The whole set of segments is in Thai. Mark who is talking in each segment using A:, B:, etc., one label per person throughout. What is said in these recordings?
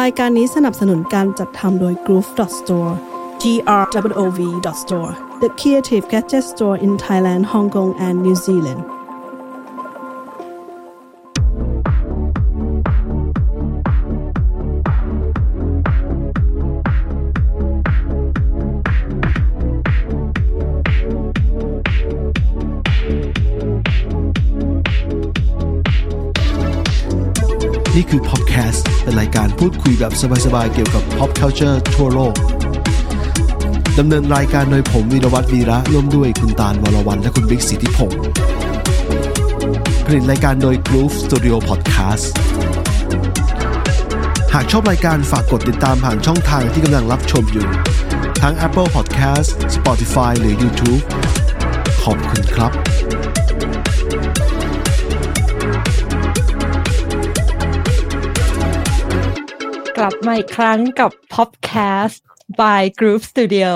A: รายการนี้สนับสนุนการจัดทำโดย Groove Store G R W O V Store The Creative Gadget Store in Thailand Hong Kong and New Zealand
B: นี่คือ Popcast เป็นรายการพูดคุยแบบสบายๆ เกี่ยวกับ pop culture ทั่วโลก ดำเนินรายการโดยผมวินวัตวีระร่วมด้วยคุณตาลวรวันและคุณบิ๊กสิทธิพงศ์ผลิตรายการโดย Groove Studio Podcast หากชอบรายการฝากกดติดตามผ่านช่องทางที่กำลังรับชมอยู่ ทั้ง Apple Podcast Spotify หรือ YouTube ขอบคุณครับ
C: กลับมาอีกครั้งกับ Popcast by Group Studio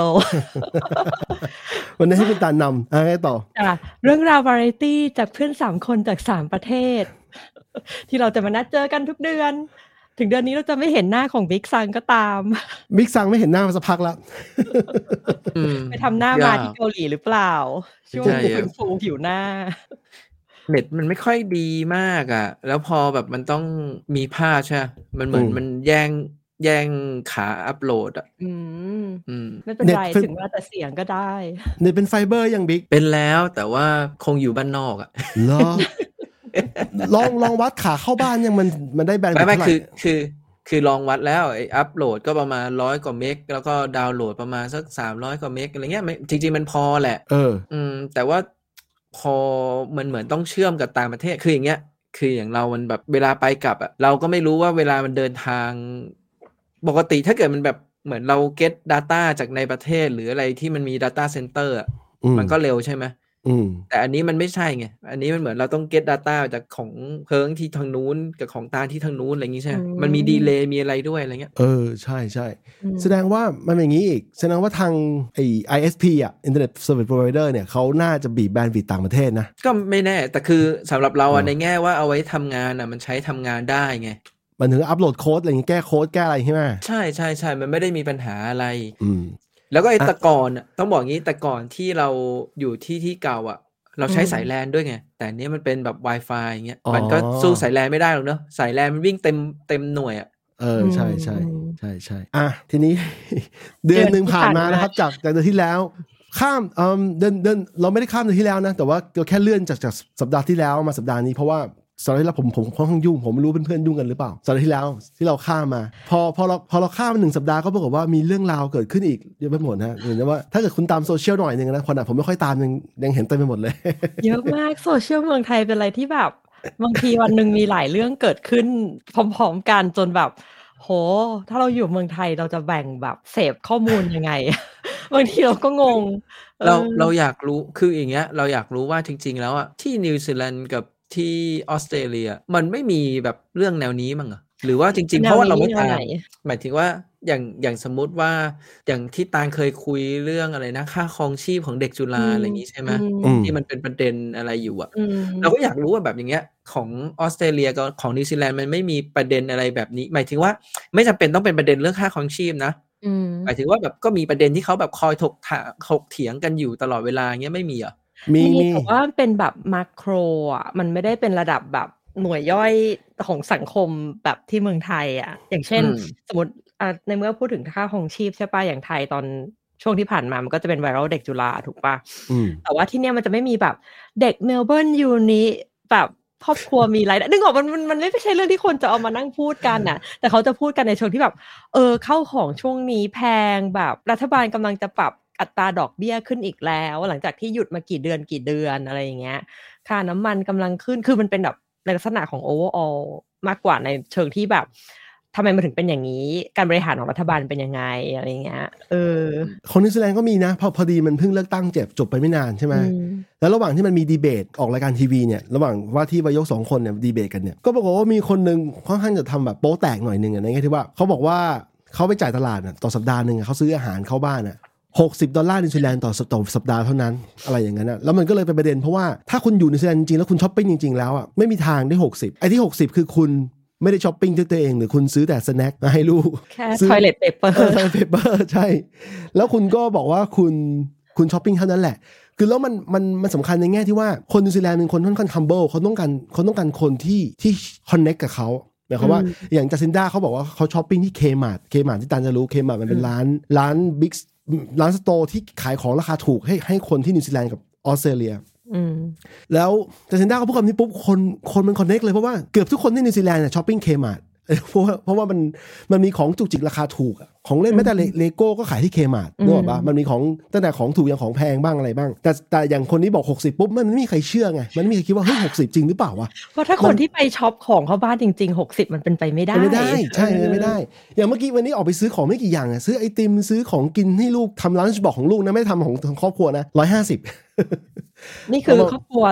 D: วันนี้ให้คุณตาลนำอ่ะให้ต่อ
C: จ้ะเรื่องราววาไรตี้จากเพื่อนสามคนจากสามประเทศ ที่เราจะมานัดเจอกันทุกเดือน ถึงเดือนนี้เราจะไม่เห็นหน้าของบิ๊กซังก็ตาม
D: บิ๊กซังไม่เห็นหน้ามาสักพักแล้ว
E: อืม
C: ไปทำหน้ามาที่
E: ยก
C: เกาหลีหรือเปล่า ช่วง
E: ใช่ครับ
C: คุณฟูผิวหน้า
E: เน็ตมันไม่ค่อยดีมากอะ่ะ แล้วพอแบบมันต้องมีภาพใช่ปะมันเหมือน
D: อืม
E: มันแย่งแย่งขาอัปโหลดอะ่ะ
C: อืม
E: อืม
C: ไม่เป็นไร
D: Netflix
C: ถึงว่าแต่เสียงก็ได้
D: เนี่ยเป็นไฟเบอร์ยังบิ๊ก
E: เป็นแล้วแต่ว่าคงอยู่บ้านนอกอะ่ะ
D: เหรอ ลองลองวัดขาเข้าบ้านยังมันมันได้แบนด์
E: ไม่ไม่
D: เท่าไหร่
E: คือคือ คือลองวัดแล้วไอ้อัปโหลดก็ประมาณร้อยกว่าเมกแล้วก็ดาวน์โหลดประมาณสักสามร้อยกว่าเมกอะไรเงี้ยมันจริงๆมันพอแหละ
D: เออ
E: อืมแต่ว่าพอมันเหมือนต้องเชื่อมกับต่างประเทศคืออย่างเงี้ย คืออย่างเรามันแบบเวลาไปกลับอะเราก็ไม่รู้ว่าเวลามันเดินทาง ปกติถ้าเกิดมันแบบเหมือนเราเก็ต Data จากในประเทศ หรืออะไรที่มันมี Data Center อะ
D: อืม
E: มันก็เร็วใช่ไหม
D: อืม
E: แต่อันนี้มันไม่ใช่ไง อันนี้มันเหมือนเราต้องเก็ต Data จากของเพิงที่ทางนู้นกับของตาที่ทางนู้นอะไรอย่างงี้ใช่ไหม
C: อืม
E: มันมีดีเลย์มีอะไรด้วยอะไรเงี้ย
D: เออ ใช่ใช่
C: อืม
D: แสดงว่ามันเป็นอย่างนี้อีก แสดงว่าทางไอ ISP อ่ะ Internet Service Provider เนี่ยเขาน่าจะบีบแบนด์บีดต่างประเทศนะ
E: ก็ไม่แน่ แต่คือสำหรับเราอะ
D: อืม
E: ในแง่ว่าเอาไว้ทำงานอะมันใช้ทำงานได้ไง
D: มันถึงอัปโหลดโค้ดอะไรอย่างงี้แก้โค้ดแก้อะไรใช่ไหม
E: ใช่ใช่ใช่มันไม่ได้มีปัญหาอะไร
D: อืม
E: แล้วก็ไอ้
D: อ่ะ
E: แต่ก่อนน่ะต้องบอกงี้แต่ก่อนที่เราอยู่ที่ที่เก่าอ่ะ เราใช้สายแลนด้วยไง แต่อันเนี้ยมันเป็นแบบ Wi-Fi อย่างเงี้ยมันก็สู้สายแลนไม่ได้หรอกเนอะสายแลนมันวิ่งเต็มเต็มหน่วยอ่ะ
D: เออใช่ใช่ใช่ใช่อ่ะทีนี้ เดือนหนึ่งผ่านมานะครับจากจากเดือนที่แล้ว ข้ามเออเดือนเดือนเราไม่ได้ข้ามเดือนที่แล้วนะ แต่ว่าเราแค่เลื่อนจากจากสัปดาห์ที่แล้วมาสัปดาห์นี้เพราะว่าสัปดาห์ที่แล้วผมผมค่อนข้างยุ่งผมไม่รู้เพื่อนๆยุ่งกันหรือเปล่าสัปดาห์ที่แล้วที่เราข้ามมา พอพอเราพอเราข้ามมาหนึ่งสัปดาห์ก็ปรากฏว่ามีเรื่องราวเกิดขึ้นอีกเยอะไปหมดนะเห็นไหมว่าถ้าเกิดคุณตามโซเชียลหน่อยหนึ่งนะคนอ่ะผมไม่ค่อยตามยังยังเห็นเต็มไปหมดเลย
C: เยอะมากโซเชียลเมืองไทยเป็นอะไรที่แบบ บางทีวันหนึ่งมีหลายเรื่องเกิดขึ้น พร้อมๆกันจนแบบ โห ถ้าเราอยู่เมืองไทยเราจะแบ่งแบบเสพข้อมูลยังไง บางทีเราก็งง
E: เรา
C: ออ
E: เราอยากรู้คืออย่างเงี้ยเราอยากรู้ว่าจริง ๆ แล้วอ่ะที่นิวซีแลนด์กับที่ออสเตรเลีย มันไม่มีแบบเรื่องแนวนี้มั้งเหรอหรือว่าจริง ๆ เพราะว่าเราไม่ตาม หมายถึงว่าอย่างอย่างสมมุติว่าอย่างที่ตาลเคยคุยเรื่องอะไรนะ ค่าครองชีพของเด็กจุฬา
C: อืม
E: อะไรอย่างนี้ใช่ไหม
D: อืม
E: ที่มันเป็นประเด็นอะไรอยู่อะ
C: อืม
E: เราก็อยากรู้ว่าแบบอย่างเงี้ยของออสเตรเลียกับของนิวซีแลนด์มันไม่มีประเด็นอะไรแบบนี้ หมายถึงว่าไม่จำเป็นต้องเป็นประเด็นเรื่องค่าครองชีพนะ
C: อืม
E: หมายถึงว่าแบบก็มีประเด็นที่เขาแบบคอยถกถาถกเถียงกันอยู่ตลอดเวลาเงี้ยไม่มีเหรอ
D: มี
C: นี่
D: มี
C: แต่ว่ามันเป็นแบบมาโครอ่ะ มันไม่ได้เป็นระดับแบบหน่วยย่อยของสังคมแบบที่เมืองไทยอ่ะ อย่างเช่น
E: อืม
C: สมมติอ่ะในเมื่อพูดถึงค่าครองชีพใช่ป่ะ อย่างไทยตอนช่วงที่ผ่านมา มันก็จะเป็นไวรัลเด็กจุฬาถูกป่ะ
D: อืม
C: แต่ว่าที่เนี่ยมันจะไม่มีแบบเด็กเมลเบิร์นยูนิแบบครอบครัวมีรายได้นึกออกมันมันมันไม่ใช่เรื่องที่คนจะเอามานั่งพูดกันน่ะ แต่เขาจะพูดกันในเชิงที่แบบ เออเข้าของช่วงนี้แพงแบบ รัฐบาลกำลังจะปรับอัตราดอกเบี้ยขึ้นอีกแล้ว หลังจากที่หยุดมากี่เดือนกี่เดือนอะไรอย่างเงี้ย ค่าน้ำมันกำลังขึ้นคือมันเป็นแบบในลักษณะของ overall มากกว่าในเชิงที่แบบทำไมมันถึงเป็นอย่างนี้ การบริหารของรัฐบาลเป็นยังไงอะไรอย่างเงี้ยเออ
D: คนนิวซีแลนด์ก็มีนะพอพอดีมันเพิ่งเลือกตั้งเจ็บจบไปไม่นานใช่ไหม
C: อืม
D: แล้วระหว่างที่มันมีดีเบตออกรายการทีวีเนี่ยระหว่างว่าที่วายกสองคนเนี่ยดีเบตกันเนี่ยก็ปรากฏว่ามีคนหนึ่งค่อนข้างจะทำแบบโป๊แตกหน่อยหนึ่งอะในแง่ที่ว่าเขาบอกว่าเขาไปจ่ายตลาดน่ะต่อสัปดาห์หนึ่งอะเขาซื้ออาหารเข้าบ้านอ่ะหกสิบดอลลาร์นิวซีแลนด์ต่อต่อสัปดาห์เท่านั้นอะไรอย่างนั้นอ่ะแล้วมันก็เลยเป็นประเด็นเพราะว่าถ้าคุณอยู่นิวซีแลนด์จริงๆแล้วคุณช้อปปิ้งจริงๆแล้วอ่ะไม่มีทางได้ 60ไอ้ที่ 60 คือคุณ ไม่ได้ช้อปปิ้งด้วยตัวเองหรือคุณซื้อแต่สแน็คมาให้ลูก
C: แค่
D: ซื้อ
C: ทอยเลทเปเปอร์
D: เออ toilet paper ใช่ แล้วคุณก็บอกว่าคุณคุณช้อปปิ้งเท่านั้นแหละ คือแล้วมันมันมันสำคัญในแง่ที่ว่าคนนิวซีแลนด์เป็นคนค่อนข้าง humble เขาต้องการเขาต้องการคนที่ที่ connect กับเขาหมายความว่า
C: อืม
D: อย่างจัสซินดาเขาบอกว่าเขาช้อปปิ้งที่เคมาร์ทเคมาร์ทที่ตาลจะรู้เคมาร์ทมันเป็นร้านร้านบิ๊กร้านสโตร์ที่ขายของราคาถูกให้ให้คนที่นิวซีแลนด์กับออสเตรเลีย
C: ืม
D: แล้วจัสซินดาเขาพูดคำนี้ปุ๊บคนคนมันคอนเน็กเลยเพราะว่าเกือบทุกคนที่นิวซีแลนด์เนี่ยช้อปปิ้งเคมาร์ท เพราะว่าเพราะว่ามันมันมีของจุกจิกราคาถูกอะของเล่นแม้แต่เลเลโก้ก็ขายที่เคมาร์ทนึกออกปะมันมีของตั้งแต่ของถูกอย่างของแพงบ้างอะไรบ้าง แต่แต่อย่างคนนี้บอก 60 ปุ๊บ มันไม่มีใครเชื่อไง มันไม่มีใครคิดว่าเฮ้ยหกจริงหรือเปล่าวะ
C: เพราะถ้าคนที่ไปช็อปของเขาบ้านจริงๆหกสิบมันเป็นไปไม่ได้
D: ไม่ได้ใช่ไม่ได้ อย่างเมื่อกี้วันนี้ออกไปซื้อของไม่กี่อย่างอะซื้อไอติมซื้อของกินให้ลูกทำร้านชบอกของลูกนะไม่ได้ทำของของครอบครัวนะร้อยห้าสิบ
C: นี่คือ
D: เพราะว่า
C: ครอบครัว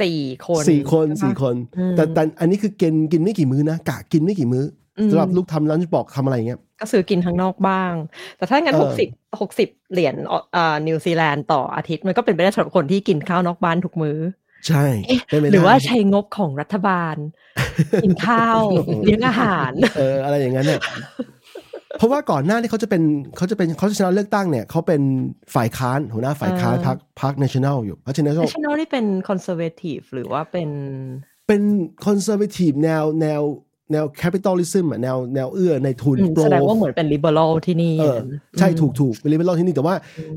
C: สี่คน
D: สี่คน
C: ใช่
D: สี่
C: ปะ
D: คน
C: อืม
D: แต่แต่อันนี้คือกินกินไม่กี่มื้อนะกะกินไม่กี่มื้ออ
C: ม
D: สำหรับลูกทำลันช์บอกทำอะไรอย่างเงี้ย
C: ก็ซื้อกินข้างนอกบ้าง แต่ถ้างั้น
D: เอ
C: ห
D: อ
C: กสิบหกสิบเหรียญอ่านิวซีแลนด์ต่ออาทิตย์มันก็เป็นไปได้สำหรับคนที่กินข้าวนอกบ้านทุกมื้อ
D: ใช่
C: เอ๊ะ
D: เป็นไปได้
C: หรือว่าใช้งบของรัฐบาล กิน ข้าวเลี้ยงอาหาร
D: เอออะไรอย่า งนั้นเนี่ย เพราะว่าก่อนหน้าที่เขาจะเป็นเขาจะเป็นเขาจะชนะเลือกตั้งเนี่ยเขาเป็นฝ่ายค้านหัวหน้าฝ่ายค้าน
C: เออ
D: พรรคพรรค national อยู่พรรค national
C: National นี่เป็น conservative หรือว่าเป็น
D: เป็น conservative แนวแนวแนว capitalism อะแนวแนวเอื้อในทุน
C: อืม
D: โปร
C: แสดงว่าเหมือนเป็น liberal ที่นี่
D: เออใช่ถูกถูกเป็นลิเบอรัลที่นี่แต่ว่า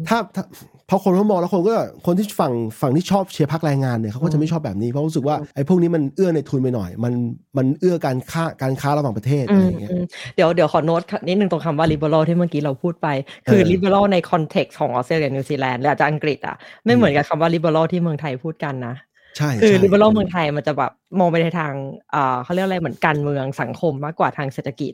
D: ถ้าถ้าพอคนเขามองแล้วคนก็คนที่ฝั่งฝั่งที่ชอบเชียร์พักแรงงานเนี่ยเขาก็จะไม่ชอบแบบนี้เพราะรู้สึกว่าไอ้พวกนี้มันเอื้อในทุนไปหน่อย มันมันเอื้อการค้าการค้าระหว่างประเทศ
C: อื
D: อะไร
C: ม
D: อย่างเงี้ย
C: อืมเดี๋ยวเดี๋ยวขอโน้ตนิดนึงตรงคำว่า liberal ที่เมื่อกี้เราพูดไป คือ
D: เออ
C: liberal ใน context ของออสเตรเลียนิวซีแลนด์หรืออาจจะอังกฤษอ่ะไม่เหมือนกับคำว่า liberal ที่เมืองไทยพูดกันนะ
D: ใช่
C: คือ
D: ใช่
C: ริเบอรัลเมืองไทยมันจะแบบมองไปในทางเอ่อเขาเรียกอะไรเหมือนการเมืองสังคมมากกว่าทางเศรษฐกิจ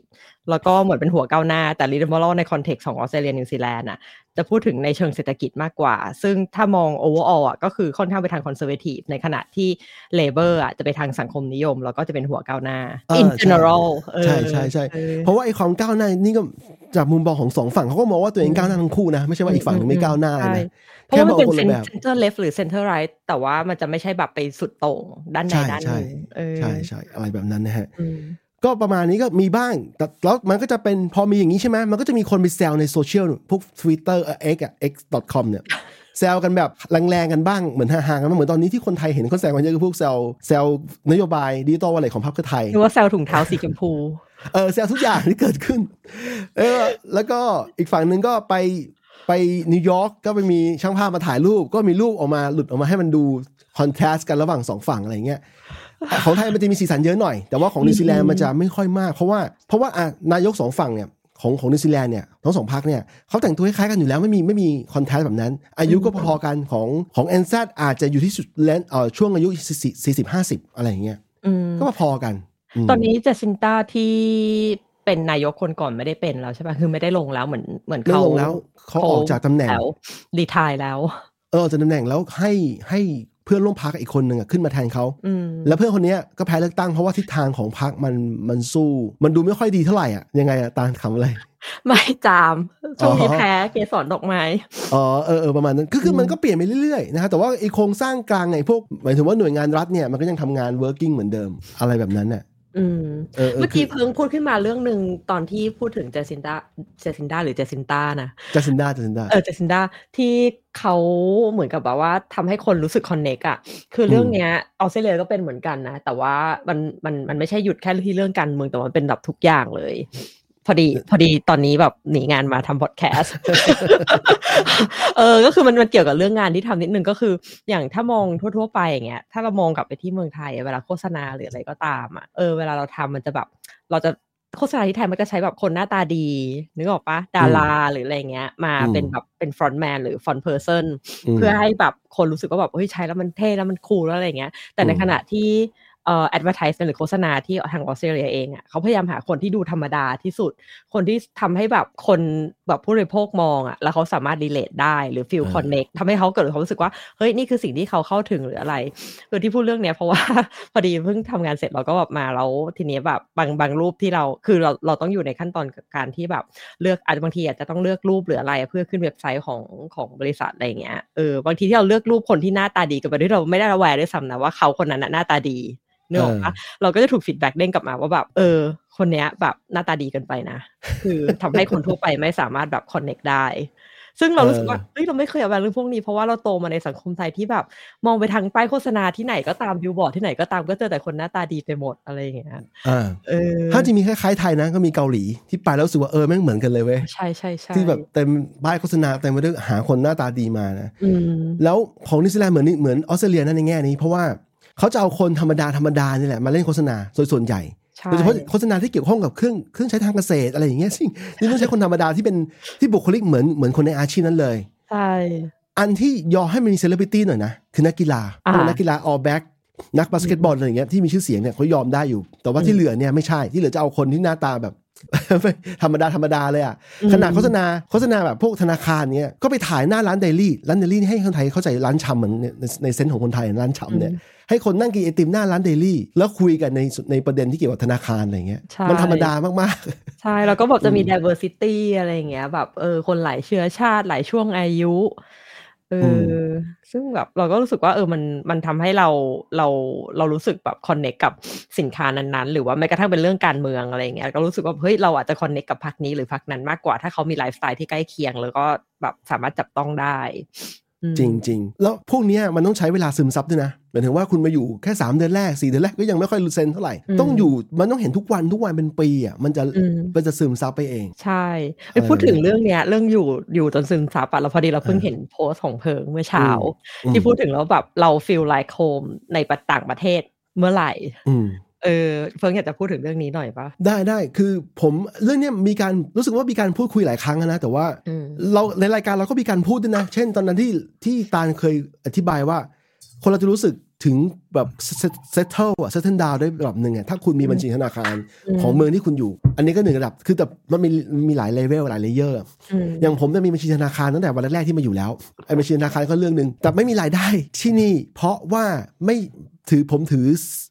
C: แล้วก็เหมือนเป็นหัวก้าวหน้า แต่ริเบอรัลในคอนเท็กซ์ของออสเตรเลียนิวซีแลนด์อ่ะจะพูดถึงในเชิงเศรษฐกิจมากกว่า ซึ่งถ้ามองโอเวอร์ออ่ะก็คือค่อนข้างไปทางคอนเซอร์เวทีฟในขณะที่เลเบอร์อ่ะจะไปทางสังคมนิยม แล้วก็จะเป็นหัวก้าวหน้า
D: เออ
C: in
D: ใช่
C: general
D: ใช่ใช่ใช่
C: เออ
D: เพราะว่าไอ้ความก้าวหน้านี่ก็จากมุมมองของสองฝั่งเขาก็มองว่าตัวเองก้าวหน้าทั้งคู่นะไม่ใช่ว่าอีกฝั่งหนึงไม่ก้าวหน้า
C: ใช่
D: นะ
C: เพราะว่ามันเป็น
D: แค่
C: เซ
D: มองคนละแบบ
C: นเตอร์เลฟหรือเซนเตอร์ไรท์แต่ว่ามันจะไม่ใช่แบบไปสุดโต่งด้านใด
D: ใช่
C: ด้าน
D: ใช่
C: หนึ่งเออ
D: ใช่ใช่อะไรแบบนั้นนะฮะ
C: อืม
D: ก็ประมาณนี้ก็มีบ้าง แต่แล้วมันก็จะเป็นพอมีอย่างนี้ใช่ไหม มันก็จะมีคนไปแซวในโซเชียลพวก Twitter เอ็กอะ x.com เนี่ย แซวกันแบบแรงๆกันบ้าง เหมือนห่างๆกันบ้างเหมือนตอนนี้ที่คนไทยเห็นคนแซวกันเยอะคือพวกแซวแซวนโยบายดิจิตอลวอลเล็ตของพรรคเพื่อไทย
C: หรือว่าแซลถุงเท้าสีชมพู
D: เออแซวทุกอย่างที่เกิดขึ้น เออ แล้วก็อีกฝั่งหนึ่งก็ไปไปนิวยอร์กก็ไปมีช่างภาพมาถ่ายรูป ก็มีรูปออกมาหลุดออกมาให้มันดูคอนทราสต์กันระหว่างสองฝั่งอะไรเงี้ยอ่ะของไทยมันจะมีสีสันเยอะหน่อย แต่ว่าของนิวซีแลนด์มันจะไม่ค่อยมาก เพราะว่าเพราะว่าอ่ะนายกสองฝั่งเนี่ยของของนิวซีแลนด์เนี่ยทั้งสองพรรคเนี่ยเขาแต่งตัวคล้ายๆกันอยู่แล้วไม่มีไม่มีคอนทราสต์แบบนั้น อายุก็พอๆกันของของแอนซดอาจจะอยู่ที่สุดแลนเอ่อช่วงอายุสี่สิบห้าสิบอะไรอย่างเงี้ย
C: อืม
D: ก็พอๆกันม
C: ตอนนี้เจสินต้าที่เป็นนายกคนก่อนไม่ได้เป็นแล้วใช่ป่ะ คือไม่ได้ลงแล้วเหมือนเหมือน
D: เรื่อง
C: เขา
D: ลงแล้วเขาออกจากตำแหน่ง
C: แล้วรีทายแล้ว
D: เออออกจากตำแหน่งแล้วให้ให้เพื่อนร่วมพักอีกคนหนึ่งอะขึ้นมาแทนเขา
C: อืม
D: แล้วเพื่อนคนเนี้ยก็แพ้เลือกตั้งเพราะว่าทิศทางของพักมันมันสู้ มันดูไม่ค่อยดีเท่าไหร่อ่ะยังไงอ่ะตาลคำอะไร
C: ไม่จาม ช่วงนี้
D: อ๋อ
C: แพ้เกสรดอกไม้
D: อ๋อเออเออประมาณนั้นคือคือมันก็เปลี่ยนไปเรื่อยๆนะฮะแต่ว่าไอโครงสร้างกลางไงพวกหมายถึงว่าหน่วยงานรัฐเนี่ยมันก็ยังทำงาน working เหมือนเดิมอะไรแบบนั้นน่ะ
C: อืม
D: เออเออ
C: เมื่อ
D: คื
C: กี้
D: อ
C: เพิ่งพูดขึ้นมาเรื่องหนึ่งตอนที่พูดถึงเจสินต้าเจสินต้าหรือเจสินต้านะ
D: จัสินดาจัสินดา
C: เออเจสินดาที่เขาเหมือนกับแบบว่าทำให้คนรู้สึกคอนเน c t อ่ะ คือเรื่องเนี้ยออสเตรเลียก็เป็นเหมือนกันนะ แต่ว่ามันมันมันไม่ใช่หยุดแค่ที่เรื่องการเมืองแต่มันเป็นแบบทุกอย่างเลย พอดีพอดีตอนนี้แบบหนีงานมาทำพอดแคสต์ เออ ก็คือมันมันเกี่ยวกับเรื่องงานที่ทำนิดนึงก็คือ อย่างถ้ามองทั่ว ๆ ไปอย่างเงี้ยถ้าเรามองกลับไปที่เมืองไทยอะเวลาโฆษณาหรืออะไรก็ตามอ่ะเออเวลาเราทำมันจะแบบ เราจะโฆษณาที่ไทยมันก็ใช้แบบคนหน้าตาดีนึกออกปะดาราหรืออะไรเงี้ย มา
D: อืม
C: เป็นแบบเป็นฟรอนต์แมนหรือฟรอนต์เพอร์เซน
D: ม
C: เพื่อให้แบบคนรู้สึกว่าแบบเฮ้ยใช้แล้วมันเท่แล้วมันคูลแล้วอะไรเงี้ย แต่ใน
D: อืม
C: ขณะที่เอ่อ advertisement หรือโฆษณาที่ทางออสเตรเลียเองอ่ะเขาพยายามหาคนที่ดูธรรมดาที่สุด คนที่ทำให้แบบคนแบบผู้บริโภคมองอ่ะแล้วเขาสามารถ relate ได้หรือ feel
D: อ่า
C: connect ทำให้เขาเกิดความรู้สึกว่า เฮ้ย นี่คือสิ่งที่เขาเข้าถึงหรืออะไร คือที่พูดเรื่องเนี้ยเพราะว่า พอดีเพิ่งทำงานเสร็จเราก็แบบมาแล้วทีเนี้ยแบบบางบางรูปที่เราคือเราเราต้องอยู่ในขั้นตอนการที่แบบเลือกอาจจะบางทีอาจจะต้องเลือกรูปหรืออะไร เพื่อขึ้นเว็บไซต์ของของบริษัทอะไรอย่างเงี้ยเออบางทีที่เราเลือกรูปคนที่หน้าตาดีกันไปด้วยเราไม่ได้ระแวงด้วยซ้ำนะว่าเขาคนนั้นน่ะหน้าตาดี เนกออกปะเราก็จะถูกฟีดแบ็กเด้งกลับมาว่าแบบเออ คนเนี้ยแบบหน้าตาดีเกินไปนะ คือทำให้คนทั่วไปไม่สามารถแบบคอนเน็กได้ ซึ่งเรารู้สึกว่าเฮ้ยเราไม่เคยเอาแบบเรื่องพวกนี้เพราะว่าเราโตมาในสังคมไทยที่แบบ มองไปทางป้ายโฆษณาที่ไหนก็ตามบิวบอร์ดที่ไหนก็ตามก็เจอแต่คนหน้าตาดีไปหมดอะไรอย่างเงี้ย
D: อ่า
C: เออ
D: ถ้าจะมีคล้ายๆไทยนะก็มีเกาหลีที่ไปแล้วรู้สึกว่าเออแม่งเหมือนกันเลยเว้ย
C: ใช่ใช่ใช่
D: ที่แบบเต็มป้ายโฆษณาเต็มไปด้วยหาคนหน้าตาดีมานะ
C: อืม
D: แล้วของนิวซีแลนด์เหมือนเหมือนออสเตรเลียนั่นในแง่นี้ เพราะว่าเขาจะเอาคนธรรมดาธรรมดานี่แหละมาเล่นโฆษณาโดยส่วนใหญ่
C: ใช่
D: โดยเฉพาะโฆษณาที่เกี่ยวข้องกับเครื่องเครื่องใช้ทางเกษตรอะไรอย่างเงี้ยซึ่งนี่ต้องใช้คนธรรมดาที่เป็นที่บุคลิกเหมือนเหมือนคนในอาชีพนั้นเลย
C: ใช่
D: อันที่ยอมให้มันมีเซเลบริตี้หน่อยนะ คือนักกีฬา
C: อ่า
D: พวกนักกีฬาออลแบ็กนักบาสเกตบอลอะไรอย่างเงี้ยที่มีชื่อเสียงเนี่ยเขายอมได้อยู่ แต่ว่าที่เหลือเนี่ยไม่ใช่ที่เหลือจะเอาคนที่หน้าตาแบบ ธรรมดาธรรมดาเลยอ่ะ ขนาดโฆษณาโฆษณาแบบพวกธนาคารเนี่ยก็ไปถ่ายหน้าร้านเดลี่ร้านเดลี่นี่ให้คนไทยเข้าใจร้านชำเหมือนในในในเซนส์ของคนไทยร้านชำเนี่ยให้คนนั่งกินไอติมหน้าร้านเดลี่ แล้วคุยกันในในประเด็นที่เกี่ยวกับธนาคารอะไรเงี้ย
C: ใช่
D: มันธรรมดามาก
C: ใช่แล้วก็แบบจะมี diversity อะไรอย่างเงี้ย แบบเออคนหลายเชื้อชาติหลายช่วงอายุเอออซึ่งแบบเราก็รู้สึกว่าเออมันมันทำให้เราเราเรารู้สึกแบบ connect กับสินค้านั้นๆ หรือว่าแม้กระทั่งเป็นเรื่องการเมืองอะไรอย่างเงี้ยก็รู้สึกว่าเฮ้ยเราอาจจะ connect กับพรรคนี้หรือพรรคนั้นมากกว่าถ้าเขามีไลฟ์สไตล์ที่ใกล้เคียง แล้วก็แบบสามารถจับต้องได้อืม
D: ๆ จริง ๆ แล้วพวกเนี้ยมันต้องใช้เวลาซึมซับด้วยนะหมายถึงว่าคุณมาอยู่แค่ 3 เดือนแรก 4 เดือนแรกก็ยังไม่ค่อยรู้เซนเท่าไหร่ต้องอยู่มันต้องเห็นทุกวันทุกวันเป็นปีอ่ะมันจะ
C: อืม
D: มันจะซึมซับไปเอง
C: ใช่เอ้ย
D: เออ
C: พูดถึงเรื่องเนี้ย เรื่องอยู่อยู่จนซึมซับอะเราพอดีเราเพิ่ง
D: เออ
C: เห็นโพสต์ของเพิงเมื่อเช้า
D: อืม
C: ที่พูดถึงแล้วแบบเรา feel like home ในประต่างประเทศเมื่อไหร่
D: อืม
C: เออ เพิงอยากจะพูดถึงเรื่องนี้หน่อยปะ
D: ได้ได้คือผมเรื่องเนี้ยมีการรู้สึกว่ามีการพูดคุยหลายครั้งนะ แต่ว่า
C: อืม
D: เราในรายการเราก็มีการพูดด้วยนะ เช่นตอนนั้นที่ที่ตาลเคยอธิบายว่า คนเราจะรู้สึกถึงแบบเซตเทิลอะเซตเทิลดาวได้ระดับหนึ่งอะถ้าคุณมีบัญชีธนาคาร
C: อืม
D: ของเมืองที่คุณอยู่ อันนี้ก็หนึ่งระดับ คือแต่มันมีมีหลายเลเวลหลายเลเยอร์
C: อืม
D: อย่างผมเนี่ยมีบัญชีธนาคารตั้งแต่วันแรกๆที่มาอยู่แล้วไอ้บัญชีธนาคารก็เรื่องหนึ่งแต่ไม่มีรายได้ที่นี่ เพราะว่าไม่ถือผมถือ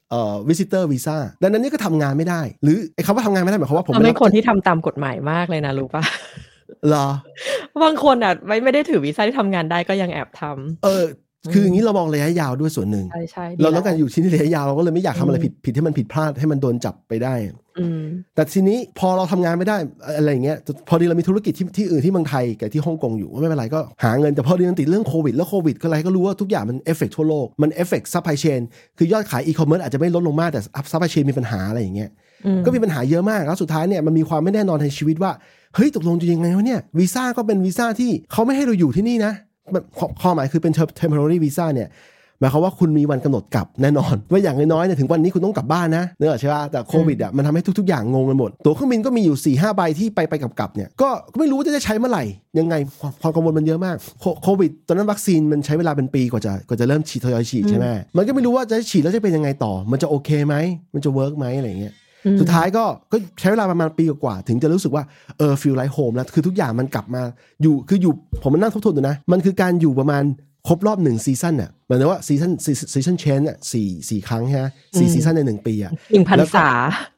D: เอ่อ visitor visa ดังนั้นเนี่ยก็ทำงานไม่ได้ หรือไอ้คำว่าทำงานไม่ได้หมายความว่าผม
C: เรา
D: ไม่
C: เป็
D: รั
C: น
D: บ
C: คนที่ทำตามกฎหมายมากเลยนะรู้ปะ
D: เหรอบ
C: างคนอ่ะไม่ไม่ได้ถือวีซ่าที่ทำงานได้ก็ยังแอบทำ
D: เออคืออย่างนี้เรามองระยะยาวด้วยส่วนหนึ่ง
C: ใช่ใช่ดี
D: เราต้องการ
C: แล้ว
D: อยู่ที่นี่ระยะยาวเราก็เลยไม่อยากทำอะไร
C: อืม
D: ผิดผิดให้มันผิดพลาดให้มันโดนจับไปได้
C: อืม
D: แต่ทีนี้พอเราทำงานไม่ได้อะไรอย่างเงี้ยพอดีเรามีธุรกิจที่ที่อื่นที่เมืองไทยกับที่ฮ่องกงอยู่ไม่เป็นไรก็หาเงินแต่พอดีมันติดเรื่องโควิดแล้วโควิดก็อะไรก็รู้ว่าทุกอย่างมันเอฟเฟกทั่วโลก มันเอฟเฟกซัพพลายเชนคือยอดขายอีคอมเมิร์ซอาจจะไม่ลดลงมากแต่ซัพพลายเชนมีปัญหาอะไรอย่างเงี้ย
C: อืม
D: ก็มีปัญหาเยอะมากแล้วสุดท้ายเนี่ยมันมีความไม่แน่นอนในชีวิตว่าเฮ้ยตกลงจะยังไงวะเนี่ยวีซ่าก็เป็นวีซ่าที่เขาไม่ให้เราอยู่ที่นี่นะมันข้อข้อหมายคือเป็น temporary visa เนี่ย หมายความว่าคุณมีวันกำหนดกลับแน่นอน ว่าอย่างน้อยๆเนี่ยถึงวันนี้คุณต้องกลับบ้านนะเนอะใช่ป่ะแต่โควิดอ่ะมันทำให้ทุกๆอย่างงงกันหมด ตั๋วเครื่องบินก็มีอยู่4ี่ห้าใบที่ไปไปกลับกลับๆเนี่ยก็ก็ไม่รู้ว่าจะได้ใช้เมื่อไหร่ ยังไงความความกังวลมันเยอะมากโคโควิด ตอนนั้นวัคซีนมันใช้เวลาเป็นปีกว่าจะกว่าจะเริ่มฉีดทยอยฉีดใช่ไหมมันก็ไม่รู้ว่าจะฉีดแล้วจะเป็นยังไงต่อ มันจะโอเคไหมมันจะเวิร์กไหมอะไรอย่างเงี้ย
C: อืม
D: สุดท้ายก็ก็ใช้เวลาประมาณปีกว่าๆถึงจะรู้สึกว่าเออฟิลไลท์โฮมแล้วคือทุกอย่างมันกลับมาอยู่คืออยู่ผมมันนั่งทบทวนดูนะ มันคือการอยู่ประมาณครบรอบหนึ่งซีซั่นน่ะหมายถึงว่าซีซั่นซีซั่นเชนน่ะสี่สี่ครั้งใช่ไหมสี่ซีซั่นในหนึ่งปีอ่ะ
C: หนึ่งพัน
D: แล้วก็
C: ษา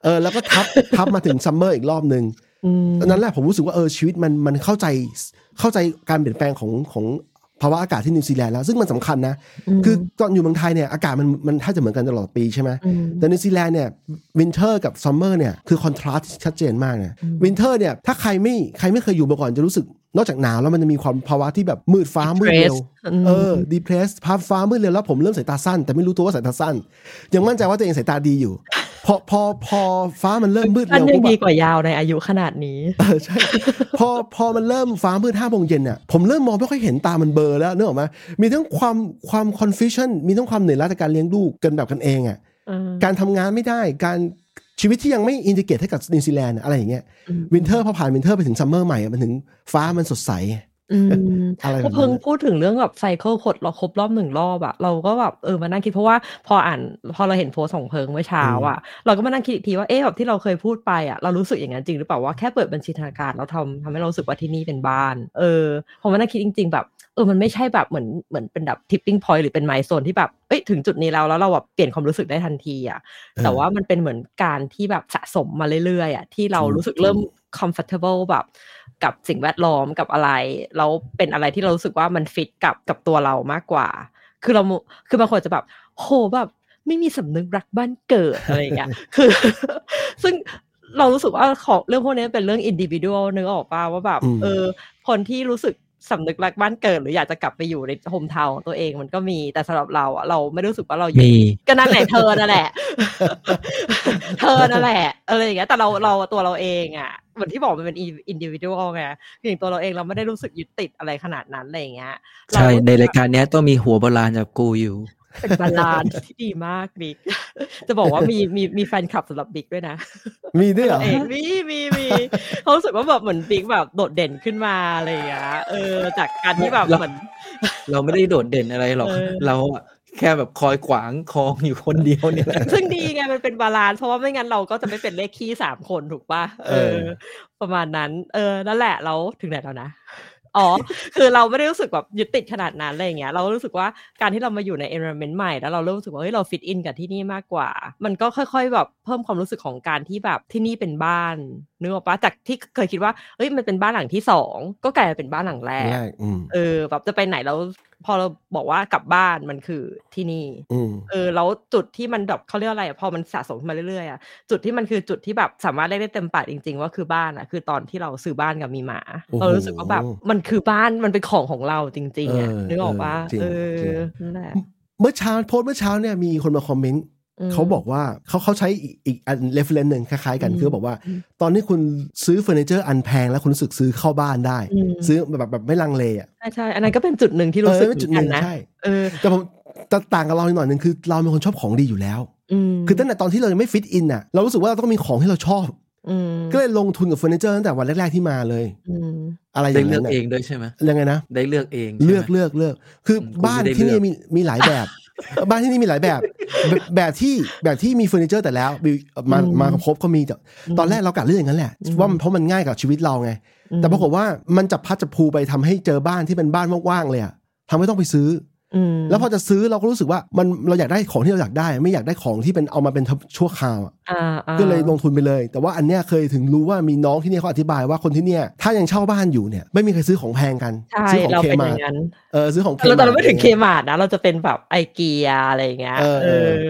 D: เออแล้วก็ทับ ทับมาถึงซัมเมอร์อีกรอบหนึ่ง
C: อืม
D: ตอนนั้นแหละผมรู้สึกว่าเออชีวิตมันมันเข้าใจเข้าใจการเปลี่ยนแปลงของของภาวะอากาศที่นิวซีแลนด์แล้วซึ่งมันสำคัญนะ คือตอนอยู่เมืองไทยเนี่ยอากาศมันมันแทบจะเหมือนกันตลอดปีใช่ไหม
C: อืม
D: แต่นิวซีแลนด์เนี่ยวินเทอร์กับซัมเมอร์เนี่ยคือคอนทราสที่ชัดเจนมากนะวินเทอร์เนี่ยถ้าใครไม่ใครไม่เคยอยู่มาก่อนจะรู้สึกนอกจากหนาวแล้วมันจะมีความภาวะที่แบบมืดฟ้ามืดเร็ว
C: Depressed อืม
D: เออดีเพรสภาพฟ้ามืดเร็วแล้วผมเริ่มสายตาสั้น แต่ไม่รู้ตัวว่าสายตาสั้น ยังมั่นใจว่าตัวเองสายตาดีอยู่ พอพอพอฟ้ามันเริ่มมืด
C: สั้นยั
D: เร็ว
C: ง
D: ปุ๊บ
C: ดี
D: อะ
C: กว่ายาวในอายุขนาดนี้
D: เออใช่พอพอมันเริ่มฟ้ามืดห้าโมงเย็นอ่ะผมเริ่มมองไม่ค่อยเห็นตามันเบลอแล้วเนกอะไหมมีทั้งความความ confusion มีทั้งความเหนื่อยล้าจากการเลี้ยงลูกกันแบบกันเองอ่ะ
C: เออ
D: การทำงานไม่ได้การชีวิตที่ยังไม่อินดิเกตให้กับนิวซีแลนด์อะไรอย่างเงี้ย
C: อืม
D: วินเทอร์พอผ่านวินเทอร์ไปถึงซัมเมอร์ใหม่อะมันถึงฟ้ามันสดใส
C: อืม
D: อะไรแบบ
C: ก็
D: นั้น
C: เพิ่งพูดถึงเรื่องแบบไซเคิลขดเราครบรอบหนึ่งรอบอะเราก็แบบเออมานั่งคิดเพราะว่าพออ่านพอเราเห็นโพสต์ของเพิงเมื่อเช้าอะเราก็มานั่งคิดอีกทีว่าเอ๊ะแบบที่เราเคยพูดไปอะเรารู้สึกอย่างนั้นจริงหรือเปล่าว่าแค่เปิดบัญชีธนาคารเราทำทำให้เรารู้สึกว่าที่นี่เป็นบ้าน เออพอมานั่งคิดจริง ๆ แบบเออมันไม่ใช่แบบเหมือนเหมือนเป็นแบบทิปปิ้งพอยต์หรือเป็นไมล์โซนที่แบบเอ้ยถึงจุดนี้แล้วแล้วเราแบบเปลี่ยนความรู้สึกได้ทันทีอะ แต่ว่ามันเป็นเหมือนการที่แบบสะสมมาเรื่อยๆอ่ะที่เรา
D: ถูก
C: รู้สึกเริ่ม comfortable แบบ กับสิ่งแวดล้อมกับอะไร แล้วเป็นอะไรที่เรารู้สึกว่ามันฟิตกับกับตัวเรามากกว่า คือเราคือ บางคนจะแบบ โหแบบ ไม่มีสำนึกรักบ้านเกิดอะไรอย่างเงี้ย คือ ซึ่งเรารู้สึกว่าของเรื่องพวกนี้เป็นเรื่องอินดิวิ u a l นึกออกป่าว่าแบบ
D: อืม
C: เออ คนที่รู้สึกสำนึกรักบ้านเกิด หรืออยากจะกลับไปอยู่ในโฮมทาวน์ของตัวเองมันก็มีแต่สำหรับเราอะเราไม่รู้สึกว่าเราอยู่
E: มี
C: ก็นั่นแหละเธอนั่นแหละ เธอนั่นแหละอะไรอย่างเงี้ยแต่เราเราตัวเราเองอ่ะเหมือนที่บอกมันเป็นอินดิวิวดไงอย่างตัวเราเองเราไม่ได้รู้สึกยึดติดอะไรขนาดนั้นอะไรอย่างเงี้ย
E: ใช่
C: เรา
E: ในรายการเนี้ยต้องมีหัวโบราณจากบกูอยู่
C: เป็นบาลานซ์ที่ดีมากบิ๊ก จะบอกว่ามีมีมีแฟนคลับสำหรับบิ๊กด้วยนะ
D: มีด้วยเหรอ
C: เองมีมีมีเขารู้สึกว่าแบบเหมือนบิ๊กแบบโดดเด่นขึ้นมาอะไรอย่างเงี้ยเออ จากการที่แบบเหมือน
E: เราไม่ได้โดดเด่นอะไรหรอก
C: เออ
E: เราอะแค่แบบคอยขวางคองอยู่คนเดียวนี่แหละ
C: ซึ่งดีไงมันเป็นบาลานซ์เพราะว่าไม่งั้นเราก็จะไม่เป็นเลขคี่สามคนถูกปะเออ ประมาณนั้น เออนั่นแหละเราถึงไหนแล้วนะอ๋อ คือเราไม่ได้รู้สึกแบบยึดติดขนาดนั้นอะไรอย่างเงี้ย เรารู้สึกว่าการที่เรามาอยู่ใน environment ใหม่แล้วเราเริ่มรู้สึกว่าเฮ้ยเราฟิตอินกับที่นี่มากกว่า มันก็ค่อย ๆ แบบเพิ่มความรู้สึกของการที่แบบที่นี่เป็นบ้านนึกออกปะจากที่เคยคิดว่าเฮ้ยมันเป็นบ้านหลังที่สองก็กลายเป็นบ้านหลังแรก
D: แรกอืม
C: เออ แบบจะไปไหนแล้วพอเราบอกว่ากลับบ้านมันคือที่นี่
D: อืม
C: เออแล้วจุดที่มันแบบเขาเรียกอะไรอะพอมันสะสมมาเรื่อยๆอะจุดที่มันคือจุดที่แบบสามารถเรียกได้เต็มปากจริงๆว่าคือบ้านอะคือตอนที่เราซื้อบ้านกับมีหมา
D: โอ้โห
C: เรารู้สึกว่าแบบมันคือบ้านมันเป็นของของเราจริงๆอะ
D: เออ
C: นึกออกว่า
D: เอ
C: เอ
D: อจริง
C: อนั่นแหละ
D: เมื่อเช้าโพสต์เมื่อเช้าเนี่ยมีคนมาคอมเมนต์
C: ม
D: เขาบอกว่าเขาเขาใช้อีกอีกอันเรฟเลนหนึ่งคล้ายๆกัน
C: อืม
D: คือเขาบอกว่า
C: อืม
D: ตอนที่คุณซื้อเฟอร์นิเจอร์อันแพงแล้วคุณรู้สึกซื้อเข้าบ้านได้
C: อืม
D: ซื้อแบบแบบไม่ลังเลอ่ะ
C: ใช่ใช่อันนั้นก็เป็นจุดหนึ่งที่รู้สึก
D: เออเป็นจุดหนึ่ง
C: เหมือกัะ
D: ใช่
C: เออ
D: แต่ผมแต่ต่างกับเราหน่อยหนึ่งคือเราเป็นคนชอบของดีอยู่แล้ว
C: อืม
D: คือตั้งแต่ตอนที่เรายังไม่ฟิตอินอ่ะเรารู้สึกว่าเราต้องมีของที่เราชอบ
C: อืม
D: ก็เลยลงทุนกับเฟอร์นิเจอร์ตั้งแต่วันแรกๆที่มาเลย
C: อืม
D: อะไรอ
E: ได้
D: ย่าง
E: เลื
D: นั้
E: อ
D: น
E: กเอ
D: น่ะ
E: งด้วยใช่ไหม
D: ยังไงนะ
E: ได้เลือกเองใช่ไหม
D: เลือกเลือกเลือก คือ
E: คุณ
D: บ้าน
E: ไม่ได้
D: ที่
E: เลื
D: นี่
E: อก
D: มีมีหลายแบบ บ้านที่นี่มีหลายแบบ แบบแบบที่แบบที่มีเฟอร์นิเจอร์แต่แล้วมีมามาครบก็มีแต่ตอนแรกเรากะเลือกอย่างนั้นแหละว่ามันเพราะมันง่ายกับชีวิตเราไง แต่ปรากฏว่ามันจับพัดจับพลูไปทำให้เจอบ้านที่เป็นบ้านว่างๆเลยอะทำให้ต้องไปซื้อ
C: อืม
D: อแล้วพอจะซื้อเราก็รู้สึกว่ามันเราอยากได้ของที่เราอยากได้ ไม่อยากได้ของที่เป็นเอามาเป็นชั่วคราวอะ
C: อ่าอ่า
D: ก็เลยลงทุนไปเลย แต่ว่าอันเนี้ยเคยถึงรู้ว่ามีน้องที่เนี่ยเขาอธิบายว่าคนที่เนี่ยถ้ายังเช่าบ้านอยู่เนี่ยไม่มีใครซื้อของแพงกัน
C: ใช่
D: ซื้อของ
C: เรา
D: เค
C: เป็น
D: มา
C: อย่างนั้น
D: เออซื้อของเค
C: เราตอนเรา
D: า
C: ไม่ถึงเคมาร์ทนะ เราจะเป็นแบบไอเกียอะไรอย่างเงี้ย
D: เออเออ
C: อ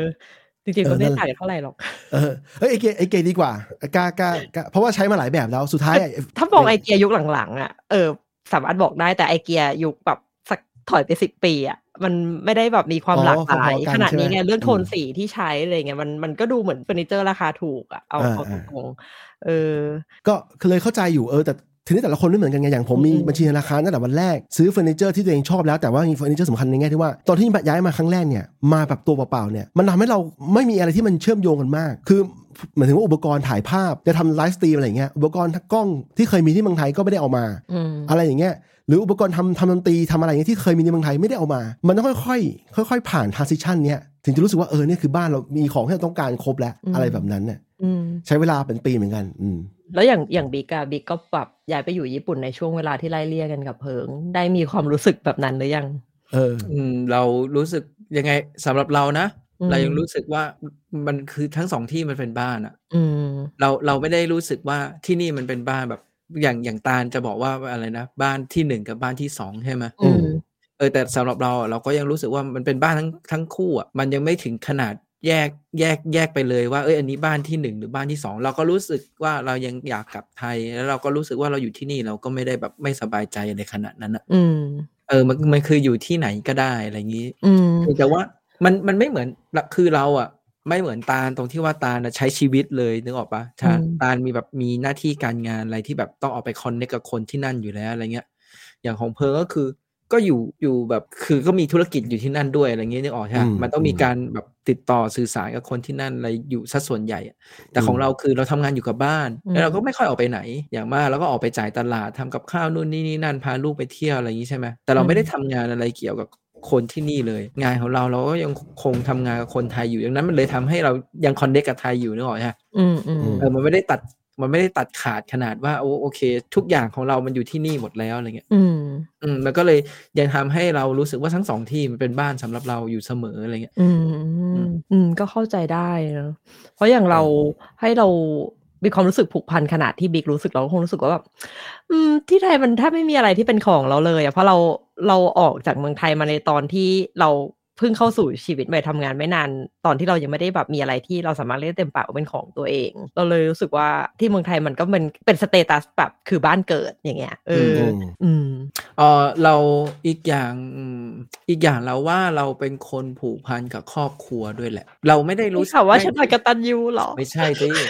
C: จริงๆก็ไม่
D: เออนั่นแหละ
C: ต่างกันเท่าไหร่หรอก
D: เออเอ้ยไอเกไอเกดีกว่ากล้ากล้ากล้าเพราะว่าใช้มาหลายแบบแล้วสุดท้ายไอ้
C: ถ้ามองไอเกียยุคหลังๆอ่ะเออสามารถบอกได้แต่ไอเกียยุคแบบสักถอยไปสิบปีอ่ะมันไม่ได้แบบมีความหลากหลายขนาดนี้ไงเรื่องโทนสีที่ใช้อะไรเงี้ยมันมันก็ดูเหมือนเฟอร์นิเจอร์ราคาถูกอ่ะเอาเอาตรงๆเออ
D: ก็เลยเข้าใจอยู่เออแต่ทีนี้แต่ละคนไม่เหมือนกันไงอย่างผมมี
C: อืม
D: บัญชีธนาคารตั้งแต่วันแรกซื้อเฟอร์นิเจอร์ที่ตัวเองชอบแล้วแต่ว่ามีเฟอร์นิเจอร์สำคัญในแง่ที่ว่าตอนที่ย้ายมาครั้งแรกเนี่ยมาแบบตัวเปล่าๆเนี่ยมันทำให้เราไม่มีอะไรที่มันเชื่อมโยงกันมาก คือหมายถึงว่าอุปกรณ์ถ่ายภาพจะทำไลฟ์สตรีมอะไรอย่างเงี้ยอุปกรณ์กล้องที่เคยมีที่เมืองไทยก็ไม่ได้เอามา
C: อืม
D: อะไรอย่างเงี้ยหรืออุปกรณ์ทำทำดนตรีทำอะไรอย่างเงี้ยที่เคยมีในเมืองไทยไม่ได้เอามา มันต้องค่อยๆค่อย ๆ ผ่าน transition เนี้ยถึงจะรู้สึกว่าเออเนี่ยคือบ้านเรามีของที่เราต้องการครบแล้ว
C: อืม
D: อะไรแบบนั้นเนี่ย
C: อืม
D: ใช้เวลาเป็นปีเหมือนกัน อืม
C: แล้วอย่างอย่างบิ๊กอะบิ๊กก็แบบย้ายไปอยู่ญี่ปุ่นในช่วงเวลาที่ไล่เลี่ยกันกับเพิง ได้มีความรู้สึกแบบนั้นหรือยัง
D: เออ
E: อืมเรารู้สึกยังไงสำหรับเรานะ
C: อืม
E: เรายังรู้สึกว่ามันคือทั้งสองที่มันเป็นบ้านอะ
C: อืม
E: เราเราไม่ได้รู้สึกว่าที่นี่มันเป็นบ้านแบบอย่างอย่างตาลจะบอกว่าอะไรนะ บ้านที่หนึ่งกับบ้านที่สองใช่ไหม
D: อืม
E: เออแต่สำหรับเราอะเราก็ยังรู้สึกว่ามันเป็นบ้านทั้งทั้งคู่อ่ะมันยังไม่ถึงขนาดแยกแยกแยกไปเลยว่าเอ้ยอันนี้บ้านที่หนึ่งหรือบ้านที่สองเราก็รู้สึกว่าเรายังอยากกลับไทย แล้วเราก็รู้สึกว่าเราอยู่ที่นี่เราก็ไม่ได้แบบไม่สบายใจในขนาดนั้นอะ
C: อืม
E: เออมันมันคืออยู่ที่ไหนก็ได้อะไรอย่างนี้
C: อืม
E: เพียงแต่ว่ามันมันไม่เหมือนคือเราอ่ะไม่เหมือนตาลตรงที่ว่าตาลอะใช้ชีวิตเลยนึกออกปะตาล
C: อืม
E: ตาลมีแบบมีหน้าที่การงานอะไรที่แบบต้องออกไปคอนเนคกับคนที่นั่นอยู่แล้วอะไรเงี้ย อย่างของเพอก็คือก็อยู่อยู่แบบคือก็มีธุรกิจอยู่ที่นั่นด้วยอะไรเงี้ยนึกออกใช่ไหม
D: อืม
E: มันต้องมี
D: อืม
E: การแบบติดต่อสื่อสารกับคนที่นั่นอะไรอยู่สัดส่วนใหญ่อะแต่
D: อืม
E: ของเราคือเราทำงานอยู่กับบ้าน
C: อืม
E: แล้วเราก็ไม่ค่อยออกไปไหน อย่างมากเราก็ออกไปจ่ายตลาดทำกับข้าวนู่นนี่นี่นั่นพาลูกไปเที่ยวอะไรอย่างนี้ใช่ไหมแต่เราไม่ได้ทำงานอะไรเกี่ยวกับคนที่นี่เลย งานของเราเราก็ยังคงทำงานกับคนไทยอยู่ดังนั้นมันเลยทำให้เรายังคอนเนคกับไทยอยู่นึกออกใช่ไหม
C: อืมอืม
E: เออมันไม่ได้ตัดมันไม่ได้ตัดขาดขนาดว่าโอ้โอเค ทุกอย่างของเรามันอยู่ที่นี่หมดแล้วอะไรเงี้ย
C: อืม
E: อืมมันก็เลยยังทำให้เรารู้สึกว่าทั้งสองที่มันเป็นบ้านสำหรับเราอยู่เสมออะไรเงี้ย
C: อืมอืมก็เข้าใจได้นะเพราะอย่างเราให้เรามีความรู้สึกผูกพันขนาดที่บิ๊กรู้สึกเราก็คงรู้สึกว่าแบบอืม ที่ไทยมันแทบไม่มีอะไรที่เป็นของเราเลยอะเพราะเราเราออกจากเมืองไทยมาในตอนที่เรา เพิ่งเข้าสู่ชีวิตใหม่ทำงานไม่นาน ตอนที่เรายังไม่ได้แบบมีอะไรที่เราสามารถเรียกเต็มปากว่าเป็นของตัวเอง เราเลยรู้สึกว่าที่เมืองไทยมันก็เป็นเป็นสเตตัสแบบคือบ้านเกิดอย่างเงี้ยเออ
D: ม
C: อืม
E: เออเราอีกอย่างอืมอีกอย่างเราว่าเราเป็นคนผูกพันกับครอบครัวด้วยแหละ เราไม่ได้รู้
C: รู้สึกว่า
E: ไม่
C: ฉันเป็นกตัญญูเหรอ
E: ไม่ใช่ ดิ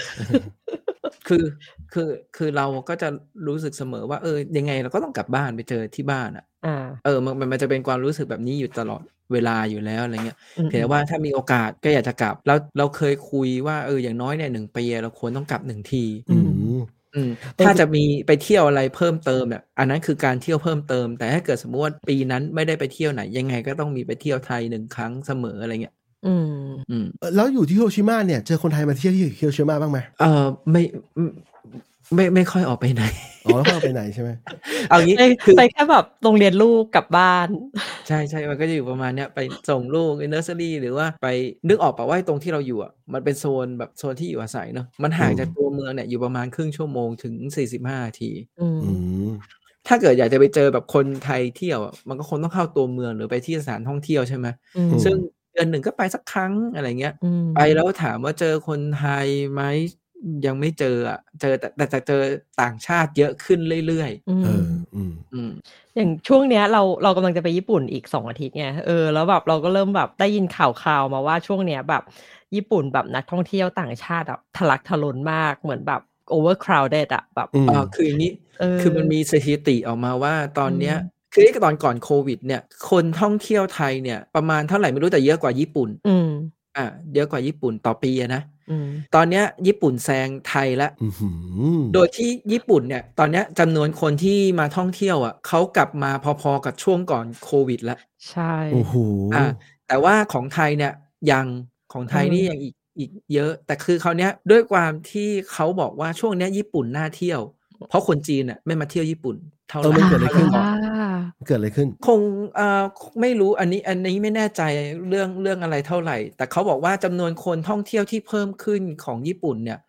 E: คือ คือ คือเราก็จะรู้สึกเสมอว่า เออ ยังไงเราก็ต้องกลับบ้านไปเจอที่บ้านอ่ะ
C: อ่า
E: เออ มันมันมันจะเป็นความรู้สึกแบบนี้อยู่ตลอดเวลาอยู่แล้วอะไรเงี้ย
C: อืม
E: เพียงแต่ว่าถ้ามีโอกาสก็อยากจะกลับ เรา เราเคยคุยว่า เออ อย่างน้อยเนี่ยหนึ่งปีเราควรต้องกลับหนึ่งที
D: อืม
E: อืม ถ้าจะมีไปเที่ยวอะไรเพิ่มเติมเนี่ย อันนั้นคือการเที่ยวเพิ่มเติม แต่ถ้าเกิดสมมติว่าปีนั้นไม่ได้ไปเที่ยวไหน ยังไงก็ต้องมีไปเที่ยวไทยหนึ่งครั้งเสมออะไรเงี้ย
C: อืม
E: อืม
D: เอ่อแล้วอยู่ที่ฮิโรชิมาเนี่ยเจอคนไทยมาเที่ยวที่ฮิโรชิมาบ้างไหม
E: เออไม่ไม่ ไม่ค่อยออกไปไหน
D: อ๋อแล้วเราไปไหนใช่ไหม
E: เอางี้
C: ไป
E: คือ
C: ไปแค่แบบโรงเรียนลูกกลับบ้าน
E: ใช่ใช่มันก็จะอยู่ประมาณเนี้ยไปส่งลูกเนอร์เซอรี่หรือว่าไปนึกออกปะว่าตรงที่เราอยู่อ่ะมันเป็นโซนแบบโซนที่อยู่อาศัยเนอะมันห่าง
D: อืม
E: จากตัวเมืองเนี่ยอยู่ประมาณครึ่งชั่วโมงถึง 45นาที
C: อืม
D: อืม
E: ถ้าเกิดอยากจะไปเจอแบบคนไทยเที่ยวอะมันก็คงต้องเข้าตัวเมืองหรือไปที่สถานท่องเที่ยวใช่ไหม
C: อืม
E: ซึ่งเดือนหนึ่งก็ไปสักครั้งอะไรเงี้ย
C: อืม
E: ไปแล้วถามว่าเจอคนไทยไหมยังไม่เจออะเจอแต่แต่จะเจอต่างชาติเยอะขึ้นเรื่อย
C: อืม
D: เอออืม
E: ๆ อืม
C: อย่างช่วงเนี้ยเราเรากำลังจะไปญี่ปุ่นอีกสองอาทิตย์ไงเออแล้วแบบเราก็เริ่มแบบได้ยินข่าวข่าวมาว่าช่วงเนี้ยแบบญี่ปุ่นแบบนักท่องเที่ยวต่างชาติแบบทะลักทะลนมากเหมือนแบบ overcrowded อะแบบ
D: อืม
E: เอ่อคืออย่างนี้
C: เออ
E: คือมันมีสถิติออกมาว่าตอนเนี้ย
C: อืม
E: คือตอนก่อนโควิดเนี่ย คนท่องเที่ยวไทยเนี่ยประมาณเท่าไหร่ไม่รู้แต่เยอะกว่าญี่ปุ่น
C: อืม
E: อ่ะเยอะกว่าญี่ปุ่นต่อปีอะนะ
C: อืม
E: ตอนเนี้ยญี่ปุ่นแซงไทยละ
D: อื้อหือ
E: โดยที่ญี่ปุ่นเนี่ยตอนเนี้ยจำนวนคนที่มาท่องเที่ยวอ่ะเขากลับมาพอๆกับช่วงก่อนโควิดละ
C: ใช่
D: โอ้โห
E: อ่ะแต่ว่าของไทยเนี่ยยังของไทยนี่ยังอีกอีกเยอะ แต่คือเขาวเนี้ยด้วยความที่เขาบอกว่าช่วงเนี้ยญี่ปุ่นน่าเที่ยว เพราะคนจีนอ่ะไม่มาเที่ยวญี่ปุ่นเท่าไห
D: เออ
E: ร่
D: มันเกิดอะไรขึ้น
C: อ่า
D: เกิดอะไรขึ้น
E: คงเอ่อไม่รู้อันนี้อันนี้ไม่แน่ใจเรื่องเรื่องอะไรเท่าไหร่ แต่เขาบอกว่าจำนวนคนท่องเที่ยวที่เพิ่มขึ้นของญี่ปุ่นเนี่ย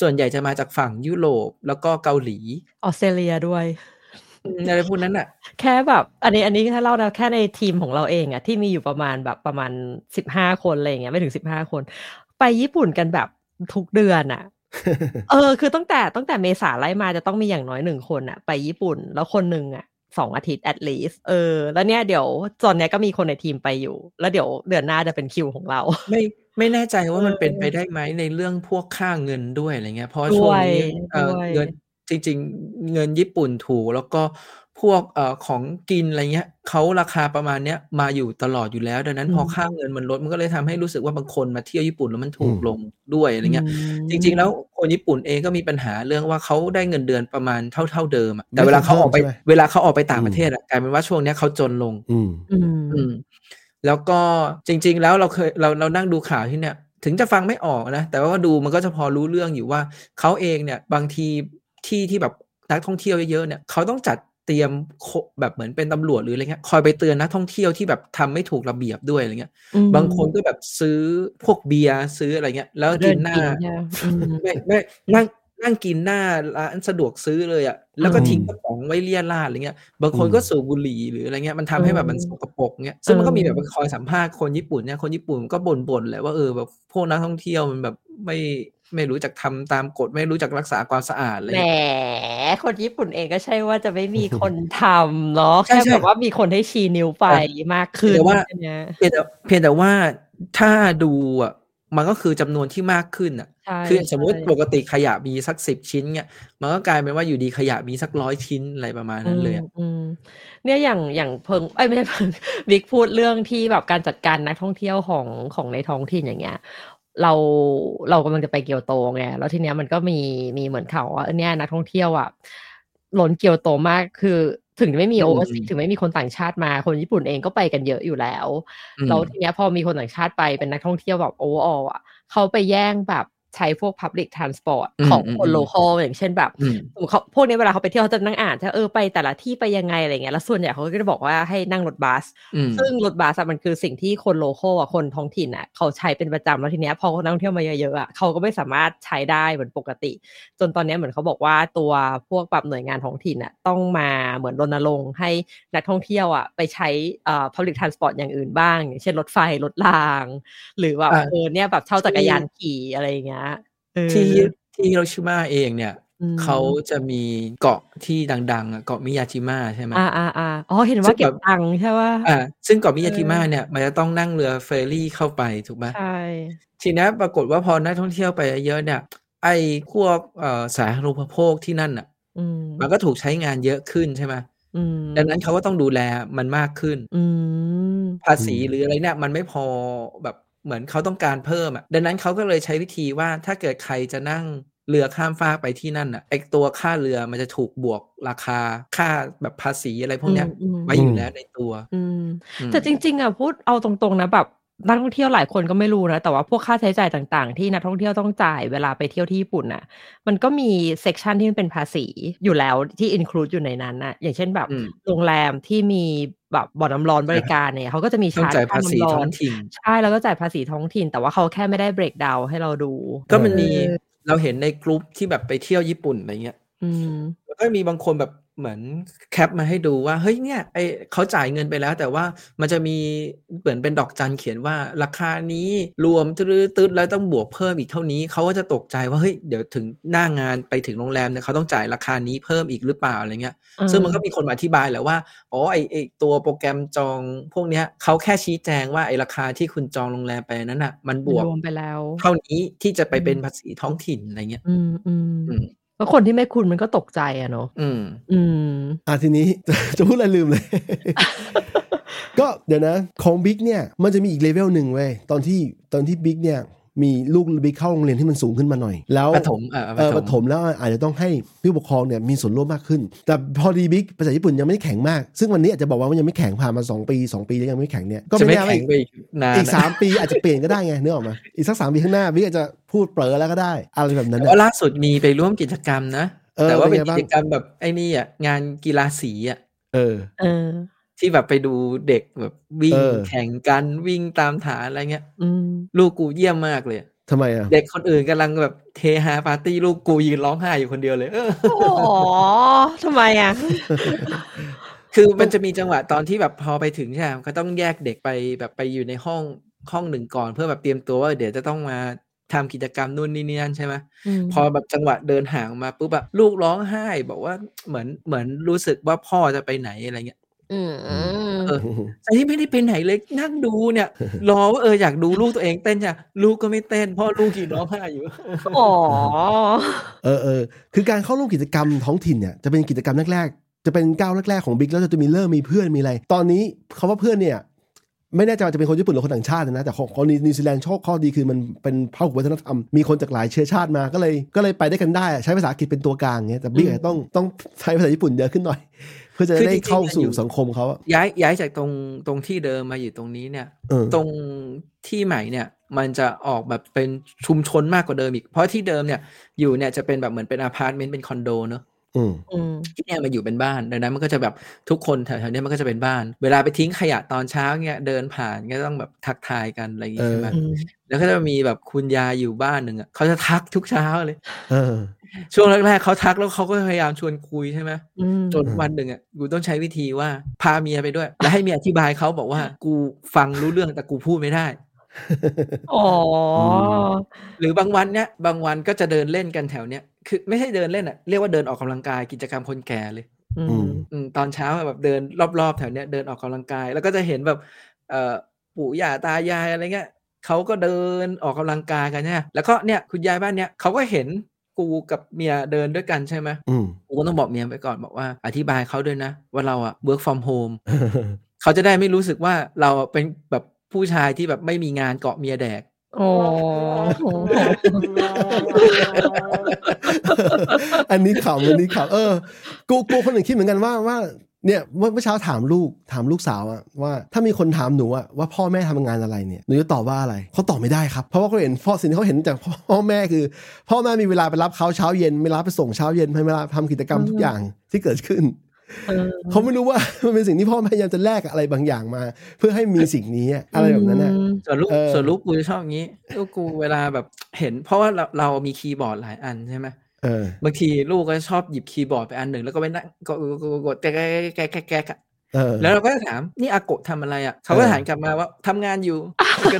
E: ส่วนใหญ่จะมาจากฝั่งยุโรปแล้วก็เกาหลี
C: ออสเตรเลียด้วย
E: อะไรพวกนั้นอ่ะ
C: แค่แบบอันนี้อันนี้ถ้าเล่านะแค่ในทีมของเราเองอะที่มีอยู่ประมาณแบบประมาณสิบห้าคนอะไรอย่างเงี้ยไม่ถึงสิบห้าคน ไปญี่ปุ่นกันแบบทุกเดือน อะ เออคือตั้งแต่ตั้งแต่เมษาไล่มาจะต้องมีอย่างน้อยหนึ่งคนอะไปญี่ปุ่นแล้วคนหนึ่งอะสองอาทิตย์ at least เออ แล้วเนี่ยเดี๋ยวตอนเนี้ยก็มีคนในทีมไปอยู่ แล้วเดี๋ยวเดือนหน้าจะเป็นคิวของเรา
E: ไม่ไม่แน่ใจว่ามัน
C: เออ
E: เป็นไปได้ไหมในเรื่องพวกค่าเงินด้วยอะไรเงี้ยเพราะช่วงนี้
C: ด้วย
E: เอ่อ
C: ด้วย
E: เงินจริง ๆ เงินญี่ปุ่นถูกแล้วก็พวกเอ่อของกินอะไรเงี้ยเขาราคาประมาณเนี้ยมาอยู่ตลอดอยู่แล้ว ดังนั้นพอค่าเงินมันลดมันก็เลยทำให้รู้สึกว่าบางคนมาเที่ยวญี่ปุ่นแล้วมันถูก
D: อืม
E: ลงด้วยอะไรเงี้ย จริง ๆ แล้วคนญี่ปุ่นเองก็มีปัญหาเรื่องว่าเขาได้เงินเดือนประมาณเท่าเท่าๆเดิมอะแต่เวลาเขาออกไป
D: ไม่เท่าเดิมใช่ไหม
E: เวลาเขาออกไปต่าง
D: อืม
E: ประเทศอะกลายเป็นว่าช่วงเนี้ยเขาจนลง
D: อืม
C: อืม
E: อืมแล้วก็จริง ๆ แล้วเราเคยเราเรานั่งดูข่าวที่เนี่ย ถึงจะฟังไม่ออกนะ แต่ว่าก็ดูมันก็จะพอรู้เรื่องอยู่ว่าเขาเองเนี่ยบางทีที่ที่แบบนักท่องเที่ยวเยอะๆเนี่ยเขาต้องจัดเตรียมโคแบบเหมือนเป็นตำรวจหรืออะไรเงี้ยคอยไปเตือนนักท่องเที่ยวที่แบบทำไม่ถูกระเบียบด้วยอะไรเงี้ย
C: อืม
E: บางคนก็แบบซื้อพวกเบียร์ซื้ออะไรเงี้ย แล้ว
C: เดิ
E: กิ
C: น
E: นหน้า
C: กินใช่ไหมอืม
E: ไม่ไม่นั่งนั่งกินหน้าร้านสะดวกซื้อเลยอะ่ะแล้วก็
D: อืม
E: ทิ้งกระป๋องไว้เลี่ยราดอะไรเงี้ยบางคน
D: อืม
E: ก็สูบบุหรี่หรืออะไรเงี้ยมันทำให้แบบมัน
C: เออ
E: สกปรกเงี้ยซึ่งมันก็มี
C: เออ
E: แบบคอยสัมภาษณ์คนญี่ปุ่นเนี่ยคนญี่ปุ่นก็บ่นๆแหละว่าเออแบบพวกนักท่องเที่ยวมันแบบไม่ไม่รู้จักทำตามกฎไม่รู้จักรักษาความสะอาดอะไร
C: แหม
E: เงี้ย
C: คนญี่ปุ่นเองก็ใช่ว่าจะไม่มีคนทำเนาะ
E: ใช่
C: แค่
E: ใช่
C: แบบว่ามีคนให้ชี้นิ้วไปมากขึ้น
E: แต่ว่า
C: ใช่ไหม
E: เพียงแต่เพียงแต่ว่าถ้าดูอ่ะมันก็คือจำนวนที่มากขึ้นอ่ะ
C: ใช่
E: คืออย่างสมมติ
C: ใช่
E: ปกติขยะมีสักสิบชิ้นเนี่ยมันก็กลายเป็นว่าอยู่ดีขยะมีสักร้อยชิ้นอะไรประมาณนั้นเลยอะ
C: อืมอืมเนี่ยอย่างอย่างเพิงไอ้ยไม่ใช่เพิง บิ๊กพูดเรื่องที่แบบการจัดการนักท่องเที่ยวของของในท้องถิ่นอย่างเงี้ย เราเรากำลังจะไปเกียวโตไงแล้วทีเนี้ยมันก็มีมีเหมือนข่าวว่าเนี่ยนักท่องเที่ยวอ่ะล้นเกียวโตมากคือถึงไม่มี
E: อืม
C: โอเวอร์ซี
E: อืม
C: ถึงไม่มีคนต่างชาติมาคนญี่ปุ่นเองก็ไปกันเยอะอยู่แล้ว
E: อืม
C: แล้วทีเนี้ยพอมีคนต่างชาติไปเป็นนักท่องเที่ยวแบบโอเวอร์ออ่ะเขาไปแย่งแบบ ใช้พวก Public Transport
E: อืม
C: ของ
E: อืม
C: คน
E: อืม
C: โลคอลอย่างเช่นแบบ
E: อืม
C: สมมติเขาพวกนี้เวลาเขาไปเที่ยวเขาจะนั่งอ่านถ้าเออไปแต่ละที่ไปยังไงอะไรเงี้ยแล้วส่วนใหญ่เขาก็จะบอกว่าให้นั่งรถบัส
E: อืม
C: ซึ่งรถบัสอะมันคือสิ่งที่คนโลโก้อะคนท้องถิ่นอะเขาใช้เป็นประจำแล้วทีเนี้ยพอนักท่องเที่ยวมาเยอะๆอะเขาก็ไม่สามารถใช้ได้เหมือนปกติ จนตอนเนี้ยเหมือนเขาบอกว่าตัวพวกแบบหน่วยงานท้องถิ่นอะต้องมาเหมือนรณรงค์ให้นักท่องเที่ยวอะไปใช้เอ่อ public transport อย่างอื่นบ้างอย่างเช่นรถไฟรถราง หรือแบบ
E: อ่ะ
C: เออเนี่ยแบบเช่าจักรยานขี่อะไรอย่างเงี้ยเออ
E: ที่ที่ฮิโรชิมาเองเนี่ย
C: อืม
E: เขาจะมีเกาะที่ดังๆอะเกาะมิยาจิมาใช่ไหม
C: อ่าอ่าอ่าอ๋อ เห็นว่าเก็บตังค์ใช่ว่า
E: อ่าซึ่งเกาะมิยาจิมา
C: เออ
E: เนี่ยมันจะต้องนั่งเรือเฟอร์รี่เข้าไปถูกไหม
C: ใช่
E: ทีนี้ปรากฏว่าพอนักท่องเที่ยวไปเยอะๆเนี่ย ไอ้พวกเอ่อสาธารณูปโภคที่นั่นอ่ะ
C: อืม
E: มันก็ถูกใช้งานเยอะขึ้นใช่ไหม
C: อืม
E: ดังนั้นเขาก็ต้องดูแลมันมากขึ้น
C: อืม
E: ภาษีหรืออะไรเนี่ยมันไม่พอแบบเหมือนเขาต้องการเพิ่มอ่ะดังนั้นเขาก็เลยใช้วิธีว่าถ้าเกิดใครจะนั่งเรือข้ามฟากไปที่นั่นอ่ะไอตัวค่าเรือมันจะถูกบวกราคาค่าแบบภาษีอะไรพวกเนี้ย
C: อืมอืม
E: ไว้อยู่แล้วในตัว
C: อืม
E: อืม
C: แต่จริง ๆอ่ะพูดเอาตรงๆนะแบบนักท่องเที่ยวหลายคนก็ไม่รู้นะแต่ว่าพวกค่าใช้จ่ายต่างๆ ที่นักท่องเที่ยวต้องจ่ายเวลาไปเที่ยวที่ญี่ปุ่นน่ะ มันก็มีเซกชันที่มันเป็นภาษีอยู่แล้วที่อินคลูดอยู่ในนั้นน่ะอย่างเช่นแบบ
E: อืม
C: โรงแรมที่มีแบบบ่อน้ำร้อนบริการเนี่ยเขาก็จะมี
E: ต้อง
C: ชาร์จ
E: จ่ายภา
C: ค่า
E: ษี
C: น้ำร้
E: ท้
C: อ
E: อน งถิ่น
C: ใช่แล้วก็จ่ายภาษีท้องถิ่น แต่ว่าเขาแค่ไม่ได้เบรกดาวให้เราดู
E: ก็มันมี
C: เออ
E: เราเห็นในกลุ่มที่แบบไปเที่ยวญี่ปุ่นอะไรเงี้ย
C: อืม
E: แล้วก็มีบางคนแบบเหมือนแคปมาให้ดูว่าเฮ้ยเนี่ยไอเขาจ่ายเงินไปแล้ว แต่ว่ามันจะมีเหมือนเป็นดอกจันเขียนว่าราคานี้รวมตืดๆแล้วต้องบวกเพิ่มอีกเท่านี้เขาก็จะตกใจว่าเฮ้ยเดี๋ยวถึงหน้างานไปถึงโรงแรมเนี่ยเขาต้องจ่ายราคานี้เพิ่มอีกหรือเปล่าอะไรเงี้ย ซึ่งมันก็มีคนมาอธิบายแหล้วว่าอ๋อไอไอตัวโปรแกรมจองพวกเนี้ยเขาแค่ชี้แจงว่าไอราคาที่คุณจองโรงแรมไปนั้นอ่ะมันบวก
C: รวมไปแล้ว
E: เท่านี้ที่จะไป
C: อืม
E: เป็นภาษีท้องถิ่นอะไรเงี้ย
C: อืมอืม
E: อืม
C: แล้วคนที่ไม่คุ้นมันก็ตกใจอะเนาะ
E: อืม
C: อืม
D: อ่ะทีนี้ จะพูดอะไรลืม เลย ก็เดี๋ยวนะ ของบิ๊กเนี่ยมันจะมีอีกเลเวลหนึ่งเว้ยตอนที่ตอนที่บิ๊กเนี่ยมีลูกบิ๊กเข้าโรงเรียนที่มันสูงขึ้นมาหน่อย แล้ว
E: ประถมเอ่อ
D: เออ
E: ป
D: ประ ระ
E: ถ
D: ถ
E: ม
D: มแล้วอาจจะต้องให้ผู้ปกครองเนี่ยมีส่วนร่วมมากขึ้น แต่พอดีบิ๊กภาษาญี่ปุ่นยังไม่ได้แข็งมาก ซึ่งวันนี้อาจจะบอกว่ามันยังไม่แข็งผ่านมาสองปีสองปีแล้วยังไม่แข็งเนี่ยก็
E: จะไม่
D: ด้ว่า
E: แข็งไปอีกนาน
D: อีก
E: นะ
D: สามปีอาจจะเปลี่ยนก็ได้ไงเนื้อออกมาอีกสักสามปีข้างหน้าบิ๊กอาจจะพูดเปลอแล้วก็ได้อะไรแบบนั้น
E: แต่
D: น่ะ
E: ว่าล่าสุดมีไปร่วมกิจกรรมนะ
D: เออ
E: แต่ว่า
D: เป็
E: เป็น น
D: ไง
E: กิ
D: บ้าง
E: จกรรมแบบไอ้นี่อ่ะงานกีฬาสีอ่ะ
D: เออ
C: เออ
E: ที่แบบไปดูเด็กแบบวิ่ง
D: เออ
E: แข่งกันวิ่งตามฐานอะไรเงี้ย
C: อืม
E: ลูกกูเยี่ยมมากเลยอะ
D: ทำไมอ่ะ
E: เด็กคนอื่นกำลังแบบเทฮาปาร์ตี้ลูกกูยืนร้องไห้อยู่คนเดียวเลยเออ
C: โอ้โหทำไมอ่ะ
E: คือมันจะมีจังหวะตอนที่แบบพอไปถึงใช่ไหมก็ต้องแยกเด็กไปแบบไปอยู่ในห้องห้องหนึ่งก่อน เพื่อแบบเตรียมตัวว่าเดี๋ยวจะต้องมาทำกิจกรรมนู่นนี่นี่นั่นใช่ไหมพอแบบจังหวะเดินห่างมาปุ๊บแบบลูกร้องไห้ บอกว่าเหมือนเหมือนรู้สึกว่าพ่อจะไปไหนอะไรเงี้ย
C: อืม
E: เออแต่ที่ไม่ได้ไปไหนเลยนั่งดูเนี่ย รอว่าเอออยากดูลูกตัวเองเต้นจ้ะลูกก็ไม่เต้นพ่อลูกยืนร้องไห้ อยู่
C: อ๋อ
D: เออเออคือการเข้าร่วมกิจกรรมท้องถิ่นเนี่ยจะเป็นกิจกรรมแรกๆ จะเป็นก้าวแรกๆของบิ๊กแล้วจะมีเริ่มมีเพื่อนมีอะไร ตอนนี้คำว่าเพื่อนเนี่ย ไม่แน่ใจว่าจะเป็นคนญี่ปุ่นหรือคนต่างชาตินะ แต่ของของนิวซีแลนด์โชคข้อดีคือมันเป็นพหุวัฒนธรรม มีคนจากหลายเชื้อชาติมาก็เลยก็เลยไปได้กันได้อะใช้ภาษาอังกฤษเป็นตัวกลางเงี้ยแต่บิ๊กอาจจะต้องต้องใช้ภาษาญี่ปุ่นเยอะขึ้นหน่อย เพื่อจะ
E: คือ
D: ได้
E: จริงๆ
D: เข้าสู่
E: มันอยู่
D: สังคมเขาอะ
E: ย้ายย้ายจากตรงตรงที่เดิมมาอยู่ตรงนี้เนี่ย
D: เออ
E: ตรงที่ใหม่เนี่ยมันจะออกแบบเป็นชุมชนมากกว่าเดิมอีก เพราะที่เดิมเนี่ยอยู่เนี่ยจะเป็นแบบเหมือนเป็นอาพาร์ตเมนต์เป็นคอนโดเนอะ
D: อืม
C: อืม
E: ที่เนี่ยมาอยู่เป็นบ้านดังนั้นมันก็จะแบบทุกคนแถวๆเนี้มันก็จะเป็นบ้าน เวลาไปทิ้งขยะตอนเช้าเนี่ยเดินผ่านก็ต้องแบบทักทายกันอะไรอย่างงี้ใช่ไหมแล้วก็จะมีแบบคุณยายอยู่บ้านหนึ่งอ่ะเขาจะทักทุกเช้าเลย
D: เออ
E: ช่วงแรกๆเขาทักแล้วเขาก็พยายามชวนคุยใช่ไหม
C: อืม
E: จนวันหนึ่งอ่ะกูต้องใช้วิธีว่าพาเมียไปด้วย แล้วให้เมียอธิบายเขาบอกว่า กูฟังรู้เรื่องแต่กูพูดไม่ได้
C: อ๋อ
E: หรือบางวันเนี้ยบางวันก็จะเดินเล่นกันแถวเนี้ยคือไม่ใช่เดินเล่นอ่ะเรียกว่าเดินออกกำลังกายกิจกรรมคนแก่เลย
C: อื
D: อื
C: ม
D: ม
E: อืมตอนเช้าอะแบบเดินรอบๆแถวเนี้ยเดินออกกำลังกาย แล้วก็จะเห็นแบบเอ่อปู่ย่าตายายอะไรเงี้ยเขาก็เดินออกกำลังกายกันเนี่ยแล้วก็เนี่ยคุณยายบ้านเนี้ยเขาก็เห็นกูกับเมียเดินด้วยกันใช่ไหม
D: อืม
E: กูก็ต้องบอกเมียไปก่อนบอกว่าอธิบายเขาด้วยนะ ว่าเราอ่ะ work from home เขาจะได้ไม่รู้สึกว่าเราเป็นแบบผู้ชายที่แบบไม่มีงานเกาะเมียแดก
C: อ๋อ
D: อันนี้ขำอันนี้ขำเออกูกูคนหนึ่งคิดเหมือนกันว่าว่า เนี่ยเมื่อเมื่อเช้าถามลูกถามลูกสาวอะว่าถ้ามีคนถามหนูอะว่าพ่อแม่ทำงานอะไรเนี่ยหนูจะตอบว่าอะไรเขาตอบไม่ได้ครับเพราะว่าเขาเห็นพ่อสิ่งที่เขาเห็นจาก พ่อแม่คือ พ่อแม่มีเวลาไปรับเขาเช้าเย็นไม่รับไปส่งเช้าเย็นไม่รับทำกิจกรรมทุกอย่างที่เกิดขึ้น
C: เออ
D: เขาไม่รู้ว่า มันเป็นสิ่งที่พ่อพยายามจะแลกอะไรบางอย่างมา เพื่อให้มีสิ่งนี้อะอะไรแบบนั้นอะ
E: ส่วนลูก
D: เออ
E: ส่วนลูกกูจะชอบอย่างนี้ลูกกูเวลาแบบเห็น เพราะว่าเราเรามีคีย์บอร์ดหลายอันใช่ไหม
D: เออบ
E: างทีลูกก็ชอบหยิบคีย์บอร์ดไปอันหนึ่งแล้วก็ไปนั่งกดกดกดกดแกะแกะแกะแกะแกะแกะ
D: เออ
E: แล้วเราก็จะถามนี่อาโกะทำอะไรอ่ะเขาก็
D: เออ
E: หันกลับมาว่าทำงาน อยู่ก็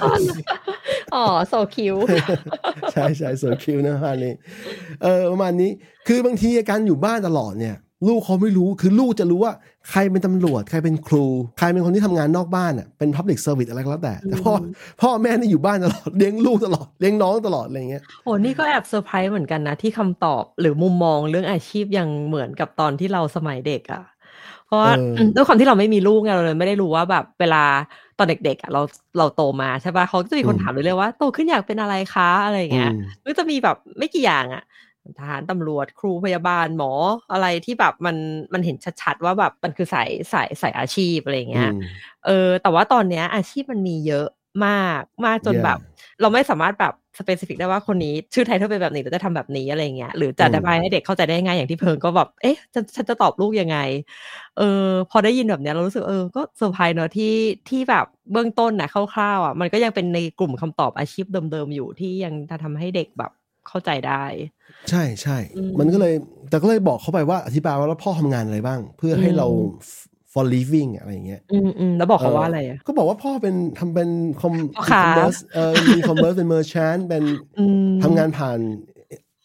C: อ๋อโซคิว
D: ใช่ใช่สวยคิวนะประมาณนี้เออประมาณนี้คือบางทีการอยู่บ้านตลอดเนี่ย ลูกเขาไม่รู้คือลูกจะรู้ว่าใครเป็นตำรวจ ใครเป็นครู ใครเป็นคนที่ทำงานนอกบ้านอ่ะเป็นพับลิกเซอร์วิสอะไรก็แล้วแต่แต่พ่อพ่อแม่นี่อยู่บ้านตลอดเลี้ยงลูกตลอดเลี้ยงน้องตลอดอะไรอย่างเงี้ย
C: โอ้นี่ก็แอบเซอร์ไพรส์เหมือนกันนะ ที่คำตอบหรือมุมมองเรื่องอาชีพยังเหมือนกับตอนที่เราสมัยเด็กอะ่ะ เพราะว่า
D: เอออื
C: มด้วยความที่เราไม่มีลูกไงเราเลยไม่ได้รู้ว่าแบบเวลาตอนเด็กๆอะ่ะเราเราโตมาใช่ปะเขาก็จะมีคนถามเรื่อยๆว่าโตขึ้นอยากเป็นอะไรคะอะไรอย่าง
D: อื
C: เงี้ย
D: ม
C: ก็จะมีแบบไม่กี่อย่างอะทหารตำรวจครูพยาบาลหมออะไรที่แบบมันมันเห็นชัดๆว่าแบบมันคือสายสายสายอาชีพอะไรอย่างเงี้ย เออแต่ว่าตอนเนี้ยอาชีพมันมีเยอะมากมากจน
D: Yeah.
C: แบบ เราไม่สามารถแบบสเปซิฟิกได้ว่าคนนี้ชื่อไทเทลเป็นแบบนี้หรือจะทำแบบนี้อะไรอย่างเงี้ยหรือจะ
D: อืม
C: อธิบายให้เด็กเข้าใจได้ง่ายอย่างที่เพิงก็แบบเอ๊ะฉันฉันจะตอบลูกยังไง เออพอได้ยินแบบเนี้ยเรารู้สึกเออก็เซอร์ไพรส์เนอะที่ที่แบบเบื้องต้นนะคร่าวๆอ่ะมันก็ยังเป็นในกลุ่มคำตอบอาชีพเดิมๆอยู่ที่ยังจะทำให้เด็กแบบเข้าใจได้
D: ใช่ใช่
C: อืม
D: มันก็เลยแต่ก็เลยบอกเขาไปว่าอธิบายว่าแล้วพ่อทำงานอะไรบ้าง เพื่อให้เรา
C: อืม
D: for living อะไรอย่างเงี้ย
C: อืมอืมแล้วบอกเขาว่าอะไรอ่ะ
D: ก็บอกว่าพ่อเป็นทำเป็นคอม
C: พ่อค้า
D: เมอร์สเออมีคอมเมอร์สเป็นเมอร์ชานเป็น
C: อืม
D: ทำงานผ่าน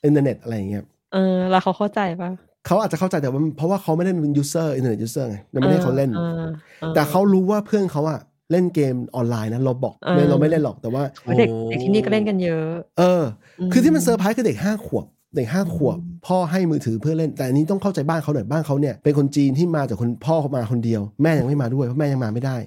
D: อินเทอร์เน็ตอะไรอย่างเงี้ย
C: เออแล้วเขาเข้าใจปะ
D: เขาอาจจะเข้าใจแต่ว่าเพราะว่าเขาไม่ได้เป็นยูเซอร์อินเทอร์เน็ตยูเซอร์ไงยังไม่ได้ให้เขาเล่น
C: ออออ
D: แต่เขารู้ว่าเพื่อนเขาอะเล่นเกมออนไลน์นะเราบอก
C: เออ
D: ไม่เราไม่เล่นหรอกแต่ว่า
C: เด็กเด็กที่นี่ก็เล่นกันเยอะ
D: เออ คือที่มันเซอร์ไพรส์คือเด็กห้าขวบเด็กห้าขวบ พ่อให้มือถือเพื่อเล่น แต่อันนี้ต้องเข้าใจบ้านเขาหน่อยบ้านเขาเนี่ยเป็นคนจีนที่มาจากคนพ่อเขามาคนเดียว แม่ยังไม่มาด้วยเพราะแม่ยังมาไม่ได้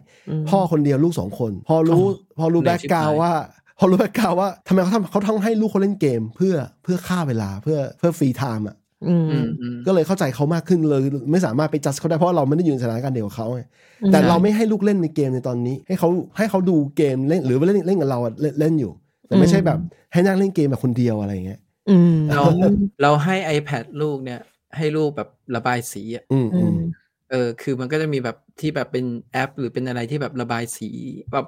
C: ม
D: พ่อคนเดียวลูกสองคน พอรู้พอรู้
E: เหนื่
D: แบ็
E: อย
D: ก
E: ชิบ
D: กราว
E: หาย
D: ว่า พอรู้แบ็กกราวว่าทำไมเขาทำเขาต้องให้ลูกเขาเล่นเกมเพื่อเพื่อฆ่าเวลาเพื่อเพื่อฟรีไทม์อ่ะ
C: อืม
E: อืมอืม
D: ก็เลยเข้าใจเขามากขึ้นเลย ไม่สามารถไปจัดเขาได้เพราะเราไม่ได้อยู่ในสถานการณ์เดียวกับเขาไง
C: อืม
D: แต่เราไม่ให้ลูกเล่นในเกมในตอนนี้ ให้เขาให้เขาดูเกมเล่นหรือว่าเล่นเล่นกับเราอะเล่นเล่นอยู่ แต่ไม่ใช่แบบให้นั่งเล่นเกมแบบคนเดียวอะไรอย่างเงี้ย
C: อืม
E: เรา เราให้ iPad ลูกเนี่ย ให้ลูกแบบระบายสีอ่ะ
D: อืม
C: อื
D: อื
C: ม
D: ม
E: เออคือมันก็จะมีแบบที่แบบเป็นแอป หรือเป็นอะไรที่แบบระบายสีแบบ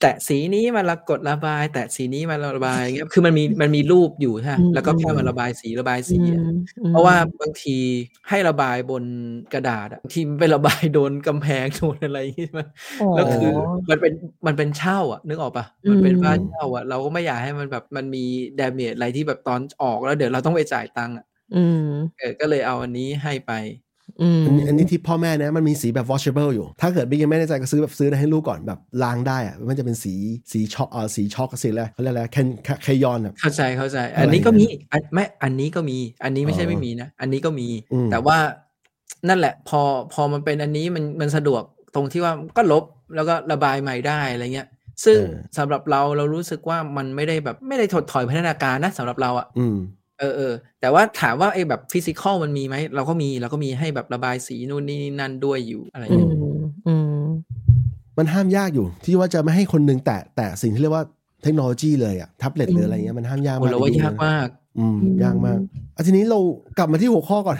E: แตะสีนี้มาละกดระบาย แตะสีนี้มาระบายอย่างเงี้ยคือมันมีมันมีรูปอยู่ใช่ไหมแล้วก็แค่มาระบายสีระบายสีอะ
C: อืม
E: เพราะว่าบางทีให้ระบายบนกระดาษอะบางทีมันไประบายโดนกำแพงโดนอะไรอย่างงี้ใช่ไหมแล้วคือ
C: อ
E: มันเป็นมันเป็นเช่าอะนึกออกปะมันเป็น
C: อืม
E: บ้านเช่าอะเราก็ไม่อยากให้มันแบบมันมีดาเมจอะไรที่แบบตอนออกแล้วเดี๋ยวเราต้องไปจ่ายตังค์อะ
C: อืม
E: เออก็เลยเอาอันนี้ให้ไป
C: อืม
D: อันนี้อันนี้ที่พ่อแม่นะมันมีสีแบบ washable อยู่ ถ้าเกิดบิ๊กยังไม่แน่ใจก็ซื้อแบบซื้อให้ลูกก่อนแบบล้างได้อะมันจะเป็นสีสีช็อกเอ่อสีช็อกสีอะไรเขาเรียกอะไรแคนแคยอนอะ
E: เข้าใจเข้าใจ
D: อะไร
E: อันนี้ก็
D: นะ
E: มีอันไม่อันนี้ก็มี อันนี้ไม่ใช่
D: อ๋อ
E: ไม่มีนะ อันนี้ก็มี
D: อืม
E: แต่ว่านั่นแหละ พอพอมันเป็นอันนี้มันมันสะดวกตรงที่ว่าก็ลบแล้วก็ระบายใหม่ได้อะไรเงี้ย ซึ่งสำหรับเราเรารู้สึกว่ามันไม่ได้แบบไม่ได้ถดถอยพัฒนาการนะสำหรับเราอะ่ะ
D: อืม
E: เออเออแต่ว่าถามว่าไอ้แบบฟิสิกอลมันมีไหมเราก็มีเราก็มีให้แบบระบายสีนู่นนี่นั่นด้วยอยู่อะไร
C: อื
E: เงี้ย
C: มอืม
D: มันห้ามยากอยู่ ที่ว่าจะไม่ให้คนหนึงแตะแตะสิ่งที่เรียกว่าเทคโนโลยีเลยอะแท็บเล็ตหรืออะไรเงี้ยมันห้ามยาก
E: โห
D: มาก
E: เราว่ายากมาก
D: อืมยากมากอ่ะทีนี้เรากลับมาที่หัวข้อก่อน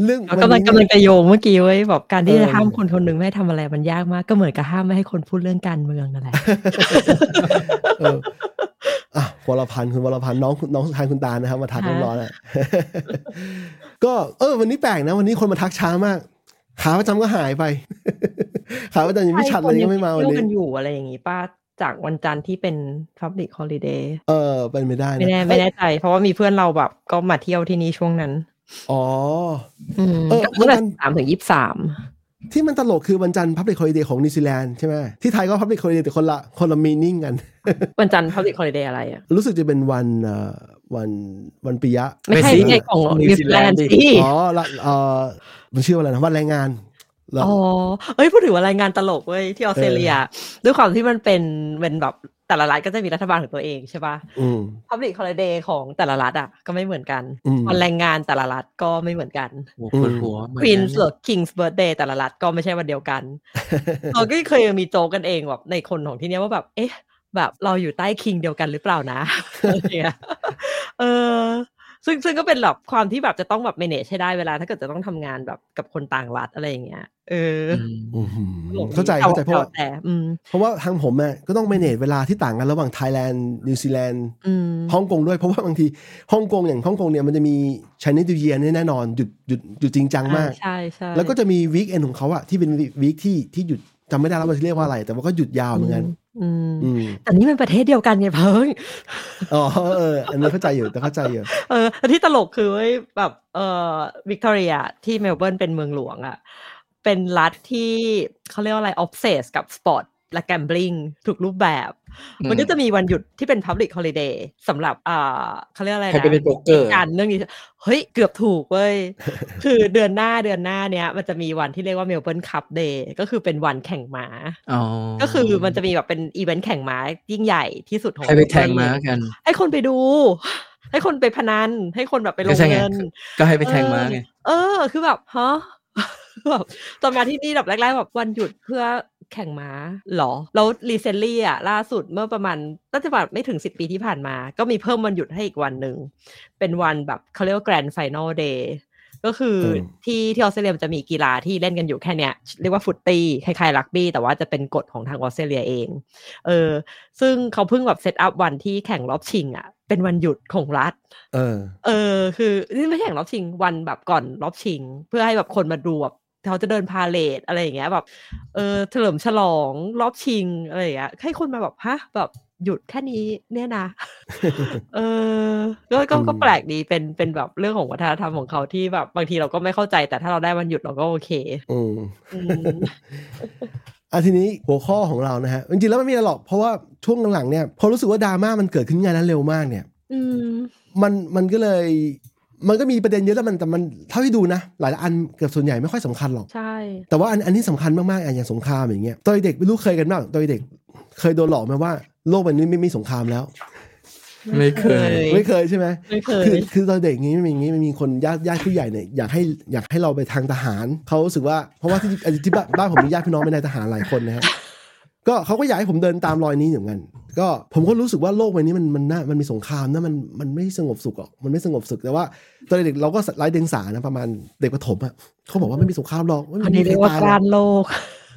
D: เรื่อง
C: กำลัง
D: วัน
C: กำลั
D: นี้
C: งจะโยงเมื่อกี้ไว้ยแบบการที่
D: เออ
C: จะห้ามคนคนหนึ่งไม่ให้ทำอะไรมันยากมากก็เหมือนกับห้ามไม่ให้คนพูดเรื่องการเมืองนั่นแหละ
D: เอออ่ะวรพันธ์คุณวรพันธ์น้องน้องชายคุณตาลนะครับ มาทักเรียบร้อยแล้ว ก็เออ วันนี้แปลกนะ วันนี้คนมาทักช้ามาก ขาประจำก็หายไป ขาประจำยังไม่ชัดเลยยังไม่มาวัน
C: รู้
D: นี้
C: กันอยู่อะไรอย่างงี้ป้าจากวันจันทร์ที่เป็น public holiday
D: เออ เป็นไม่ได้นะ
C: ไม่แน่ไม่แน่ใจ เพราะว่ามีเพื่อนเราแบบก็มาเที่ยวที่นี่ช่วงนั้น
D: อ๋อ
C: อืม
D: เออ
C: ก็ตั้งแต่
D: วันจันทร์
C: สามถึงยี่สิบสาม
D: ที่มันตลกคือวันจันทร์พับลิค h o l ิเดย์ของนิวซีแลนด์ใช่ไหมที่ไทยก็พับลิค h o l ิเดย์แต่คนละคนละมีนิ่งกัน
C: วันจันทร์ public holiday อะไรอ่ะ
D: รู้สึกจะเป็นวันเอ่อวันวันปิยะ
C: ไม่ใช่
E: ไม่ใช่
C: ในของ
E: นิ
C: นิ
E: ว
C: ว
E: ซี
C: ซี
E: แล
C: แล
E: น
C: น
E: ด์
C: ด์
E: ดิ
C: สิ
D: อ๋อละเออมันชื่อว่าอะไรนะวันแรงงาน แล้ว
C: อ๋อ เอ้ยพูดถึงว่ารายงานตลกเว้ยที่ออสเตรเลีย ด้วยความที่มันเป็นเป็นแบบแต่ละรัฐก็จะมีรัฐบาลของตัวเองใช่ป่ะ
D: อืม
C: Public Holiday ของแต่ละรัฐอ่ะก็ไม่เหมือนกัน
D: อืม
C: วันแรงงานแต่ละรัฐก็ไม่เหมือนกัน
E: โอ้โหปวดหัวเหมือน
C: ควี
E: กันน
C: ส์หรือคิงส์เบิร์ดเดย์แต่ละรัฐก็ไม่ใช่วันเดียวกัน เราก็เคยมีโจกกันเองแบบในคนของที่เนี้ยว่าแบบ เอ๊ะ แบบเราอยู่ใต้คิงเดียวกันหรือเปล่านะ อะไรเงี้ยเออ ซึ่งซึ่งก็เป็นแบบความที่แบบจะต้องแบบ manage ให้ได้เวลา ถ้าเกิดจะต้องทำงานแบบกับคนต่างรัฐอะไรอย่างเงี้ย เออ
E: อืม
D: อื้อหือ
C: หลง
D: เข้าใจ
C: แต่
D: เข้าใจเพราะว่า
C: แต่ อืม
D: เพราะว่าทางผมอ่ะก็ต้อง manage เวลาที่ต่างกันระหว่างไทยแลนด์นิวซีแลนด์
C: อืม
D: ฮ่องกงด้วยเพราะว่าบางทีฮ่องกงอย่างฮ่องกงเนี่ยมันจะมี Chinese New Year เนี่ยแน่นอนหยุดหยุดหยุดจริงจังมาก
C: ใช่ใช่
D: แล้วก็จะมีวีคเอนของเขาอะที่เป็นวีคที่ที่หยุดจำไม่ได้แล้วว่าเรียกว่าอะไร แต่ว่าก็หยุดยาวเหมือนกัน
C: อืม
D: อืม
C: แต่นี่มันประเทศเดียวกันไงเพิ่ง
D: อ๋อเอออันนี้เข้าใจอยู่แต่เข้าใจอยู่
C: เออแต่ที่ตลกคือเว้ยแบบเออวิกตอเรียที่เมลเบิร์นเป็นเมืองหลวงอะ่ะ เป็นรัฐที่เขาเรียกว่าอะไรออฟเซสกับสปอร์ตและแกมบลิงถูกรูปแบบ
E: อืม
C: มันก็จะมีวันหยุดที่เป็นพับลิก h อ l i เดย์สำหรับอ่าเขาเรียกอะไรนะ
E: ใครไปเป็นโป๊กเกอร์
C: การเรื่องนี้ เฮ้ย เกือบถูกเว้ย คือเดือนหน้าเดือนหน้าเนี้ยมันจะมีวันที่เรียกว่าเมลเบิร์นคัพเดย์ก็คือเป็นวันแข่งม้า
E: อ๋อ
C: ก็คือมันจะมีแบบเป็นอีเวนต์แข่งม้ายิ่งใหญ่ที่สุดของ
E: ใครไปแทงม้ากัน
C: ให้คนไปดู ให้คนไปพนัน ให้คนแบบไปล
E: ก็
C: ง
E: ใช่ไง
C: เงิน
E: ก็ให้ไปแทงม้าไง
C: เออ คือแบบฮะ แบบตอนมาที่นี่แบบแรกๆแบบวันหยุดเพื่อแข่งม้าเหรอ แล้วรีเซนลี่อ่ะล่าสุดเมื่อประมาณน่าจะแบบไม่ถึงสิบปีที่ผ่านมา ก็มีเพิ่มวันหยุดให้อีกวันหนึ่ง เป็นวันแบบเขาเรียกว่าแกรนด์ไฟน l ลเดย์ก็คืออ
D: ม
C: ที่ที่ออสเตรเลียมันจะมีกีฬาที่เล่นกันอยู่แค่เนี้ย เรียกว่าฟุตตี้คล้ายๆรักบี้ แต่ว่าจะเป็นกฎของทางออสเตรเลียเอง เออ ซึ่งเขาเพิ่งแบบเซตอัพวันที่แข่งรอบชิงอ่ะ เป็นวันหยุดของรัฐ
D: เออ
C: เออคือนี่ไม่ใช่แข่งรอบชิงวันแบบก่อนรอบชิง เพื่อให้แบบคนมาดูแบบเขาจะเดินพาเลทอะไรอย่างเงี้ยแบบเออเฉลิมฉลองรอบชิงอะไรอย่างเงี้ยให้คนมาแบบฮะแบบหยุดแค่นี้เนี่ยนะ เออก็ก็ก็
D: อืม
C: แปลกดีเป็นเป็นแบบเรื่องของวัฒนธรรมของเขาที่แบบบางทีเราก็ไม่เข้าใจแต่ถ้าเราได้วันหยุดเราก็โอเค
D: อืม
C: อืม
D: อ่ะทีนี้หัวข้อของเรานะฮะจริงๆแล้วไม่มีอะไรหรอกเพราะว่าช่วงหลังๆเนี่ยพอรู้สึกว่าดราม่ามันเกิดขึ้นงานนั้นเร็วมากเนี่ย
C: อืม
D: มันมันก็เลย มันก็มีประเด็นเยอะแล้วมันแต่มันเท่าที่ดูนะ หลายๆอันเกือบส่วนใหญ่ไม่ค่อยสำคัญหรอก
C: ใช่
D: แต่ว่าอันอันนี้สำคัญมากๆอ่ะอย่างสงครามอย่างเงี้ยตอนเด็กไม่รู้เคยกันบ้างตอนเด็กเคยโดนหลอกไหมว่าโลกใบนี้ไม่มีสงครามแล้ว
E: ไม่เคย
D: ไม่เคยใช่ไหม
C: ไม่เคย
D: คือคือตอนเด็กอย่างงี้มันมีอย่างงี้มันมีคนญาติญาติผู้ใหญ่เนี่ยอยากให้อยากให้เราไปทางทหารเขารู้สึกว่าเพราะว่าที่อ่ะที่บ้านบ้านผมมีญาติพี่น้องเป็นนายทหารหลายคนนะฮะก็เขาก็อยากให้ผมเดินตามรอยนี้เหมือนกันก็ผมก็รู้สึกว่าโลกใบนี้มันมันน่ามันมีสงครามนะมันมันไม่สงบสุขหรอกมันไม่สงบสุขแต่ว่าตอนเด็กเราก็ไร้เดียงสานะประมาณเด็กประถมอ่ะเขาบอกว่าไม่มีสงครามหรอกไม่
C: อัน
D: มี
C: นี้
D: ใค
C: เรียก
D: ร
C: ว่าก
D: ตายหรอก
C: ลารโลก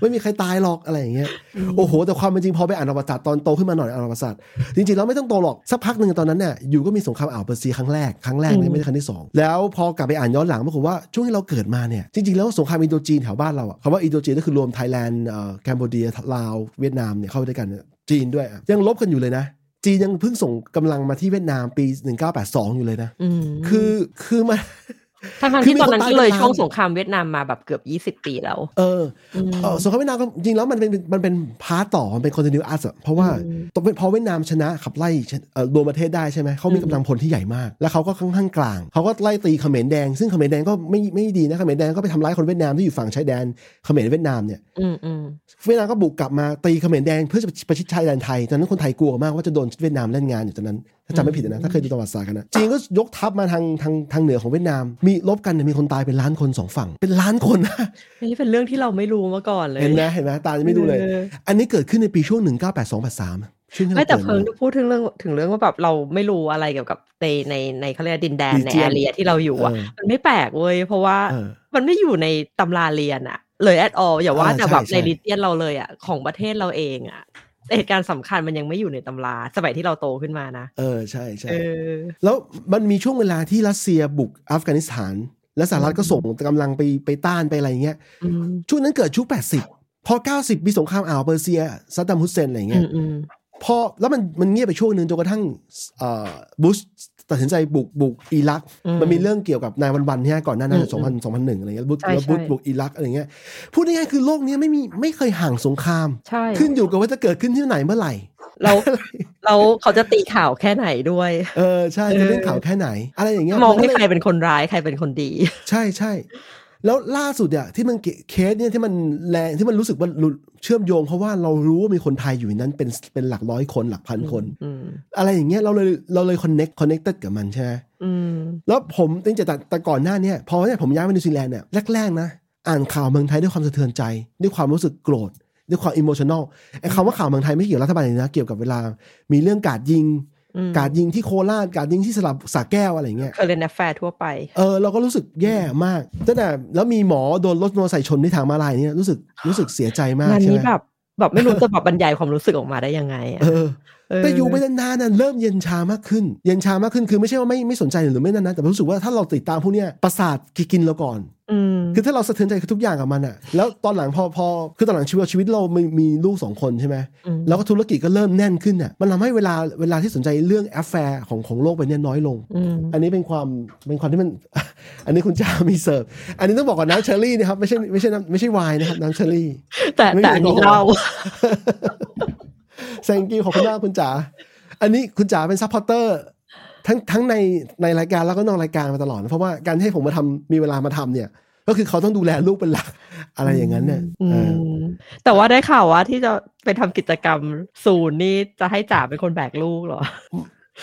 D: ไม่มีใครตายหรอกอะไรอย่างเงี้ย โอ้โห แต่ความเป็นจริงพอไปอ่านประวัติศาสตร์ตอนโตขึ้นมาหน่อยอ่านประวัติศาสตร์จริงๆแล้วไม่ต้องโตหรอก สักพักหนึ่งตอนนั้นเนี่ยอยู่ก็มีสงครามอ่าวเปอร์เซียครั้งแรกครั้งแรกเล
C: อื
D: ย
C: ม
D: ไม่ใช่ครั้งที่สองแล้วพอกลับไปอ่านย้อนหลังปรากฏว่าช่วงที่เราเกิดมาเนี่ยจริงๆแล้วสงครามอินโดจีนแถวบ้านเราอะคำว่าอินโดจีนก็คือรวมไทยแลนด์เอ่อแคนเบเดียลาวเวียดนามเนี่ยเข้าไปด้วยกันเนี่ยจีนด้วยอะยังลบกันอยู่เลยนะ จีนยังเพิ่งส่งกำลังมาที่เวียดนามปี 1982 อยู่เลยนะ
C: อืม
D: คือคือมัน
C: ทั้งๆ
D: คือ
C: ที่
D: มี
C: ตอน
D: คน
C: นั้น
D: ตาย
C: ก็เลย
D: เป็นล้าน
C: ช่วงสงครามเวียดนามมาแบบเกือบยี่สิบปีแล้ว
D: เออ
C: อืม
D: เออสงครามเวียดนามก็จริงๆแล้วมันเป็นมันเป็นพาร์ตต่อมันเป็นคอนติเนียสอะเพราะว่า
C: อืม
D: ตอนพอเวียดนามชนะขับไล่ชนะเอ่อรวมประเทศได้ใช่ไหมเขามี
C: อืม
D: กำลังพลที่ใหญ่มาก แล้วเขาก็ค่อนข้างกลาง เขาก็ไล่ตีเขมรแดง ซึ่งเขมรแดงก็ไม่ไม่ดีนะเขมรแดงก็ไปทำร้ายคนเวียดนามที่อยู่ฝั่งชายแดนเขมรเวียดนามเนี่ย
C: อืมอืม
D: เวียดนามก็บุกกลับมาตีเขมรแดงเพื่อจะประชิดชายแดนไทยตอนนั้นคนไทยกลัวมากว่าจะโดนเวียดนามเล่นงานอยู่ตอนนั้นถ้าจำไม่ผิดนะถ้าเคยดูประวัติศาสตร์กันนะจีนก็ยกทัพมาทางทางทางเหนือของเวียดนาม มีลบกันเนี่ยมีคนตายเป็นล้านคนสองฝั่งเป็นล้านคนนะ
C: อันนี้เป็นเรื่องที่เราไม่รู้มาก่อนเลย
D: เห็นไหมเห็นไหมตาจะไม่ดูเลย
C: ออ
D: อันนี้เกิดขึ้นในปีช่วง 1982-83ช่วงที่
C: ไม่
D: เรา
C: แต่
D: เกิ
C: เพิ่
D: ด
C: ง
D: มา
C: พูดถึงเรื่องถึงเรื่องว่าแบบเราไม่รู้อะไรเกี่ยวกับในในในเขาเรียกดินแดน
D: Region
C: ในแอเรียที่เราอยู่อ่ะ
D: เออ
C: มันไม่แปลกเว้ยเพราะว่า
D: เออ
C: มันไม่อยู่ในตำราเรียนอ่ะ เลยแอดอออย่าว่า
D: อ่า
C: แต่แบบ
D: ใช่ใช่
C: ในลิเทียนเราเลยอ่ะของประเทศเราเองอ่ะเหตุการณ์สำคัญมันยังไม่อยู่ในตำราสมัยที่เราโตขึ้นมานะ
D: เออใช่ใช่
C: เออ
D: แล้วมันมีช่วงเวลาที่รัสเซียบุกอัฟกานิสถาน และสหรัฐก็
C: อืม
D: ส่งกำลังไปไปต้านไปอะไรอย่างเงี้ย
C: อืม
D: ช่วงนั้นเกิดช่วง 80 พอ 90 มีสงครามอ่าวเปอร์เซียซัดดัมฮุสเซนอะไรอย่าง
C: อื
D: เงี้ย
C: มอืม
D: พอแล้วมันมันเงียบไปช่วงหนึ่งจนกระทั่งเอ่อบุชตัดสินใจบุกบุกอิรัก
C: อื
D: มันมีเรื่องเกี่ยวกับนายวันวันเนี่ยก่อนหน้านั้
C: อื
D: น
C: ม
D: สองพันสองพันหนึ่งอะไรเงี้ยบุช
C: ใช่
D: แล้วบุช
C: ใช่
D: บุกอิรักอะไรเงี้ยพูดง่ายๆคือโลกเนี้ยไม่มีไม่เคยห่างสงคราม
C: ใช่
D: ขึ้นอยู่กับว่าจะเกิดขึ้นที่ไหนเมื่อไหร่
C: เราเราเขาจะตีข่าวแค่ไหนด้วย
D: เออใช่จะเล่นข่าวแค่ไหน อะไรอย่างเงี้ย
C: มองให้
D: นก็
C: ใคร
D: เลย
C: เป็นคนร้ายใครเป็นคนดี
D: ใช่ใช่ แล้วล่าสุดเนี่ยที่มันเกเคสเนี่ยที่มันแรงที่มันรู้สึกว่าหลุดเชื่อมโยง เพราะว่าเรารู้ว่ามีคนไทยอยู่ในนั้นเป็นเป็นหลักร้อยคนหลักพันคน
C: อืม
D: อะไรอย่างเงี้ยเราเลยเราเลยคอนเน็กคอนเน็กตกับมันใช่ไหม
C: อืม
D: แล้วผมจริงๆแต่แต่ก่อนหน้าเนี่ยพอเนี่ยผมย้ายมานิวซีแลนด์เนี่ยแรกๆนะ อ่านข่าวเมืองไทยด้วยความสะเทือนใจ ด้วยความรู้สึกโกรธ ด้วยความอิโมชันอลไอ้คำว่าข่าวเมืองไทยไม่เกี่ยวกับรัฐบาลเลยนะเกี่ยวกับเวลา มีเรื่องการดยิง
C: อืม
D: การดยิงที่โคราชการดยิงที่สลับสระแก้วอะไรอย่างเงี้ย
C: เคยเรียนแฟร์ทั่วไป
D: เออเราก็รู้สึกแย่มากตั้งแต่แล้วมีหมอโดนรถโนใส่ชนที่ทางมาลายเนี่ยรู้สึกรู้สึกเสียใจมาก
C: งาน
D: ใช่ไห
C: นี้
D: ม
C: แบบแบบไม่รู้จะแบบบรรยายความรู้สึกออกมาได้ยังไงอะ
D: เออ
C: เ
D: แต่อยู่ไปนานๆนะเริ่มเย็นชามากขึ้น เย็นชามากขึ้นคือไม่ใช่ว่าไม่ไม่สนใจหรือไม่นั่นนะแต่รู้สึกว่าถ้าเราติดตามพวกเนี้ยประสาทกินเราก่อน
C: อืม
D: คือถ้าเราสะเทือนใจกับทุกอย่างกับมันอะแล้วตอนหลังพอพอคือตอนหลังชีวิตชีวิตเรามีมีลูกสองคนใช่ไหม
C: ม
D: แล้วก็ธุรกิจก็เริ่มแน่นขึ้นอะมันทำให้เวลาเวลาที่สนใจเรื่องแอฟแฟร์ของของโลกไปเนี่ยน้อยลง
C: อืม
D: อันนี้เป็นความเป็นความที่มัน อันนี้คุณจ้ามีเสิร์ฟ อันนี้ต้องบอกก่อนน้ำเชอรี่นะครับ ไม่ใช่ไม่ใช่น้ำไม่ใช่ไวน์นะครับน้ำเชอรี่
C: แต่
D: ไม่มี
C: แต่อันนี้
D: แอลกอฮอล์
C: เรา
D: แซงกี้ขอบคุณมากคุณจ๋าอันนี้คุณจ๋าเป็นซัพพอร์เตอร์ทั้งทั้งในในรายการแล้วก็นอกรายการมาตลอดนะเพราะว่าการให้ผมมาทำมีเวลามาทำเนี่ย ก็คือเขาต้องดูแลลูกเป็นหลัก อะไรอย่างนั้นเนี่ย
C: อื
D: เออ
C: มแต่ว่าได้ข่าวว่าที่จะไปทำกิจกรรมศูนย์นี่จะให้จ่าเป็นคนแบกลูกเหรอ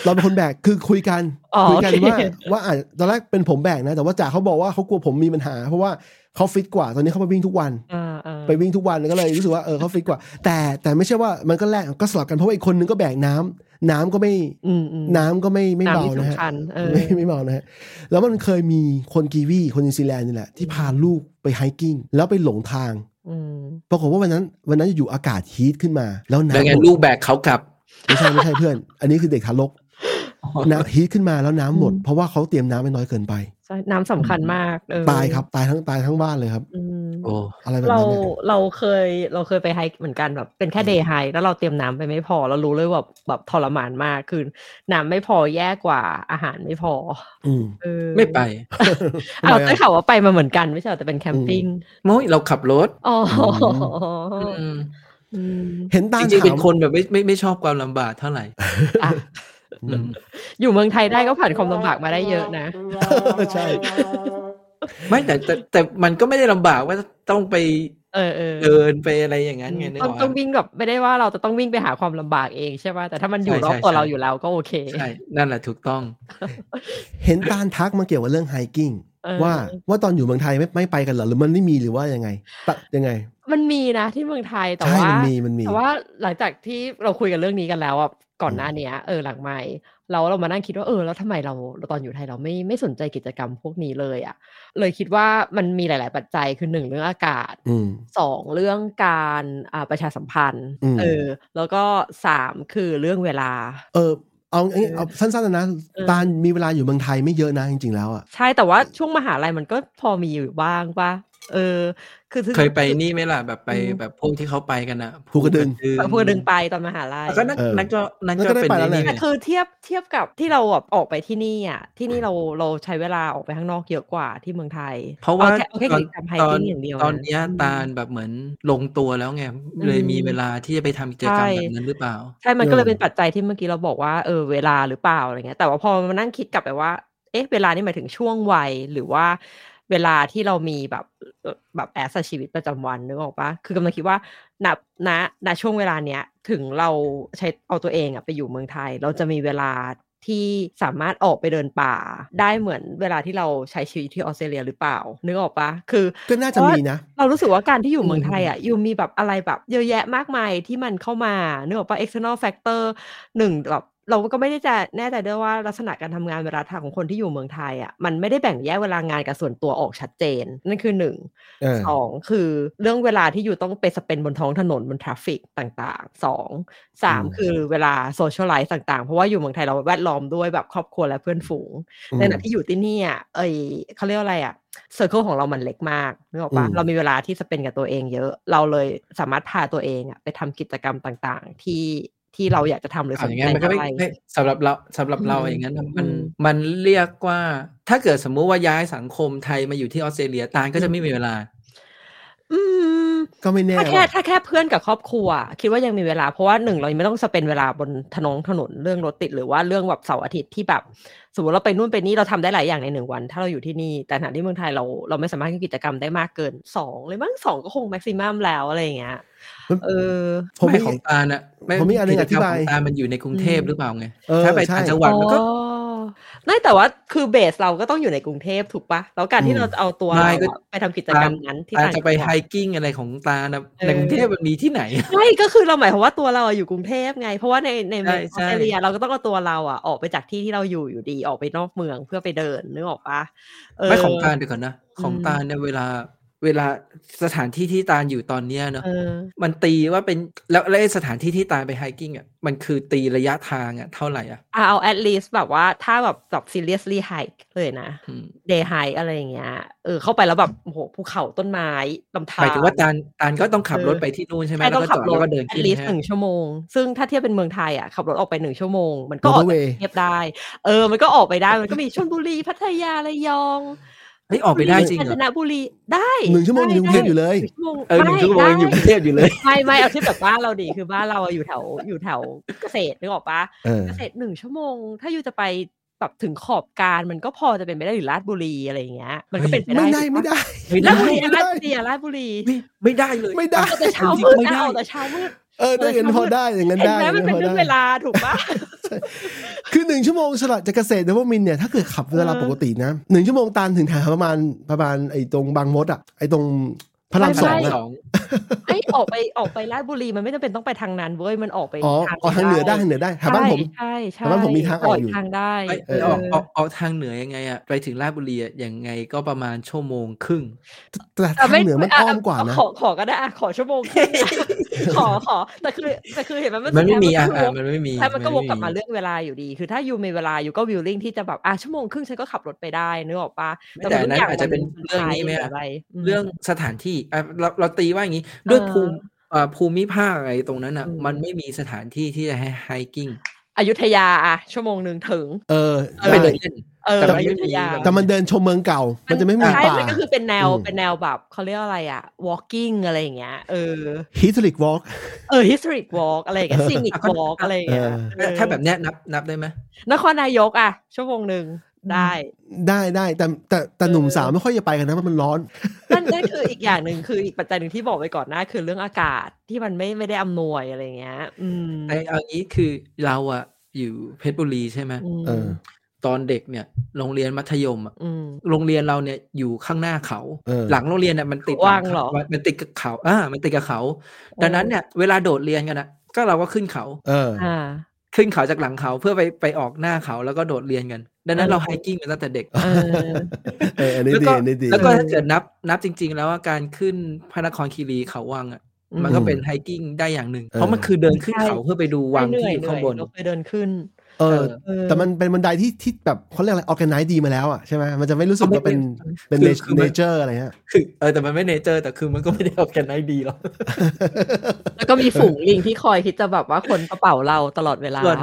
D: เราเป็นคนแบกคือคุยกัน
C: อ๋อ
D: คุยกัน
C: โอเค
D: ว่าว่าอาจตอนแรกเป็นผมแบกนะ แต่ว่าจ๋าเขาบอกว่าเขากลัวผมมีปัญหา เพราะว่าเขาฟิตกว่าตอนนี้เขาไปวิ่งทุกวัน
C: อ่าอ่า
D: ไปวิ่งทุกวันก็เลยรู้สึกว่าเออเขาฟิตกว่า แต่แต่ไม่ใช่ว่ามันก็แลกก็สลับกันเพราะว่าอีกคนนึงก็แบกน้ำน้ำก็ไม่
C: อืมอืม
D: น้ำก็ไม่ไม่เบา
C: น้ำที่
D: นะฮะ
C: สำคัญเออ
D: ไม่ไม่เบานะฮะแล้วมันเคยมีคนกีวีคนนิวซีแลนด์นี่แหละที่พาลูกไปไฮกิ้งแล้วไปหลงทาง
C: อืม
D: ปรากฏว่าวันนั้นวันนั้นอยู่ๆอากาศฮีทขึ้นมา แล้ว
E: แล้ว
D: น้ำ
E: ไง
D: หมด
E: ลูกแบกเขากลับ
D: ไม่ใช่ไม่ใช่เพื่อน อันนี้คือเด็กทารก
E: อ๋อ
D: น้ำฮีทขึ้นมาแล้วน้ำหมด เพราะว่าเขาเตรียมน้ำไม่น้อยเกินไป
C: ใช่น้ำสำคัญมากเออ
D: ตายครับตายทั้งตายทั้งบ้านเลยครับ
C: อืม
E: โอ้
D: อะไรแบบ
C: เรา
D: นั้นเนี่ย
C: เราเคยเราเคยไปไฮเหมือนกันแบบเป็นแค่เดย์ไฮแล้วเราเตรียมน้ำไปไม่พอเรารู้เลยว่าแบบแบบทรมานมากคือน้ำไม่พอแย่กว่าอาหารไม่พอ
D: อืม
C: เออ
E: ไม่ไป
C: อ้าว
D: ทำไม
C: ได้
D: อะ
C: ข่าวว่าไปมาเหมือนกันไม่ใช่เหรอแต่เป็นแคมปิ้ง
E: โม้ยเราขับรถ
C: อ๋ออ
E: อืม
C: อืม
D: เห็นตา
E: จ
D: มข่า
E: ริงๆเป็
D: วน
E: คนแบบไม่ไม่ไม่ชอบความลำบากเท่าไหร่
C: อ่ะ
E: อืม
C: อยู่เมืองไทยได้ก็ผ่านความลำบากมาได้เยอะนะ
D: ใช่
E: ไม่แต่แต่แต่มันก็ไม่ได้ลำบากว่าต้องไป
C: เออเออ
E: เดินไปอะไรอย่างนั้นไงนึก
C: ต้
E: อ
C: อง
E: อก
C: ต้อง
E: ปะ
C: วิ่งแบบไม่ได้ว่าเราจะต้องวิ่งไปหาความลำบากเองใช่ป่ะแต่ถ้ามันอยู่
E: ใช่
C: รอบ
E: ใช่
C: ตัวเรา
E: ใช่
C: อยู่แล้วก็โอเค
E: ใช่ นั่นแหละถูกต้อง
D: เห็นตาลทักมาเกี่ยวกับเรื่องไฮกิ้ง
C: เออ
D: ว่าว่าตอนอยู่เมืองไทยไม่ไม่ไปกันเหรอหรือมันไม่มีหรือว่ายังไงตะยังไง
C: มันมีนะที่เมืองไทยแต่
D: ใช่
C: ว่า
D: มันมีมันมี
C: แต่ว่าหลังจากที่เราคุยกันเรื่องนี้กันแล้วอ่ะก่อนหน้าเนี้ยเออหลังไม่เราเรามานั่งคิดว่าเออแล้วทำไมเราตอนอยู่ไทยเราไม่ไม่สนใจกิจกรรมพวกนี้เลยอ่ะ เลยคิดว่ามันมีหลาย ๆ ปัจจัยคือหนึ่งเรื่องอากาศ
D: อืม
C: สองเรื่องการอ่าประชาสัมพันธ์
D: อืม
C: เออ แล้วก็สามคือเรื่องเวลา
D: เออเอาเอาเอาสั้นๆนะนะ
C: เออ
D: ตาลมีเวลาอยู่เมืองไทยไม่เยอะนะจริงๆแล้วอ่ะ
C: ใช่แต่ว่าช่วงมหาลัยมันก็พอมีอยู่บ้างป่ะเออ คือคือ
E: เคยไปนี่ไหมล่ะแบบไป
C: อืม
E: แบบพวกที่เขาไปกันอ่ะ
D: ภูกระดึง
E: ภู
C: เพื่อดึงไปตอนมหาลัย
E: แล้วก็นั่น
D: เออ
E: นั่นก็นั่น
D: แล้วก็
E: ก็
D: ได้
E: เป็น
D: ไป
E: ไอ้
D: แล้ว
E: นี่
D: แห
E: ไง
D: ละ
C: คือเทียบเทียบกับที่เราแบบออกไปที่นี่อ่ะที่นี่เราเราใช้เวลาออกไปข้างนอกเยอะกว่าที่เมืองไทย
E: เพราะว่า
C: อแค่อแค่
E: ตอ
C: กิ
E: น
C: จกรรมไฮ
E: ตอ
C: กิ้
E: น
C: งอย่างเดียว
E: ตอน
C: นะ
E: เนี้ยตาลแบบเหมือนลงตัวแล้วไงเลยมีเวลาที่จะไปทำกิจกรรม
C: ใช่
E: แบบนั้นหรือเปล่า
C: ใช่ มันก็เลย
D: เออ
C: เป็นปัจจัยที่เมื่อกี้เราบอกว่าเออเวลาหรือเปล่าอะไรเงี้ย แต่ว่าพอมานั่งคิดกลับไปว่า เอ๊ะเวลานี่หมายถึงช่วงวัยหรือว่าเวลาที่เรามีแบบเอ่อแบบแอสชีวิตประจำวันนึกออกปะคือกำลังคิดว่าณณณช่วงเวลาเนี้ยถึงเราใช้เอาตัวเองอะไปอยู่เมืองไทย เราจะมีเวลาที่สามารถออกไปเดินป่า ได้เหมือนเวลาที่เราใช้ชีวิตที่ออสเตรเลียหรือเปล่านึกออกปะคือ
D: ก็น่าจะมีนะ
C: เรารู้สึกว่าการที่อยู่เมือง
E: อืม
C: ไทยอ่ะ อยู่มีแบบอะไรแบบเยอะแยะมากมายที่มันเข้ามาเนื่องจากว่า external factor หนึ่งแบบเราก็ไม่ได้จะแน่ใจด้วยว่าลักษณะการทำงานเวลาทางของคนที่อยู่เมืองไทยอ่ะมันไม่ได้แบ่งแยกเวลางานกับส่วนตัวออกชัดเจน นั่นคือหนึ่ง
D: เออ
C: สองคือเรื่องเวลาที่อยู่ต้องไปสเปนบนท้องถนนบนทราฟิกต่างๆสองสาม
D: อืม
C: คือเวลาโซเชียลไลฟ์ต่างๆ เพราะว่าอยู่เมืองไทยเราแวดล้อมด้วยแบบครอบครัวและเพื่อนฝูง ในขณะที่อยู่ที่นี่อ่ะเอยเขาเรียกว่าอะไรอ่ะเซอร์เคิลของเรามันเล็กมากนึกออกปะ
D: อืม
C: เรามีเวลาที่จะเป็นกับตัวเองเยอะ เราเลยสามารถพาตัวเองอ่ะไปทำกิจกรรมต่างๆ ที่ที่เราอยากจะทำหรือส
E: อ่าน อย่าง
C: ใจ
E: เงี้ยมันก็
C: อะ
E: ไม่
C: ไร
E: ไม่สำหรับเราสำหรับเรา
C: อืม
E: อย่างนั้น
C: อื
E: มัน
C: ม
E: มันเรียกว่าถ้าเกิดสมมุติว่าย้ายสังคมไทยมาอยู่ที่ออสเตรเลียตาลก็
C: อื
E: จะ
C: ม
E: ไม่มีเวลา
C: อืม
D: ก็ไม่แน่
C: ถ้าแค่
D: ว่ะ
C: ถ้าแค่เพื่อนกับครอบครัว คิดว่ายังมีเวลาเพราะว่าหนึ่งเรายังไม่ต้องสเปนเวลาบนถนนถนนเรื่องรถติดหรือว่าเรื่องแบบเสาร์อาทิตย์ที่แบบ สมมติเราไปนู่นไปนี่เราทำได้หลายอย่างในหนึ่งวัน ถ้าเราอยู่ที่นี่แต่ขณะที่เมืองไทยเราเราไม่สามารถทำกิจกรรมได้มากเกินสองเลยมั้งสองก็คงแม็กซิมัมแล้วอะไรอย่างเงี้ยเออ
D: ผม
E: ไม่
D: มี
E: ของตาลน่ะ
D: ผมมีอันหนึ่ง
E: กิจกรร
D: อ
E: ม
D: ธิบาย
E: ของตาลมันอยู่ในกรุงเทพหรือเปล่าไง
D: เออ
E: ถ้าไป
D: ใช่
E: ต่างจังหวัดมันก็
C: อ๋อไม่แต่ว่าคือเบสเราก็ต้องอยู่ในกรุงเทพถูกปะแล้วการที่เราจะเอาตัวเราอะไปทำกิจกรรมนั้นที่
E: ตาล
C: ต่าง
E: จะ
C: จัง
E: ไป
C: ห
E: ไฮ
C: วัด
E: กิ้งอะไรของตาลนะ
C: เออ
E: ในกรุงเทพมันมีที่ไหน
C: ไม่ก็คือเราหมายความว่าตัวเราอะอยู่กรุงเทพไง เพราะว่าในใน
E: ใช่
C: ออส
E: ใช่
C: เตรเลียเราก็ต้องเอาตัวเราอ่ะออกไปจากที่ที่เราอยู่อยู่ดีออกไปนอกเมืองเพื่อไปเดินนึกออกปะเ
E: ไม่ของตาลเดี๋ยวก่อนนะ ของ
C: อืม
E: ตาลเนี่ยเวลาเวลาสถานที่ที่ตาลอยู่ตอนเนี้ยเนาะ
C: เออ
E: มันตีว่าเป็นแล้วแล้วไอ้สถานที่ที่ตายไปไฮกิ้งอ่ะมันคือตีระยะทางอ่ะเท่าไหร่อ่ะ
C: อ่ะเอา at least แบบว่าถ้าแบบแบบ seriously hike เลยนะ
E: อืม
C: day hike อะไรอย่างเงี้ยเออเข้าไปแล้วแบบโอ้โหภูเขาต้นไม้ลำธา
E: ห
C: ร
E: มายถึงว่าตาลตาลก็ต้องขับ
C: เออ
E: รถไปที่นู่นใช่ไหม
C: ใช่
E: แล้
C: ต้อ
E: วก็
C: ง
E: จ
C: ขั
E: อบ ด
C: ร
E: แล้
C: ถ
E: วก็เดิน
C: at
E: ขึ้น
C: least
E: ฮะ
C: หนึ่งชั่วโมง ซึ่งถ้าเทียบเป็นเมืองไทยอ่ะขับรถออกไปหนึ่งชั่วโมง มันก็ออกจาก
D: Motorway
C: กรุงเทียบได้ เออ มันก็ออกไปได้ มันก็มีชลบุรีพัทยาระยอง
E: เฮ้ยออกไปได้จริง
C: กา
E: เหร
C: ญจ
E: อน
C: บุรีได้
D: หนึ่งชั่วโมงยังกรุงเทพอยู่เลย
C: หนึ่งชั่วโมง
E: เออหนึ่งชั่วโมง
C: ได้
E: ยังอยู่กรุงเทพอยู่เลย
C: ไม่ไม่เอาเทียบแบบบ้านเราดิคือบ้านเราอะอยู่แถวอยู่แถวเกษตรนึกออกปะ
D: เออ
C: เกษตรหนึ่งชั่วโมง ถ้าอยู่จะไปแบบถึงขอบการมันก็พอจะเป็นไปได้หรือลาดบุรีอะไรอย่างเงี้ย มันก็เป็นไปได้
D: ไม่ได้ไม่ได้
E: ไม่
C: ลา
E: ได้
C: ดบุรี
D: ไม่ได้
C: ลาดบุรีอะลาดบุรี
E: ไม่ไม่ได้เลย
D: ไม่ได้
C: เอาแต่เช้า
E: จริงๆ
C: มืด
E: ไม่
C: นะ
E: ได้
C: เอาแต่เช้ามืด
D: เออได้เงินพอได้อย่างนั้น
C: เห็น
D: ได้
C: ไหมมันเป็นเรื่องเวลาถูกปะ
D: คือหนึ่งชั่วโมงสลัดจากเกษตรนวมินทร์เนี่ยถ้าเกิดขับเวลา
C: เออ
D: ปกตินะหนึ่งชั่วโมงตานถึงแถวประมาณประมาณไอ้ตรงบางมดอ่ะไอ้ตรงพระรามส
E: ส
D: อ
E: อง ง
D: อะ
E: สอง
C: ไอยออกไปออกไปลาดบุรีมันไม่จำเป็นต้องไปทางนั้นเว้ยมันออกไป
D: อ๋อออกทางเหนือได้ทางเหนือได้แถวบ้านผม
C: ใช่ใช่
D: แถวบ้านผมมีทางออกอยู่
C: ทางได้
E: ไอ้
D: เออ
E: ออกออกออกทางเหนือยังไงอ่ะไปถึงราชบุรีอะยังไงก็ประมาณชั่วโมงครึ่ง
D: แต่
C: แต่
D: ทางเหนือมันอ้อมกว่านะ
C: ขอขอก็ได้อะขอชั่วโมงครึ่งนะ ขอขอแต่คือแต่คือเห็นไหมมัน
E: มันไม่มี
C: สุ
E: อ่ะ
C: ดท้ายนก็คือวก
E: อ่ะมันไม่มี
C: ใช่มันก็วกกลับมา
E: ไ
C: เรื่องเวลาอยู่ดี คือถ้ายูมีเวลายูก็วิลลิ่งที่จะแบบอ่ะชั่วโมงครึ่งฉันก็ขับรถไปได้นึกออกปะ
E: แต่อันนั้น
C: ทุกย่
E: อาจจะเป็นเรื่องนี้ไหมอะ
C: นปม
E: เรื่องสถานที่อ่ะเราเราตีว่าอย่างนี้ ด้วย
C: อ่า
E: ภูมิอ่าภูมิภาคอะไรตรงนั้นอ่ะ
C: อืม
E: มันไม่มีสถานที่ที่จะให้ไฮกิ้ง
C: อยุธยาอ่ะชั่วโมงหนึ่งถึง
D: เออ
E: ไป
D: ใช่
E: เดินเล่น
C: เออ
E: แต่มั
C: อ
E: นไม่
C: ยุธยา
E: มีแบบ
D: แต่มันเดินชมเมืองเก่า มันจะไม่มี
C: ใช่
D: ป่า
C: มันก็คือเป็นแนว
D: อืม
C: เป็นแนวแบบเขาเรียกอะไรอ่ะ walking อะไรอย่างเงี้ยเออ
D: historic walk
C: เออ historic walk อะไรอย่างเงี้ย scenic walk อะไรอย่างเงี้ย
D: เออ
C: เออ
E: ถ้าแบบเนี้ยนับนับได้ไหม
C: นครนายกอ่ะ ชั่วโมงหนึ่งได้
D: ได้ได้แต่แต่แต่หนุ่มสาวไม่ค่อยจะไปกันนะเพราะมันร้อน
C: นั่นนั่นคืออีกอย่างหนึ่งคืออีกปัจจัยหนึ่งที่บอกไปก่อนหน้าคือเรื่องอากาศที่มันไม่ไม่ได้อำนวยอะไรอย่างเงี้ย อืม
E: ไอเอางี้คือเราอ่ะอยู่เพชรบุรีใช่ไหม
C: ม
D: เออ
E: ตอนเด็กเนี่ยโรงเรียนมัธยมอะ
C: อืม
E: โรงเรียนเราเนี่ยอยู่ข้างหน้าเขา
D: เออ
E: หลังโรงเรียนเนี่ยมันติด
C: ว่างเหรอ
E: มันมันติดกับเขาอ่ามันติดกับเขา ดังนั้นเนี่ยเวลาโดดเรียนกันอ่ะก็เราก็ขึ้นเขา
D: เออ
C: อ่า
E: ขึ้นเขาจากหลังเขาเพื่อไปไปออกหน้าเขาแล้วก็โดดเรียนกัน ดังนั้น
C: เออ
E: เราไฮกิ้งกันตั้งแต่เด็ก
C: เออ
D: เอออันนี้
E: แล้ว
D: ดี
E: ก็
D: อันนี้ดี
E: แล้วก็
C: เออ
E: ถ้าเกิดนับนับจริง ๆ แล้วว่าการขึ้นพระนครคีรีเขาวังอ่ะมันก็เป็นไฮกิ้งได้อย่างหนึ่งเพราะมันคือเดินขึ้นเขาเพื่อไปดูวัง
C: เหนื่อยเหนื่
E: ที่อยู่
C: อ
E: ข้า
C: ง ย
E: บน
C: เราเคยเดินขึ้น
D: เออ
E: เออ
C: เออ
D: แต่มันเป็นบันไดที่ที่แบบเขาเรียกอะไรออแกไนซ์ดีมาแล้วอ่ะใช่ไหมมันจะไม่รู้สึกว่าเป็นเป็น
E: คือคือมั
D: เน
E: น
D: เจอร์อะไรเงี้ย
E: คือเออแต่มันไม่เนเจอร์แต่คือมันก็ไม่ได้ออกกันได้ดีหรอก
C: แล้วก็มีฝูงลิงที่คอยที่จะแบบว่าคนกระเป๋าเราตลอดเวลา
E: ส่วน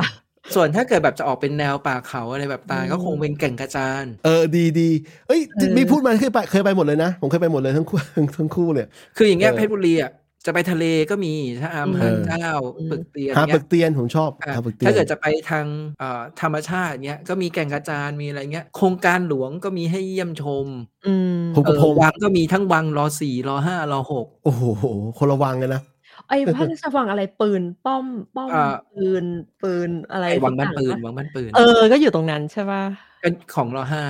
E: ส่วนถ้าเกิดแบบจะออกเป็นแนวป่าเขาอะไรแบบตาล
C: อืม
E: ก็คงเป็นแก่งกระจาน
D: เออดีดีเอ้ย
C: เออ
D: มีพูดมาเคยไปเคยไปหมดเลยนะ ผมเคยไปหมดเลยทั้งคู่ ทั้งทั้งคู่เลย
E: คืออย่างเงี้ย
D: เออ
E: เพชรบุรีอ่ะจะไปทะเลก็มีถ้าอาม
D: เอ
E: หา
D: อ
E: ดเจ้าปึกเตียน
D: หา
E: เงี้
D: ปึ
E: ย
D: กเตียนผมชอบ
E: อ่ะ
D: หาปึกเตียน
E: ถ้าเกิดจะไปทางเอ่อธรรมชาติเงี้ยก็มีแก่งกระจานมีอะไรเงี้ยโครงการหลวงก็มีให้เยี่ยมชม
C: อืม
D: ผม
E: เอ
D: กับ
E: อ
D: พงษ์
E: วังก็มีทั้งวังรอสี่รอห้ารอหก
D: โอ้โหคนละวังเลยนะ
C: ไอ้พระราชวังอะไรปืนป้อมป้อม
E: อ่า
C: ปืนปืนอะไร
E: ไอ้วังบ้าน
C: สัก
E: ปื
C: อย่
E: น
C: ปะ
E: วังบ้านปืน
C: เออ ก็อยู่ตรงนั้นใช่ป่ะ
E: เป็นของรอห้า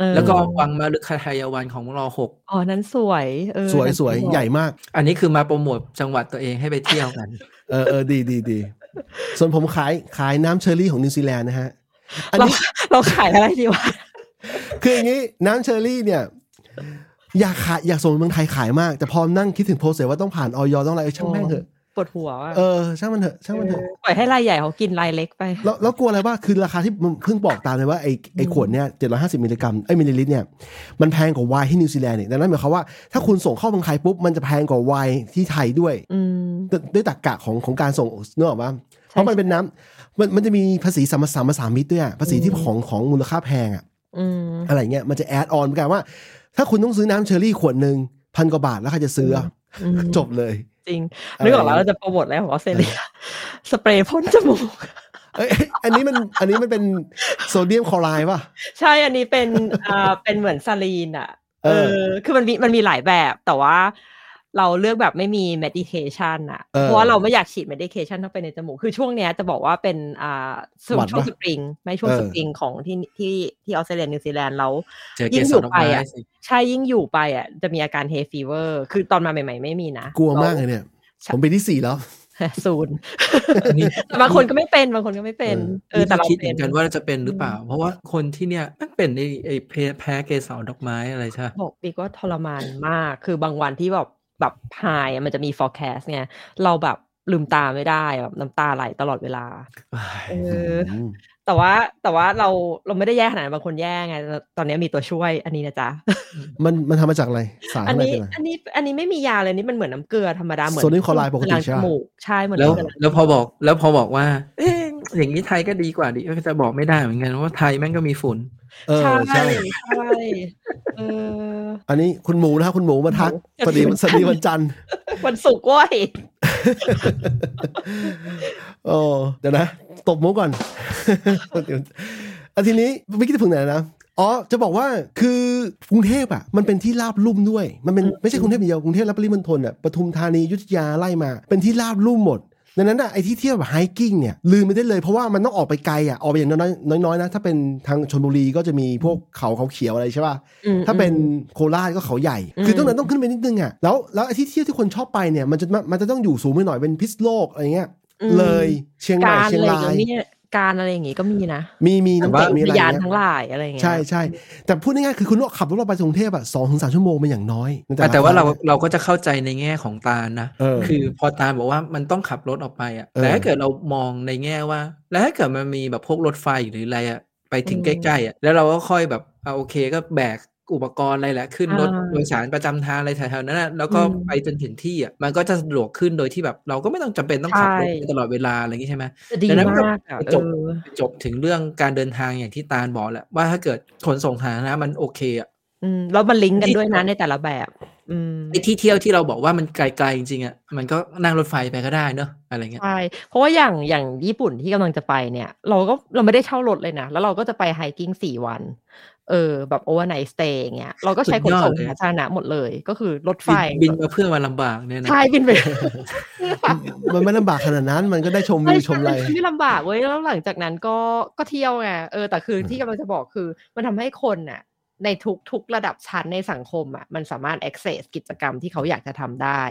C: เออ
E: แล้วก็วังมาลึกคทายวันของรอหก
C: อ๋อนั้นสวยเออ
D: สวย
C: นั้น
D: สวยใหญ่มาก
E: อันนี้คือมาโปรโมทจังหวัดตัวเองให้ไปเที่ยวกัน
D: เออเออดีดีดีส่วนผมขายขายน้ำเชอร์รี่ของนิวซีแลนด์นะฮะ อัน
C: เรา
D: นี้
C: เราขายอะไรดีวะ
D: คืออย่างนี้น้ำเชอร์รี่เนี่ย อยากขายอยากส่งเมืองไทยขายมาก แต่พอนั่งคิดถึงโพสเสว่าต้องผ่านออยต้องอะไรเออช่างแม่งเถอะ
C: ปวดหัวอะ
D: เออช่างมันเถอะช่างมันเถอะ
C: ปล่อยให้รายใหญ่เขากินรายเล็กไป
D: แล้วแล้วกลัวอะไรว่าคือราคาที่มึงเพิ่งบอกตามเลยว่าไอ้ไอ้ขวดเนี่ยเจ็ดร้อยห้าสิบมิลลิกรัมไอ้ยมิลลิลิตรเนี่ยมันแพงกว่าไวน์ที่นิวซีแลนด์เนี่ยดังนั้นหมายความว่าถ้าคุณส่งเข้าเมืองไทยปุ๊บ มันจะแพงกว่าไวน์ที่ไทยด้วย
C: อืม
D: ด้วยด้วยตรรกะของของการส่งเนื้อออกมาเพราะมันเป็นน้ำมันมันจะมีภาษีสามสามสามมิตรด้วยอะภาษีที่
C: อืม
D: ของของมูลค่าแพงอะ
C: อืม
D: อะไรเงี้ยมันจะแอดออนเหมือนกันว่า ถ้าคุณต้องซื้อน้ำเชอร์รี่ขวดหนึ่งพันกว่าบาทแล้วใครจะซื้ออะ
C: อืม
D: จบเลย
C: จริง
D: อะไร
C: นึกออกแล้ว
D: นะ
C: เราจะโปรโมทอะไรของออสเตรเลียสเปรย์พ่นจมูก
D: เอ้ยเอ้ยอันนี้มันอันนี้มันเป็นโซเดียมคลอไรด์ป่ะ
C: ใช่อันนี้เป็นอ่าเป็นเหมือนซาลีนอ่ะ
D: เอ
C: เอ
D: อ
C: อ คือมันมีมันมีหลายแบบแต่ว่าเราเลือกแบบไม่มี medication อ่ะ
D: เออ
C: เพราะว่าเราไม่อยากฉีด medication เข้าไปในจมูก คือช่วงเนี้ยจะบอกว่าเป็นอ่าช่วง
D: หวัดปะ
C: ช่วงสปริง ไม่ช่วง
D: เออ
C: สปริงของที่ที่ที่ออสเตรเลียนิวซีแลนด์แล้ว
E: เจอ
C: ยิ่
E: เก
C: ง
E: ส
C: อ
E: ร
C: ยู่
E: ดอก
C: ไป
E: ไม้
C: อ่ะ
E: สิ
C: ใช่ยิ่งอยู่ไปอ่ะจะมีอาการ hay fever คือตอนมาใหม่ ๆ ไม่มีนะ
D: กลัวมากเลยเนี่ย ผมเป็นที่สี่แล้ว
C: เรา ศูนย์
E: นี่
C: แต่บางคนก็ไม่เป็นบางคนก็ไม่เป็น เออแต่เรา
E: คิดเห
C: เป็น
E: มือนกันว่าจะเป็นหรือเปล่า เพราะว่าคนที่เนี่ยมันเป็นไอ้ไอ้แพ้แพ้เกสรดอกไม้อะไรใช่ปะ
C: บอกปีกว่าทรมานมาก คือบางวันที่แบบแบบพายอะมันจะมี forecast ไง เราแบบลืมตาไม่ได้แบบน้ำตาไหลตลอดเวลา เออ แต่ว่าแต่ว่าเราเราไม่ได้แย่ขนาดนั้นบางคนแย่ไง ตอนนี้มีตัวช่วยอันนี้นะจ๊ะ
D: มันมันทำมาจากอะไร สาร
C: อัน
D: อะไร
C: นี้
D: เป็นอะไร
C: อันนี้อันนี้ไม่มียาเลยนี่มันเหมือนน้ำเกลือธรรมดาเหมือน
D: โซเดียมคลอไรด์ปกติ
C: ล้าง
D: ใช่
C: จ
D: ปะ
C: มูกใช่เหมือน
E: แล้ว
C: กัน
E: แล้วพอบอกแล้วพอบอกว่า เอ๊ะอย่างนี้ไทยก็ดีกว่าดิจะบอกไม่ได้เหมือนกันว่าไทยแม่งก็มีฝุ่น
D: เออ
C: ใช่
D: ใช่
C: ใช่เออ
D: อันนี้คุณหมูนะครับคุณหมูมาทัก
C: หมู
D: สวัสดีสวัสดีวันจันทร์
C: วันศุกร์เว้ย
D: โอ้เดี๋ยวนะ ตบมุกก่อน อาทีนี้ไม่คิดจะพึงไหนนะ อ๋อ จะบอกว่าคือกรุงเทพอ่ะ มันเป็นที่ราบลุ่มด้วย มันเป็นไม่ใช่กรุงเทพอย่างเดียวกรุงเทพและปริมณฑลอ่ะปทุมธานีอยุทธยาไล่มา เป็นที่ราบลุ่มหมดดังนั้นอ่ะไอ้ที่เที่ยวแบบไฮกิ้งเนี่ยลืมไม่ได้เลยเพราะว่ามันต้องออกไปไกลอ่ะออกไปอย่างน้อยๆน้อยๆนะถ้าเป็นทางชลบุรีก็จะมีพวกเขาเขาเขียวอะไรใช่ป่ะ ถ้าเป็นโคราชก็เขาใหญ่
C: อืม
D: คือตรงนั้นต้องขึ้นไปนิดนึงอ่ะ แล้วแล้วไอ้ที่เที่ยวที่คนชอบไปเนี่ย มันจะมันจะต้องอยู่สูงไปหน่อยเป็นพิษณุโลกอะไรเงี้ย
C: อืม
D: เลย เชียงใหม่
C: การ
D: เชียง
C: อะไร
D: ราย
C: เนี่ยการอะไรอย่างงี้ก็มีนะ
D: มีมีน้ำตก
E: แต่ว่า
D: มีอะไร
C: ยาน
D: เงี้
C: ทั้ง
D: ย
C: หลายอะไรอย่างเงี้ย
D: ใช่ใช่แต่พูดง่ายๆคือคุณขับรถเราไปกรุงเทพอ่ะสองถึงสามชั่วโมงเป็นอย่างน้อยในละ
E: แต่ว่าเรา
D: คง
E: เราก็จะเข้าใจในแง่ของตาลนะ
D: เออ
E: คือพอตาลบอกว่ามันต้องขับรถออกไปอ่ะ
D: เออ
E: แต่ถ้าเกิดเรามองในแง่ว่า แล้วถ้าเกิดมันมีแบบพวกรถไฟหรืออะไรอ่ะไปถึงใกล้ๆอ่ะแล้วเราก็ค่อยแบบเอาโอเคก็แบกอุปกรณ์อะไรแหละขึ้นรถ
C: อ่า
E: โดยสารประจำทางอะไรแถวๆนั้นนะแล้วก็
C: อืม
E: ไปจนถึงที่อ่ะมันก็จะสะดวกขึ้นโดยที่แบบ เราก็ไม่ต้องจำเป็นต้องขับรถ
C: ใช่
E: ตลอดเวลาอะไรอย่างงี้ใช่ไหม
C: จะดี
E: ดังนั้นก็
C: มากอะ
E: ไป
C: เอ
E: จบ
C: อ
E: จบถึงเรื่องการเดินทางอย่างที่ตาลบอกแหละว่าถ้าเกิดขนส่งสาธารณะมันโอเคอ่ะ
C: อืมแล้วมันลิงก์กัน
E: ที่
C: ด้วยนะในแต่ละแบบ อืม
E: ไอ้ที่เที่ยวที่เราบอกว่ามันไกลๆจริงๆอ่ะมันก็นั่งรถไฟไปก็ได้เนอะอะไรเงี้ย
C: ใช่เพราะว่าอย่างอย่างญี่ปุ่นที่กำลังจะไปเนี่ย เราก็เราไม่ได้เช่ารถเลยนะ แล้วเราก็จะไปไฮกิ้งสี่วัน เออ แบบโอเวอร์ไนท์สเตย์อย่างเงี้ยเราก็ใช้ขนส่ง
E: สุดยอดเลย
C: สาธารณะหมดเลย ก็คือรถไฟ
E: บินบินมาเพื่อมา ลำบากเนี่ยนะ
C: ใช่บินไป
D: มันไม่ลำบากขนาดนั้น มันก็ได้ชมวิวชมอะไร
C: ใมันไม่ลำบากเว้ยแล้วหลังจากนั้นก็ก็เที่ยวไงเออแต่คือที่กำลังจะบอกคือมันทำให้คนน่ะ ในทุกทุกระดับชั้นในสังคมอ่ะมันสามารถ access กิจกรรมที่เขาอยากจะทำได้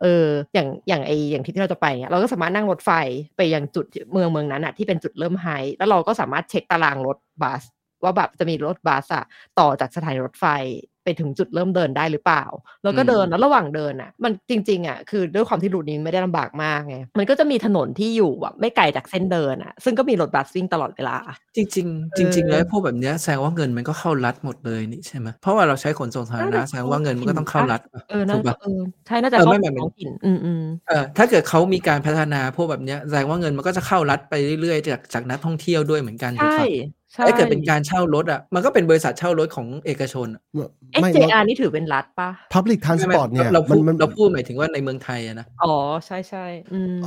C: เอออย่างอย่างไออย่างที่เราจะไปเนี่ยเราก็สามารถนั่งรถไฟไปยังจุดเมืองเมืองนั้นอ่ะที่เป็นจุดเริ่มไฮท์แล้วเราก็สามารถเช็คตารางรถบัส ว่าแบบจะมีรถบัสอะต่อจากสถานีรถไฟไปถึงจุดเริ่มเดินได้หรือเปล่า แล้วก็เดินแล้วระหว่างเดินอะมันจริงๆอะคือด้วยความที่รูทนี้ไม่ได้ลำบากมากไงมันก็จะมีถนนที่อยู่แบบไม่ไกลจากเส้นเดินอะซึ่งก็มีรถบัสวิ่งตลอดเวลา
E: จริง ๆ จริง ๆ แล้วพวกแบบเนี้ยแสดงว่าเงินมันก็เข้ารัฐหมดเลยนี่ใช่ไหมเพราะว่าเราใช้ขนส่งสาธาร
C: น่า
E: ณะ
C: จะ
E: แสดงว่าเงินมันก็ต้องเข้ารัฐปะ
C: เออน่า
E: ถูก
C: จะ
E: ปะ
C: เออใช่น่าจะ
E: เออ
C: เข้า
E: ไม่ไม่ไม่
C: ท้องถิ่นอืมอืม
E: เออถ้าเกิดเขามีการพัฒนาพวกแบบเนี้ยแสดงว่าเงินมันก็จะเข้ารัฐไปเรื่อยๆจากจากนักท่องเที่ยวด้วยเหมือนกันถูก
C: ใช่
E: ปะ
C: ใช่
E: ถ้าเกิดเป็นการเช่ารถอ่ะมันก็เป็นบริษัทเช่ารถของเอกชนอะ
C: เอ็
D: ไม่
C: เจ
D: รถ
C: อาร์นี่ถือเป็นรัฐปะ
D: Public
E: ใช่ไหม
D: Transport เนี่ย
E: เราพู
D: มัน
E: ด
D: มัน
E: เราพูดหมายถึงว่าในเมืองไทยอะนะ
C: อ๋อใช่ใช่อืม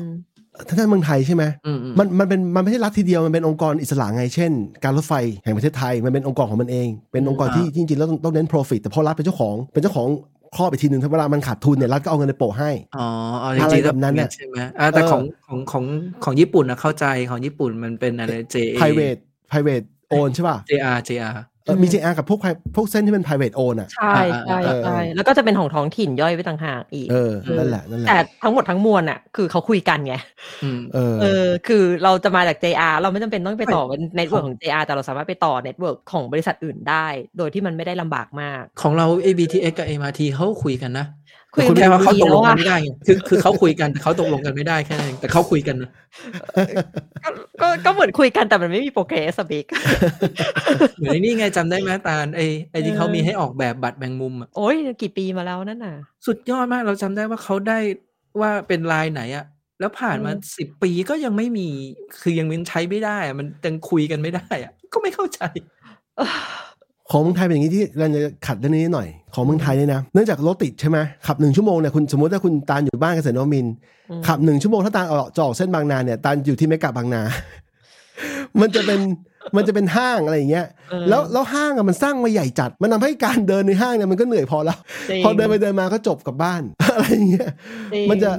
D: ถ้าในเมืองไทยใช่ไหม
E: อืมๆ
D: มันมันเป็นมันไม่ใช่รัฐทีเดียวมันเป็นองค์กรอิสระไงเช่น การรถไฟแห่งประเทศไทยมันเป็นองค์กรของมันเอง เป็นองค์กร
E: อ่า
D: ที่จริงๆแล้วต้องต้องเน้น profit แต่พอรัฐเป็นเจ้าของเป็นเจ้าของครอบอีกทีหนึ่งถ้าเวลามันขาดทุนเนี่ยรัฐก็เอาเงินไปโปะให้
E: อ๋อเอาจ
D: อะไร
E: ริงๆ
D: แบบนั้น
E: เป็
D: น่ะ
E: ใช่ไหมอ่าแต่
D: เออ
E: ของของของของญี่ปุ่นนะเข้าใจของญี่ปุ่นมันเป็นอะไร J A
D: private private own ใช่ป่ะ
E: JR JR
D: เออมี JR กับพวกพวกเส้นที่เป็น private own อ่ะ
C: ใช่ใช่
D: อ่าอ่าอ่า
C: ใช่แล้วก็จะเป็นของท้องถิ่นย่อยไปต่างหากอีก
D: เออ
C: เออ
D: นั่นแหละนั่นแหละ
C: แต่ทั้งหมดทั้งมวลอ่ะคือเขาคุยกันไง
E: อืม
D: เออ
C: เออ คือเราจะมาจาก JR เราไม่จำเป็นต้องไปต่อเน็ตเวิร์
E: ข
C: กข
E: อง
C: อง JR แต่เราสามารถไปต่อเน็ตเวิร์กของบริษัทอื่นได้ โดยที่มันไม่ได้ลำบากมาก
E: ของเรา ABTX กับ MRT เขาคุยกันนะ
C: คุย
E: แต่
C: กัน
E: ว่าเขา
C: ดี
E: ตกลงกั
C: แล้ว
E: น
C: อะ
E: ไม่ได้ไงคือคือเขาคุยกันแต่เขาตกลงกันไม่ได้แค่นั้นเองแต่เขาคุยกันนะ
C: ก็ก็ก็เหมือนคุยกันแต่มันไม่มีโปรเกรสบิก
E: เหมือนไอ้นี่ไงจำได้ไหมตาลไอ้ไอ้ที่
C: เออ
E: เขามีให้ออกแบบบัตรแมงมุมอะ
C: โอ้ยกี่ปีมาแล้วนั่นน่ะ
E: สุดยอดมากเราจำได้ว่าเขาได้ว่าเป็นลายไหนอะแล้วผ่านมา
C: เออ
E: สิบปีก็ยังไม่มีคือยังมันใช้ไม่ได้อะมันยังคุยกันไม่ได้อะก็ไม่เข้าใจ
C: เออ
D: ของเมืองไทยเป็นอย่างนี้ที่เราจะขัดเรื่องนี้หน่อยของเมืองไทยเนี่ยนะเนื่องจากรถติดใช่ไหมขับหนึ่งชั่วโมงเนี่ยคุณสมมติถ้าคุณตาลอยู่บ้านเกษตรนวมินทร์
C: อืม
D: ขับหนึ่งชั่วโมงถ้าตาลออกจะออกเส้นบางนาเนี่ยตาลอยู่ที่เมกะบางนา มันจะเป็นมันจะเป็นห้างอะไรอย่างเงี้ย
C: เออ
D: แล้วแล้วห้างอะมันสร้างมาใหญ่จัด มันทำให้การเดินในห้างเนี่ยมันก็เหนื่อยพอแล้ว
C: จริง
D: พอเดินไปเดินมาก็จบกลับบ้าน อะไรอย่างเงี้ย
C: จริง
D: มันจะ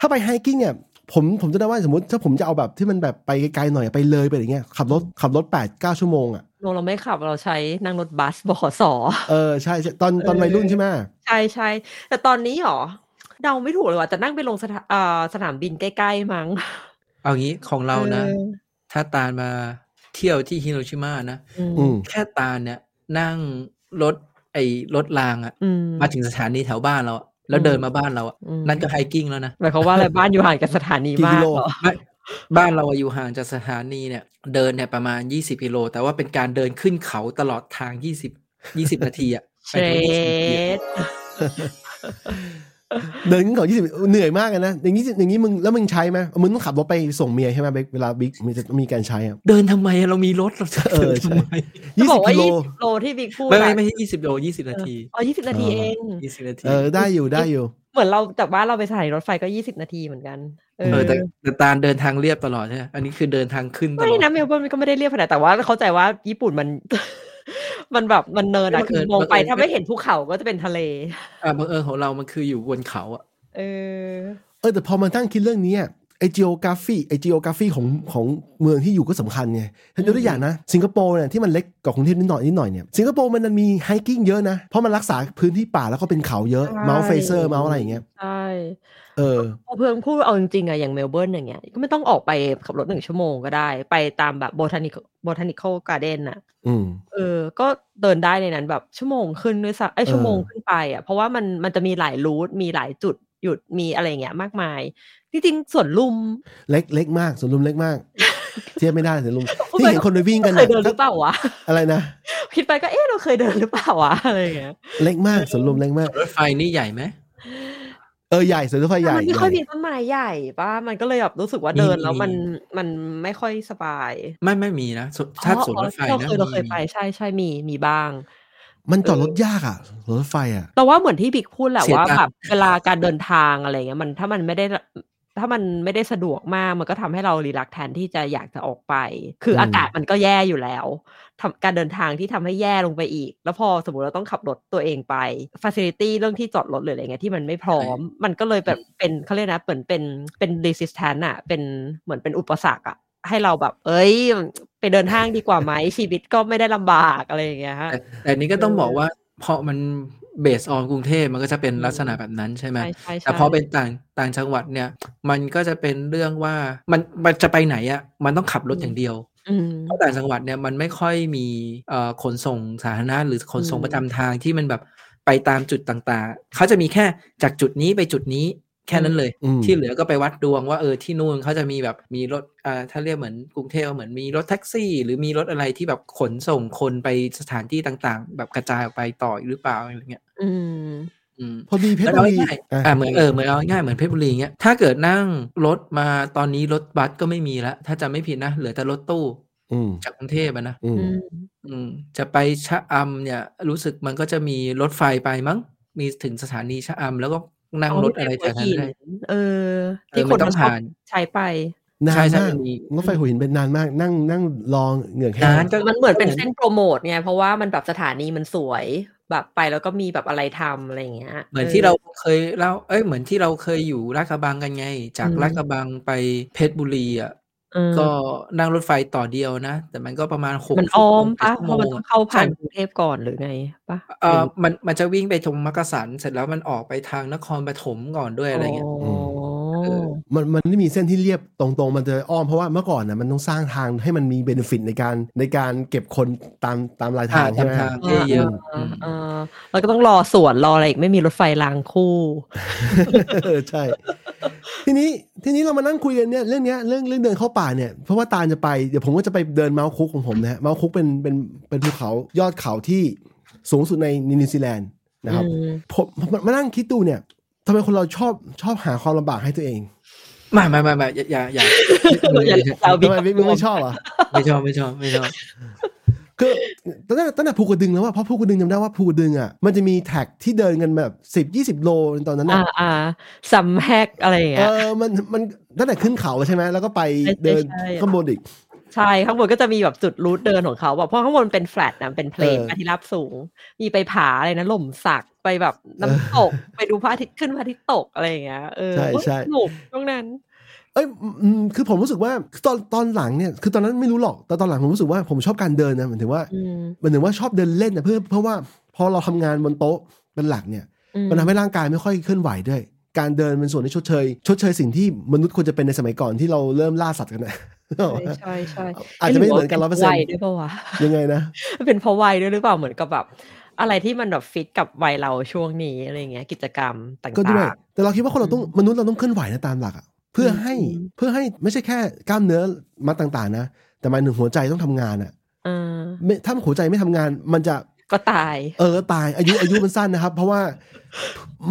D: ถ้าไปไฮกิ้งเนี่ยผมผมจะได้ว่าสมมติถ้าผมจะเอาแบบที่มันแบบไปไกลๆหน่อยไปเลยไปอย่างเงี้ยขับรถขับรถ8ปดเก้าชั่วโมงอ่ะ
C: โนเราไม่ขับเราใช้นั่งรถบัสบขส
D: เออใช่ใช่ตอนตอน
C: เออ
D: วัยรุ่นใช่ไหม
C: ใช่ใช่แต่ตอนนี้หรอเดาไม่ถูกเลยว่ะแต่นั่งไปลงสถาอ่าสนามบินใกล้ๆมั้ง
E: เอางี้ของเรานะ
C: ออ
E: ถ้าตาลมาเที่ยวที่ฮิโรชิมานะ
C: อืม
D: อืม
E: แค่ตาลเนี่ยนั่งรถไอ้รถรางอะ
C: อืม
E: มาถึงสถานีแถวบ้านเราอะแล้วเดินมาบ้านเราอะ
C: อืม
E: นั่นก็ไฮกิ้งแล้วนะ
C: หมายความว่าอะไรบ้านอยู่ห่างกับสถานี
D: กี่
C: มา
D: กิ
C: ก
D: โล
C: เหรอ
E: บ้านบ้านเราอะอยู่ห่างจากสถานีเนี่ย เดินเนี่ยประมาณ 20กิโล แต่ว่าเป็นการเดินขึ้นเขาตลอดทาง 20 20 นาทีอะ
C: เช
E: ไปถึง20นาทีอะ
C: ด
D: เดินขึ้นเขายี่สิบเหนื่อยมากเลยนะอย่างนี้อย่างนี้มึงแล้วมึงใช้ไหมมึงต้องขับรถไปส่งเมียใช่ไหมเบคเวลาบิ๊กมันจะมีการใช้อ่ะ
E: เดินทำไมอะเรามีรถเราจะ
D: เอ
E: เดิ
D: อน ใช่
E: ทำไม
C: จะ
D: ยี่
C: บ
D: สิ
C: อก
D: บ
C: ว่า
D: กิโล
C: ยี่สิบโลที่บิ๊กพูด
E: ไม่ไม่
C: อะ
E: ไม่ใช่20โล20 นาที
C: อ๋อยี่สิบนาที
D: เออ
C: เอง
E: 20 นาที
D: เออได้อยู่ได้อยู่
C: เหมือนเราจากบ้านเราไปสถานีรถไฟก็ยี่สิบนาทีเหมือนกัน เอ
E: เอ
C: อ
E: อแต่แต่ตาลเดินทางเรียบตลอดใช่ไหมอันนี้คือเดินทางขึ้นตลอด
C: ไม่นะเมลเบิร์นมันก็ไม่ได้เรียบขนาดแต่ว่าเข้าใจว่าญี่ปุ่น มัน มันแบบมันเนินอะ
E: มันเนิน
C: คือมองไป
E: มันเนิน
C: ถ้าไม่เห็นภูเขาก็จะเป็นทะเล
E: อ่ะบังเอิญของเรามันคืออยู่บนเขาอะ
C: เออ
D: เออแต่พอมาตั้งคิดเรื่องนี้อะไอจีโอกราฟีไอจีโอกราฟีของของเมืองที่อยู่ก็สำคัญไงฉันยกตัวอย่างนะ สิงคโปร์เนี่ยที่มันเล็กกว่ากรุงเทพนิดหน่อยนิดหน่อยเนี่ยสิงคโปร์มันดันมีไฮกิ้งเยอะนะ เพราะมันรักษาพื้นที่ป่าแล้วก็เป็นเขาเยอะ
C: ใช่
D: เมาส์เฟเซอร์เมาส์อะไรอย่างเงี้ย
C: ใช่
D: เออ
C: พอเพิ่งพูดเอาจริงๆอะอย่างเมลเบิร์นอย่างเงี้ย ก็ไม่ต้องออกไปขับรถหนึ่งชั่วโมงก็ได้ ไปตามแบบโบทานิคโบทานิคอลการ์เดนอะ
D: อืม
C: เออ ก็เดินได้ในนั้นแบบชั่วโมงขึ้นด้วยซ้ำไอย
D: เออ
C: ชั่วโมงขึ้นไปอะเพราะว่ามันมันจะมีหลายรูทมีหลายจุดหยุดมีอะไรอย่างเงี้ยมากมายที่จริงๆสวนลุม
D: เล็กเล็กมากสวนลุมเล็กมาก เทียบไม่ได้สวนลุม
C: โอ้ย
D: ที่เห็นคนไปวิ่งกัน
C: เค
D: น่ะ
C: ยเดินหรือเปล่าวะ
D: อะไรนะ
C: คิดไปก็เอ๊ะเราเคยเดินหรือเปล่าวะอะไรอย่างเงี้ย
D: เล็กมากสวนลุมเล็กมาก
E: รถไฟนี่ใหญ่ไหม
D: เออใหญ่สวนรถไฟใหญ่
C: มันไม่ค่อย
D: ให
C: มี
D: ญ่
C: ต้นไม้ใหญ่ป่ะมันก็เลยแบบรู้สึกว่า
E: มี
C: เดินแล้ว
E: มี
C: มันมันไม่ค่อยสบาย
E: ไม่ไม่มีนะสวนถ้าสวนรถไฟ
C: อ๋อ
E: นะ
C: เราเคยเราเคยไปใช่ใช่มีมีบ้าง
D: มันจอดรถยากอ่ะสวนรถไฟอ่ะ
C: แต่ว่าเหมือนที่บิ๊กพูดแหละ
E: เสีย
C: ว่า
E: ตังค์
C: แบบเวลาการเดินทางอะไรเงี้ยมันถ้ามันไม่ได้ถ้ามันไม่ได้สะดวกมากมันก็ทำให้เรารีแลักแทนที่จะอยากจะออกไป คืออ
D: ม
C: อากาศมันก็แย่อยู่แล้วทำการเดินทางที่ทำให้แย่ลงไปอีก แล้วพอสมมติเราต้องขับรถตัวเองไปฟ a ซิลิตี้เรื่องที่จอดรถหรืออะไรเงี้ยที่มันไม่พร้อม มันก็เลยแบบเป็นเขาเรียกนะเหมือนเป็นเป็น resistance อะเป็นเหมือนเป็นอุปสรรคอะให้เราแบบ เอ้ย ไปเดินห้างดีกว่าไหมชีวิตก็ไม่ได้ลำบากอะไรอย่างเงี้ยฮะ
E: แต่แต่อันนี้ก็ต้อง
C: เออ
E: บอกว่าพอมันเบสออนกรุงเทพมันก็จะเป็นลักษณะแบบนั้นใช่ไหม
C: ใช่ใช่ใช่
E: แต่พอเป็นต่างต่างจังหวัดเนี่ย มันก็จะเป็นเรื่องว่ามันมันจะไปไหนอะ่ะมันต้องขับรถ
C: อืม
E: อย่างเดียว
C: อืม
E: เพราะต่างจังหวัดเนี่ยมันไม่ค่อยมีเอ่อขนส่งสาธารณะหรือขนส่ง
C: อืม
E: ประจำทางที่มันแบบไปตามจุดต่างๆ เขาจะมีแค่จากจุดนี้ไปจุดนี้แค่นั้นเลย
D: อืม
E: ที่เหลือก็ไปวัดดวงว่าเออที่นู่นเขาจะมีแบบมีรถอ่าถ้าเรียกเหมือนกรุงเทพเหมือนมีรถแท็กซี่ หรือมีรถอะไรที่แบบขนส่งคนไปสถานที่ต่างๆ แบบกระจายออกไปต่ออีกหรือเปล่าอะไรเงี้ย
C: อืม
E: อืม
D: พอดีเพชร
E: แล้ว
D: บุ
E: เอา
D: รี
E: ง่าย
D: ะ
E: ๆอ่าเหมือนเออเหมือนเอาง่ายๆเหมือนเพชรบุรีเงี้ย ถ้าเกิดนั่งรถมาตอนนี้รถบัสก็ไม่มีแล้วถ้าจะไม่ผิดนะ เหลือแต่รถตู้
D: อืม
E: จากกรุงเทพอะนะ
D: อืม
C: อืม
E: อืม จะไปชะอำเนี่ย รู้สึกมันก็จะมีรถไฟไปมั้ง มีถึงสถานีชะอำแล้วก็นั่งรถอะไรแถวนั้นได้
C: เออ
E: เออ
C: ที่ค
E: มัน
C: น
E: ต้อ
C: มั
E: ง
C: นชอบ
E: ผ่าน
C: ใช้ไป
D: นาน
E: ใช่ใช่
D: มาก
E: มันมี
D: รถไฟหัวหินเป็นนานมากนั่งนั่งรอเหงื่อแห้
E: ร้าง นก็
C: มันเหมือนเป็นเส้นโปรโมทไง เพราะว่ามันแบบสถานีมันสวย แบบไปแล้วก็มีแบบอะไรทำอะไรอย่างเงี้ย
E: เหมือนที่เราเคยเล่าเอ้ยเหมือนที่เราเคยอยู่ลาดกระบังกันไง จากลาดกระบังไปเพชรบุรีอ่ะ
C: เออ
E: ก็นั่งรถไฟต่อเดียวนะ แต่มันก็ประมาณหก
C: มันอ้อมปะเพ
E: ชั่วโม
C: ราะมัน
E: ง
C: ต้อ
E: อะ
C: งเข้าผ่านก
E: ใช่
C: รุงเทพก่อนหรือไงปะ
E: เออมันมันจะวิ่งไปตรงมักกะสันเสร็จแล้วมันออกไปทางนครปฐมก่อนด้วยอะไรเงี้ย
C: อ๋อ
E: เออ
D: มันมันไม่มีเส้นที่เรียบตรงๆ มันจะอ้อมเพราะว่าเมื่อก่อนนะมันต้องสร้างทางให้มันมีเบนฟิตในการในการเก็บคนตามตามรายทางใช่
E: ตาม
D: ไหม
E: ทางที่เยอะ
C: เออเออแล้วก็ต้องรอสวนรออะไรอีกไม่มีรถไฟรางคู่
D: เออใช่ ทีนี้ทีนี้เรามานั่งคุยกันเนี่ยเรื่องเนี้ยเรื่องเรื่องเดินเข้าป่าเนี่ยเพราะว่าตาลจะไปเดี๋ยวผมก็จะไปเดินเมาส์คุกของผมนะฮะเมาส์คุกเป็นเป็นเป็นภูเขายอดเขาที่สูงสุดในนิวซีแลนด์นะครับ
C: อืม
D: ผมผมมานั่งคิดดูเนี่ยทำไมคนเราชอบชอบหาความลำบากให้ตัวเอง
E: ไมาไม่ไม่ไม่อย่าอย่า อย่า
C: เราบิ๊ก
D: ทำไมไม่ไม่ชอบอ่ะ
E: ไม่ชอบไม่ชอบไม่ชอบ
D: คือตั้งแต่ตั้งแต่ภูกระดึงแล้วว่าเพราะภูกระดึงจำได้ว่าภูกระดึงอ่ะมันจะมีแท็กที่เดินกันแบบสิบยี่สิบโลตอนนั้น
C: อ่า
D: อ่ะ
C: อ่าซัมแฮกอะไรอย่าง
D: เอ
C: เงี้ย
D: อมันมันตั้งแต่ขึ้นเขาใช่ไหมแล้วก็ไป
C: ใช่ใช่
D: เดิน
C: ใช่
D: ข้างบนอีก
C: ใช่ข้างบนก็จะมีแบบจุดรูทเดินของเขาแบบเพราะข้างบนเป็นแฟลตนะเป็นเพลน
D: เออ
C: อาทิตย์รับสูง มีไปผาอะไรนะหล่มสักไปแบบน้ำตก ไปดูพระอาทิตย์ขึ้นพระอาทิตย์ตกอะไรอย่างเงี้ยเออ
D: ใช่ใช่
C: สนุกตรงนั้น
D: เอ้ยอืมคือผมรู้สึกว่าตอนตอนหลังเนี่ยคือตอนนั้นไม่รู้หรอกแต่ตอนหลังผมรู้สึกว่าผมชอบการเดินนะหมายถึงว่า
C: อืม
D: หมายถึงว่าชอบเดินเล่นนะเพื่อเพราะว่าพอเราทำงานบนโต๊ะเป็นหลักเนี่ย
C: อืม
D: มันทำให้ร่างกายไม่ค่อยเคลื่อนไหวด้วย การเดินเป็นส่วนที่ชดเชย ชดเชยสิ่งที่มนุษย์ควรจะเป็นในสมัยก่อนที่เราเริ่มล่าสัตว์กันนะ
C: ใช่ใช่ใช่
D: อาจจะไม่เหมือนกันร้อยเปอร์เซ็น
C: วั
D: ต์
C: ด้วยปะว ะ
D: ยังไงนะ
C: เป็นเพราะวัยด้วยหรือเปล่าเหมือนกับแบบ อะไรที่มันแบบฟิตกับวัยเราช่วงนี้อะไรอย่างเงี้ยกิจกรรมต่างๆ
D: ก็ด้วย แต่เราคิดว่าคนเราต้องมนุษย์เราต้องเคลื่อนไหวนะตามหลักอะเพื่อให้
C: อืม
D: เพื่อให้ไม่ใช่แค่กล้ามเนื้อมัดต่างๆ นะ แต่หมายถึงหัวใจต้องทำงานอะ
C: เออ
D: ไม่ถ้าหัวใจไม่ทำงาน มันจะ
C: ก็ตาย
D: เออตายอายุอายุมันสั้นนะครับ เพราะว่า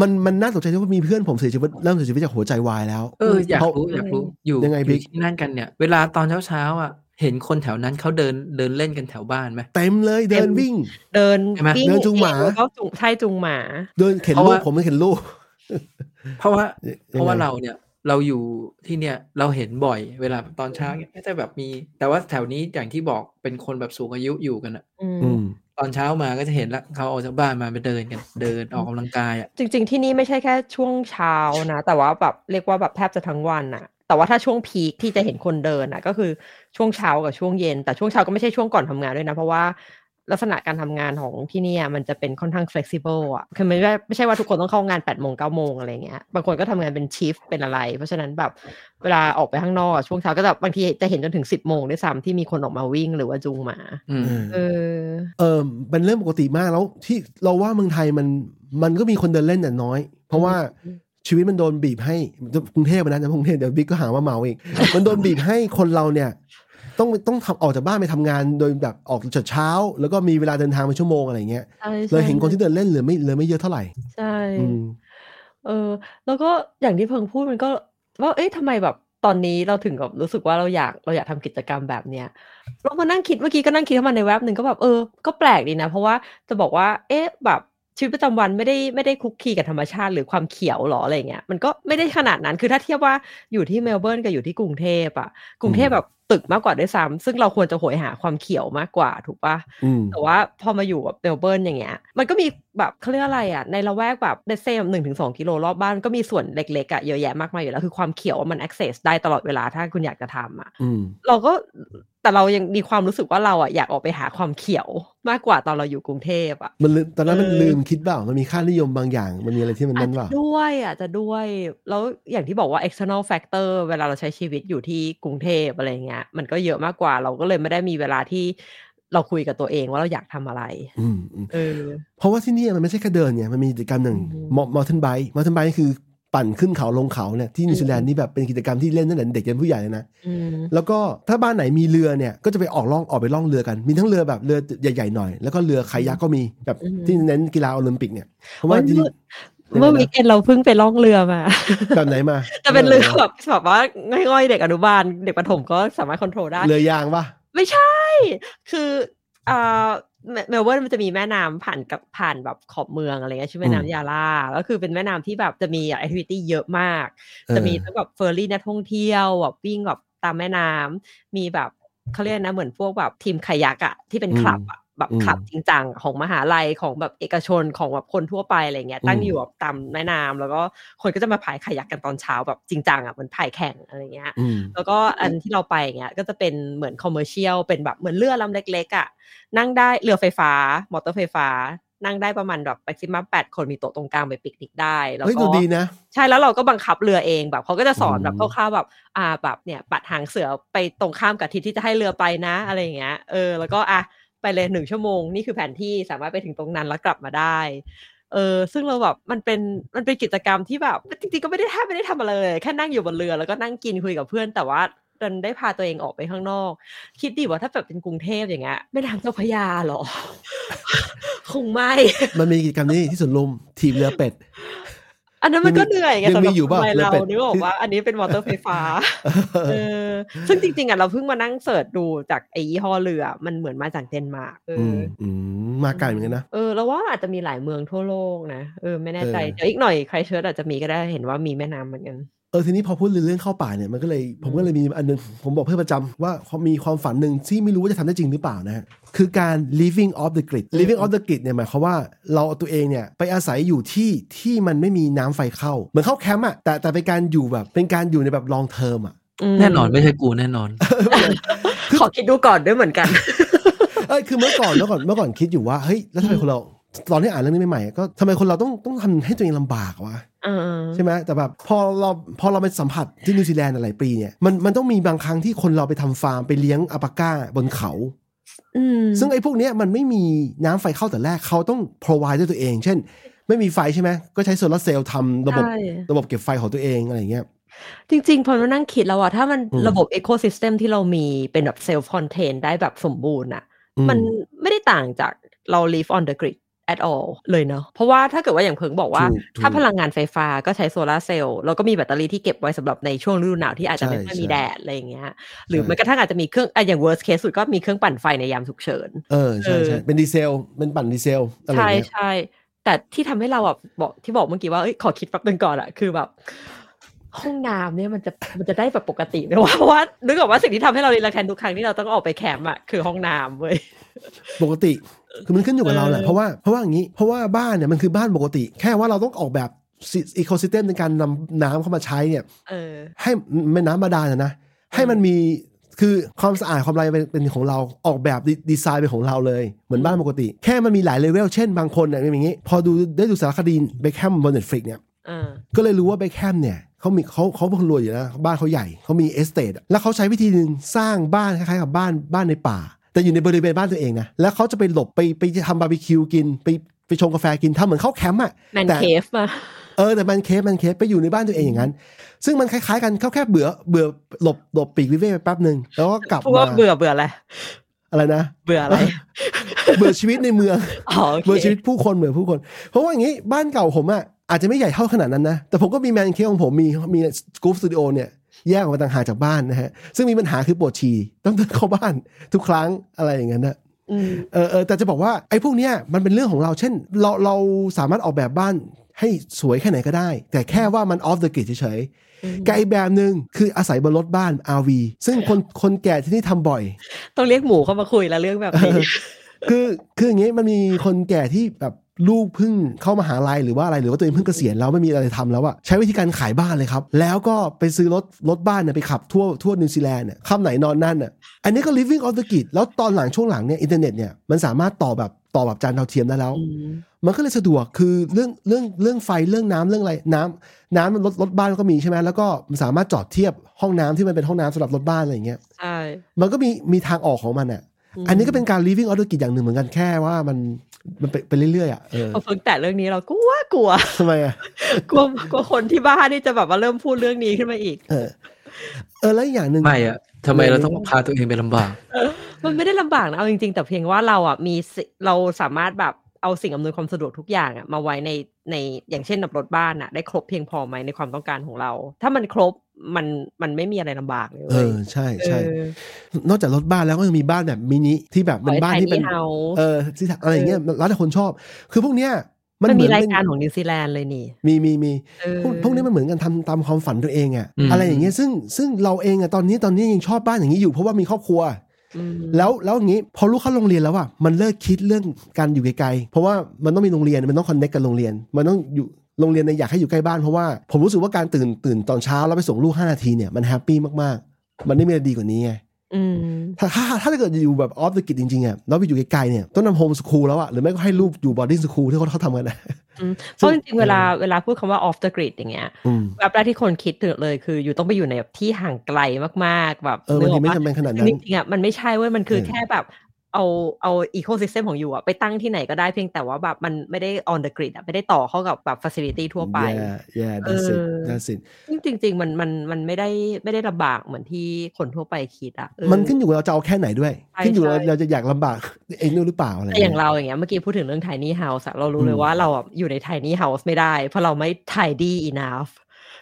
D: มันมันน่าตกใจที่ว่ามีเพื่อนผมเสียชีวิตเริ่มเสียชีวิตจากหัวใจวายแล้ว
E: เอออยาก
D: เขารู้
E: รู้อยากรู้อยู่
D: ยังไง
E: อ
D: บิ๊
E: ยู่
D: ก
E: ที่นั่นกันเนี่ย เวลาตอนเช้าเช้าๆอ่ะ เห็นคนแถวนั้นเขาเดินเดินเล่นกันแถวบ้านไหม
D: เต็มเลยเดินวิ่ง
C: เดิน
E: ใช่ไหม
C: วิ่
D: เดินจูงหมา
C: แล้วก็จูงใช่จูงหมา
D: เดินเข็น
E: เพราะ
D: ลูก
E: ว่า
D: ผมมันเข็นลูก
E: เพราะว่า เพราะว่า
D: ยังไง
E: เราเนี่ยเราอยู่ที่เนี่ยเราเห็นบ่อยเวลาตอนเช้าเนี่ยก็จะแบบมี แต่ว่าแถวนี้อย่างที่บอกเป็นคนแบบสูงอายุอยู่กันอะ
C: อืม
D: อืม
E: ตอนเช้ามาก็จะเห็นละเขาออกจากบ้านมาไปเดินกันเดินออกกำลังกายอะ
C: จริง ๆ ที่นี่ไม่ใช่แค่ช่วงเช้านะ แต่ว่าแบบเรียกว่าแบบแทบจะทั้งวันอะแต่ว่าถ้าช่วงพีคที่จะเห็นคนเดินอะก็คือช่วงเช้ากับช่วงเย็น แต่ช่วงเช้าก็ไม่ใช่ช่วงก่อนทำงานด้วยนะ เพราะว่าลักษณะการทำงานของที่เนี่ยมันจะเป็นค่อนข้าง flexible อะคือไม่ใช่ไม่ใช่ว่าทุกคนต้องเข้างาน8ปดโมงเก้าโมงอะไรเงี้ยบางคนก็ทำงานเป็นชิฟเป็นอะไร เพราะฉะนั้นแบบเวลาออกไปข้างนอกอะช่วงเช้าก็จะบางทีจะเห็นจนถึง 10บโมงด้วยซ้ำที่มีคนออกมาวิ่งหรือว่าจูงหมา
E: อืม
C: เออ
D: เออเป็นเรื่องปกติมากแล้วที่เราว่าเมืองไทยมันมันก็มีคนเดินเล่นแต่น้อย เพราะว่าชีวิตมันโดนบีบให้กรุงเทพอะนะจะกรุงเทพเดี๋ยวบิ๊กก็หาว่าเมาอีก มันโดนบีบให้คนเราเนี่ย ต้องต้องทำออกจากบ้านไปทำงานโดยแบบออกจากเช้า แล้วก็มีเวลาเดินทางเป็นชั่วโมงอะไรเงี้ย
C: ใช่ใช่
D: เลยเห็นคนที่เดินเล่นเหลือไม่เหลือไม่เยอะเท่าไหร่
C: ใช่
D: อืม
C: เออแล้วก็อย่างที่เพิงพูดมันก็ว่าเอ๊ะทำไมแบบตอนนี้เราถึงกับรู้สึกว่าเราอยากเราอยากทำกิจกรรมแบบเนี้ยแล้วมานั่งคิดเมื่อกี้ก็นั่งคิดเข้ามาในแว็บหนึ่งก็แบบเออก็แปลกดีนะ เพราะว่าจะบอกว่า เอ๊ะแบบชีวิตประจำวันไม่ได้ไม่ได้คุกคีกับธรรมชาติหรือความเขียวหรออะไรเงี้ยมันก็ไม่ได้ขนาดนั้นคือถ้าเทียบว่าอยู่ที่เมลเบิร์นกับอยู่ที่กรุงเทพอะกรุงเทพแบบตึกมากกว่าด้วยซ้ำซึ่งเราควรจะโหยหาความเขียวมากกว่าถูกปะ
D: อืม
C: แต่ว่าพอมาอยู่แบบเมลเบิร์นอย่างเงี้ย มันก็มีแบบเขาเรียกอะไรอ่ะ ในละแวกแบบเดซเซมหนึ่งถึงสองกิโลรอบบ้านก็มีส่วนเล็กๆอ่ะเยอะแยะมากมายอยู่แล้ว คือความเขียวอะมัน access ได้ตลอดเวลาถ้าคุณอยากจะทำอ่ะ
D: อืม
C: เราก็แต่เรายังมีความรู้สึกว่าเราอ่ะอยากออกไปหาความเขียวมากกว่าตอนเราอยู่กรุงเทพอ่ะ
D: มันลืมตอนนั้นมัน
C: เออ
D: ลืมคิดเปล่ามันมีค่านิยมบางอย่าง มันมีอะไรที่มัน
C: อาจ
D: นั่นเป
C: จะ
D: ล่า
C: ด้วยอาจจะด้วย แล้วอย่างที่บอกว่า external factor เวลาเราใช้ชีวิตอยู่ที่กรุงเทพอะไรเงี้ย มันก็เยอะมากกว่าเราก็เลยไม่ได้มีเวลาที่เราคุยกับตัวเองว่าเราอยากทำอะไร
D: อืมอืม
C: เออ
D: เพราะว่าที่เนี่ยมันไม่ใช่แค่เดินเนี่ยมันมีกิจกรรมหนึ่ง
C: อืม
D: มอลเทนไบค์มอลเทนไบค์คือปั่นขึ้นเขาลงเขาเนี่ยที่นิวซีแลน
C: อืม
D: ด์นี่แบบเป็นกิจกรรมที่เล่นตั้งแต่เด็กจนผู้ใหญ่เลยนะ
C: อืม
D: แล้วก็ถ้าบ้านไหนมีเรือเนี่ยก็จะไปออกล่องออกไปล่องเรือกัน มีทั้งเรือแบบเรือใหญ่ๆหน่อย แล้วก็เรือคายักก็มีแบบ
C: อืม
D: ที่เน้นกีฬาโอลิมปิกเนี่ยเพราะว่า
C: วัน
D: จริง
C: หยุด เมื่อวีคเอนเราเพิ่งไปล่องเรือมา
D: ๆแบบไหนมา
C: จะเป็นเรือแบบแบบว่าง่อยๆ เด็กอนุบาล เด็กประถมก็สามารถควบคุมได้
D: เรือยางปะ
C: ไม่ใช่ คือเอ่อเมเมลเบิร์นมันจะมีแม่น้ำผ่านกับผ่านแบบขอบเมืองอะไรเงี้ยชื่อแม่
D: อืม
C: น้ำยาล่าแล้วคือเป็นแม่น้ำที่แบบจะมีแอคทิวิตี้เยอะมาก
D: เออ
C: จะมีทั้งแบบเฟอร์รี่นักท่องเที่ยวแบบวิ่งแบบตามแม่น้ำมีแบบเขาเรียกนะเหมือนพวกแบบทีมคายักอะที่เป็นคลับอะแบบ
D: อืม
C: คลับจริงจังของมหาลัยของแบบเอกชนของแบบคนทั่วไปอะไรเงี้ยตั้ง
D: อืม
C: อยู่แบบตามแม่น้ำแล้วก็คนก็จะมาพายคายักกันตอนเช้าแบบจริงจังอะเหมือนพายแข่งอะไรเงี้ย
D: อืม
C: แล้วก็อันที่เราไปอย่างเงี้ยก็จะเป็นเหมือนคอมเมอร์เชียลเป็นแบบเหมือนเรือลำเล็กๆอะ่ะนั่งได้เรือไฟฟ้า มอเตอร์ไฟฟ้า นั่งได้ประมาณแบบแม็กซิมัมแปดคนมีโต๊ะตรงกลางไปปิกนิกได้แล้ว
D: เฮ้ย
C: ก็
D: ดูดีนะ
C: ใช่แล้วเราก็บังคับเรือเองแบบเขาก็จะสอนแบบ
D: อื
C: ค
D: ม
C: ร่าวๆแบบอ่าแบบเนี่ยปัดหางเสือไปตรงข้ามกับทิศที่จะให้เรือไปนะอะไรอย่างเงี้ยเออแล้วก็อ่ะไปเลยหนึ่งชั่วโมงนี่คือแผนที่สามารถไปถึงตรงนั้นแล้วกลับมาได้ เออซึ่งเราแบบมันเป็นมันเป็นกิจกรรมที่แบบจริงๆก็ไม่ได้แทบไม่ได้ทำอะไรเลย แค่นั่งอยู่บนเรือแล้วก็นั่งกินคุยกับเพื่อน แต่ว่าดันได้พาตัวเองออกไปข้างนอก คิดดิว่าถ้าแบบเป็นกรุงเทพอย่างเงี้ยแม่น้ำเจ้าพระยาเหรอ คงไม่
D: มันมีกิจกรรมนี้ที่สวนลุมทีมเรือเป็ด
C: อันนั้นมันก็เหนื่อยไง
D: ยัง
C: สำห
D: มี
C: รับ
D: อยู่
C: คน
D: ป่ะ
C: วัย
D: เรือ
C: เรา
D: เป็ด
C: นึกออกว่า อันนี้เป็นมอ เตอร์ไฟฟ้า เออซึ่งจริงๆอ่ะเราเพิ่งมานั่งเสิร์ชดูจากไอ้ยี่ห้อเรือ มันเหมือนมาจากเดนมาร์กเออ
D: อื
C: อ
D: มอืมมาไกลเหมือนกันนะ
C: เออเราว่าอาจจะมีหลายเมืองทั่วโลกนะ เออ ไม่แน่ใจ
D: เออ
C: เดี๋ยวอีกหน่อยใครเชิร์อาจจะมีก็ได้เห็นว่ามีแม่น้ำเหมือนกัน
D: เออทีนี้พอพูดเรื่องเข้าป่าเนี่ยมันก็เลยผมก็เลยมีอันนึงผมบอกเพื่อนประจำว่ามีความฝันหนึ่งที่ไม่รู้ว่าจะทำได้จริงหรือเปล่านะฮะคือการ living off the grid living off the grid เนี่ยหมายความว่าเราเอาตัวเองเนี่ยไปอาศัยอยู่ที่ที่มันไม่มีน้ำไฟเข้า เหมือนเข้าแคมป์อะแต่แต่เป็นการอยู่แบบเป็นการอยู่ในแบบ long term อะ
C: ม
E: แน่นอนไม่ใช่กูแน่นอน
C: ขอคิดดูก่อนด้วยเหมือน กัน
D: เอ้ยคือเมื่อก่อนเมื่อก่อนเมื่อก่อนคิดอยู่ว่าเฮ้ยแล้วทำไมคนเราตอนที่อ่านเรื่องนี้ใหม่ๆก็ทำไมคนเราต้องต้องทำให้ตัวเองลำบากวะ
C: เออ
D: ใช่ไหมแต่แบบพอเราพอเราไปสัมผัสที่นิวซีแลนด์หลายปีเนี่ยมันมันต้องมีบางครั้งที่คนเราไปทำฟาร์มไปเลี้ยงอัลปาก้าบนเขา
C: อืม
D: ซึ่งไอ้พวกเนี้ยมันไม่มีน้ำไฟเข้าแต่แรกเขาต้อง provide ด้วยตัวเอง เช่น ไม่มีไฟใช่ไหมก็ใช้โซลาร์เซลล์ทำระบบ
C: ใช่
D: ระบบเก็บไฟของตัวเองอะไรอย่างเงี้ย
C: จริงๆพอมานั่งคิดแล้วอะถ้ามัน
D: อืม
C: ระบบเอโค y ิสเต็มที่เรามีเป็นแบบเซลฟ์คอนเทนได้แบบสมบูรณ์อะ
D: อื
C: มันไม่ได้ต่างจากเรา live on the grid at all เลยเนาะ เพราะว่าถ้าเกิดว่าอย่างเพิงบอกว่า
D: ถูกถูก
C: ถ้าพลังงานไฟฟ้าก็ใช้โซลาร์เซลล์แล้วก็มีแบตเตอรี่ที่เก็บไว้สำหรับในช่วงฤดูหนาวที่อาจจะไม่
D: ใช่
C: ค่อยมี
D: ใช่
C: แดดอะไรอย่างเงี้ย หรือ
D: ใช่
C: แม้กระทั่งอาจจะมีเครื่องอ่ะอย่าง worst case สุดก็มีเครื่องปั่นไฟในยามฉุกเฉิน
D: เออใช่ใช่
C: เออ
D: เป็นดีเซลเป็นปั่นดีเซลอะไรอ
C: ใช่
D: ย่างเงี้ย
C: ใช่แต่ที่ทำให้เราอ่ะบอกที่บอกเมื่อกี้ว่าเอ้ยขอคิดแป๊บนึงก่อนอะคือแบบ ห้องน้ำเนี่ยมันจะมันจะได้แบบปกติไหมวะเพราะว่านึกออกว่าสิ่งที่ทำให้เรารีแลกแทนทุกครั้งที่เราต้องออกไปแคมป์อะคือห้องน้ำเว้ย
D: ปกติ คือมันขึ้นอยู่กับเราแหละ
C: เออ
D: เพราะว่าเพราะว่าอย่างนี้เพราะว่าบ้านเนี่ยมันคือบ้านปกติ แค่ว่าเราต้องออกแบบอีโคซิสเต็มในการนำน้ำเข้ามาใช้เนี่ย
C: เออ
D: ให้แม่น้ำบาดาลนะนะ ให้มันมีคือความสะอาดความอะไรเป็นเป็นของเราออกแบบดีดีไซน์เป็นของเราเลย เหมือนบ้านปกติ แค่มันมีหลายเลเวลเช่นบางคนเนี่ยเป็นอย่างนี้พอดูได้ดูสารคดีเบคแฮมบนเน็ตฟลิกเนี่ย
C: เออ
D: ก็เลยรู้ว่าเบคแฮมเนี่ยเขามีเขาเขาเป็นคนรวยอยู่นะบ้านเขาใหญ่เขามีเอสเตดแล้วเขาใช้วิธีหนึ่งสร้างบ้านคล้ายๆกับบ้านบ้านในป่า แต่อยู่ในบริเวณบ้านตัวเองนะแล้วเขาจะไปหลบไปไปทำบาร์บีคิวกินไปไปชงกาแฟกินทำเหมือนเข้าแคมป์อะ
C: แมน
D: แต่
C: เคฟมา
D: เออแต่มันเคฟมันเคฟไปอยู่ในบ้านตัวเองอย่างนั้น ซึ่งมันคล้ายๆกันเขาแค่เบื่อเบื่อหลบหลบปีกวิเวกไปแป๊บหนึ่งแล้วก็กลับ
C: พูด
D: มา
C: ว่าเบื่อเบื่ออะไร
D: อะไรนะ
C: เบื่ออะไร
D: เบื่อชีวิตในเมือง
C: อ๋อโอเค
D: เบื่อชีวิตผู้คนเบื่อผู้คน เพราะว่าอย่างนี้บ้านเก่าผมอ่ะอาจจะไม่ใหญ่เท่าขนาดนั้นนะ แต่ผมก็มีแมนเคฟของผมมีมีสกู๊ปสตูดิโอเนี่ยแยกออกมาต่างหากจากบ้านนะฮะ ซึ่งมีปัญหาคือปวดฉี่ต้องเดินเข้าบ้านทุกครั้งอะไรอย่างนั้นนะ
C: อืม
D: เออเออแต่จะบอกว่าไอ้พวกเนี้ยมันเป็นเรื่องของเราเช่น เราเราสามารถออกแบบบ้านให้สวยแค่ไหนก็ได้ แต่แค่ว่ามัน off the grid เฉยๆไกลแบบหนึ่งคืออาศัยบนรถบ้าน RV ซึ่งคนคนแก่ที่นี่ทำบ่อย
C: ต้องเรียกหมูเข้ามาคุยแล้วเรื่องแบบนี้
D: คือคืออย่างงี้มันมีคนแก่ที่แบบลูกเพิ่งเข้ามหาลัยหรือว่าอะไรหรือว่าตัวเองเพิ่งเกษียณแล้วไม่มีอะไรทำแล้วอะใช้วิธีการขายบ้านเลยครับ แล้วก็ไปซื้อรถรถบ้านเนี่ยไปขับทั่วทั่วนิวซีแลนด์เนี่ยค่ำไหนนอนนั่นอะอันนี้ก็ living off the grid แล้วตอนหลังช่วงหลังเนี่ยอินเทอร์เน็ตเนี่ยมันสามารถต่อแบบต่อแบบจานดาวเทียมได้แล้ว มันก็เลยสะดวกคือเรื่องเรื่องเรื่องไฟเรื่องน้ำเรื่องอะไรน้ำน้ำรถรถบ้านก็มีใช่ไหมแล้วก็มันสามารถจอดเทียบห้องน้ำที่มันเป็นห้องน้ำสำหรับรถบ้านอะไรอย่างเงี้ย
C: ใช่
D: มันก็มีมีทางออกของมันอะ อันนี้ก็เป็นการ living out ธุรกิจอย่างหนึ่งเหมือนกันแค่ว่ามันมันไปไปเรื่อยๆอ่ะเออ
C: พอเพิ่งแต่เรื่องนี้เรากลัวกลัว
D: ทำไมอ่ะ
C: กลัวกลัวคนที่บ้านนี่จะแบบว่าเริ่มพูดเรื่องนี้ขึ้นมาอีก
D: เออเออแล้วอีกอย่างหนึ่ง
E: ไม่อะทำไมเราต้องพาตัวเองไปลำบาก
C: มันไม่ได้ลำบากนะเอาจริงๆ แต่เพียงว่าเราอ่ะมีสิเราสามารถแบบเอาสิ่งอำนวยความสะดวกทุกอย่างอ่ะมาไว้ในในอย่างเช่นนับรถบ้านอ่ะได้ครบเพียงพอไหมในความต้องการของเรา ถ้ามันครบมันมันไม่มีอะไรลำบากเลย
D: เออใช่ใช่
C: เออน
D: อกจากรถบ้านแล้วก็ยังมีบ้านแบบมินิที่แบบเป็นบ้านที่เป็น
C: ขอให้ tiny house
D: เออที่อะไรอย่างเงี้ยแล้วแต่คนชอบ คือพวกเนี้ยมัน
C: มัน
D: เหมื
C: มี
D: อน
C: ราย
D: เป็น
C: การของนิวซีแลนด์เลยนี่
D: มีมีมี
C: เออ
D: พวกพวกนี้มันเหมือนกันทำตามความฝันตัวเองอ่ะ
E: อืม
D: อะไรอย่างเงี้ยซึ่งซึ่งเราเองอ่ะตอนนี้ตอนนี้ยังชอบบ้านอย่างนี้อยู่เพราะว่ามีครอบครัว
C: อืม
D: แล้วแล้วอย่างนี้พอลูกเข้าโรงเรียนแล้วอ่ะมันเลิกคิดเรื่องการอยู่ไกลๆเพราะว่ามันต้องมีโรงเรียนมันต้องคอนเน c กกับโรงเรียน มันต้องอยู่โรงเรียนในยอยากให้อยู่ใกล้บ้านเพราะว่าผมรู้สึกว่าการตื่นตื่นตอนเช้าแล้วไปส่งลูก 5 นาทีเนี่ยมันแฮปปี้มากๆ มันไม่มีอะไรดีกว่านี้ไง
C: อืม
D: ถ้าถ้าถ้าเกิดอยู่แบบออฟเดอะกิจจริงๆอ่ะแล้วไปอยู่ไกลๆเนี่ยต้องนำโฮมสคูลแล้วอ่ะหรือไม่ก็ให้ลูกอยู่บอร์ดิ้งสคูลที่เขาเขาทำกันนะ
C: อืมเพ
D: ซึ่ง
C: ราะจริงๆ
D: เออ
C: เวลาเวลาพูดคำว่า off the grid อย่างเงี้ย
D: อืม
C: แบบแรกที่คนคิดถึงเลยคืออยู่ต้องไปอยู่ในแบบที่ห่างไกลมากๆ แบบ
D: เออมัน
C: ก
D: ดี
C: ก
D: ไม่
C: ปะ
D: จำเป็นขนาด
C: คือ
D: นั้น
C: จริงๆอ่ะมันไม่ใช่เว้ยมันคือ
D: เออ
C: แค่แบบ เอาเอาอีโค y ิสเต็มของอยู่อ่ะไปตั้งที่ไหนก็ได้เพียงแต่ว่าแบบมันไม่ได้ on the grid อ่ะไม่ได้ต่อเข้ากับแบบ facility ทั่วไป
D: yeah yeah that's it
C: เออ
D: that's it
C: ซึ่งจริง ๆ มันมันมันไม่ได้ไม่ได้ลำบากเหมือนที่คนทั่วไปคิดอ่ะเออ
D: มันขึ้นอยู่กับเราจะเอาแค่ไหนด้วย
C: ใช่
D: ขึ้นอยู่กับ
C: ใช่
D: เราจะอยากลำบากเองด้วยหรือเปล่าอะไร
C: แต่อย่าง
D: เงี้ย
C: เราอย่างเงี้ยเมื่อกี้พูดถึงเรื่อง tiny house อะเรารู้เล
D: อื
C: ย
D: ม
C: ว่าเราอ่ะอยู่ใน tiny house ไม่ได้ เพราะเราไม่ tidy enough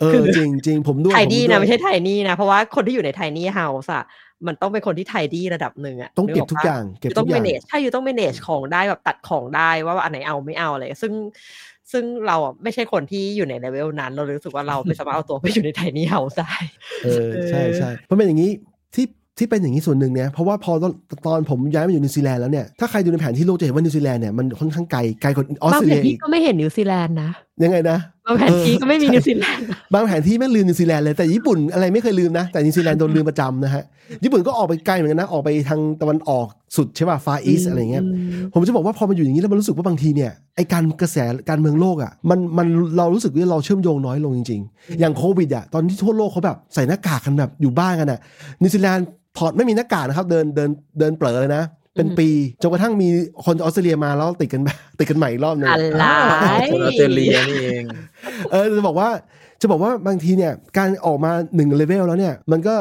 D: เออจริงจริงผมด้วย
C: ไทย
D: ผม
C: ดี
D: ด้ว
C: นะ
D: ย
C: ไม่ใช่ไทยนี่นะ เพราะว่าคนที่อยู่ในไทยนี่เฮาส์อะมันต้องเป็นคนที่ไทยดีระดับหนึ่งอะ
D: ต้องเก็บ
C: นึ
D: ทุก
C: ปะ
D: อย่าง เก็บ
C: ยูต้
D: ทุ
C: อง
D: กอย่าง
C: manage ใช่อยู่ต้อง manage ของได้แบบตัดของได้ว่าอันไหนเอาไม่เอาอะไรซึ่ง ซึ่งเราอ่ะไม่ใช่คนที่อยู่ในเลเวลนั้น เราเลยรู้สึก ว่าเราไม่สามารถเอาตัวไปอยู่ในไทนี่เฮาได้
D: เออใช่ใช่เพราะเป็นอย่างนี้ที่ที่เป็นอย่างนี้ส่วนหนึ่งเนี่ยเพราะว่าพอตอนตอนผมย้ายมาอยู่นิวซีแลนด์แล้วเนี่ยถ้าใครดูในแผนที่โลกจะเห็นว่านิวซีแลนด์เนี่ยมันค่อนข้างไกลไกลกว่าออบ
C: า
D: ส
C: งแผ
D: เตรเลี
C: น
D: ย
C: ที่
D: อีก
C: ก็ไม่เห็นนิวซีแลนด์นะ
D: ยังไงนะ
C: บางแผนที่ก็ไม่มี
D: เออ
C: นิวซีแลนด์นะ
D: บางแผนที่ไม่ลืมนิวซีแลนด์เลยแต่ญี่ปุ่นอะไรไม่เคยลืมนะ แต่นิวซีแลนด์โดนลืมประจำนะฮะ ญี่ปุ่นก็ออกไปไกลเหมือนกันนะ ออกไปทางตะวันออกสุดใช่ป่ะฟาอีสอะไรเงี้ย ผมจะบอกว่าพอมันอยู่อย่างนี้แล้วมันรู้สึกว่าบางทีเนี่ยไอการกระแสการเมืองโลกอ่ะมันมันเรารู้สึกว่าเราเชื่อมโยงน้อยลงจริง ๆ อย่างโควิดอ่ะตอนที่ทั่วโลกเขาแบบใส่หน้ากากกันแบบอยู่บ้านกันอ่ะนิวซีแลนด์ถอดไม่มีหน้ากากนะครับเดินเดินเดินเปลอเลยนะ เป็นปีจนกระทั่งมีคนจากออสเตรเลียมาแล้วติดกันแบบติดกันใหม่อีกรอบหนึง
C: อะไร
E: คนออสเตรเลียนี่เอง
D: เออจะบอกว่าจะบอกว่าบางทีเนี่ยการออกมาหนึ่งเลเวลแล้วเนี่ยมันก็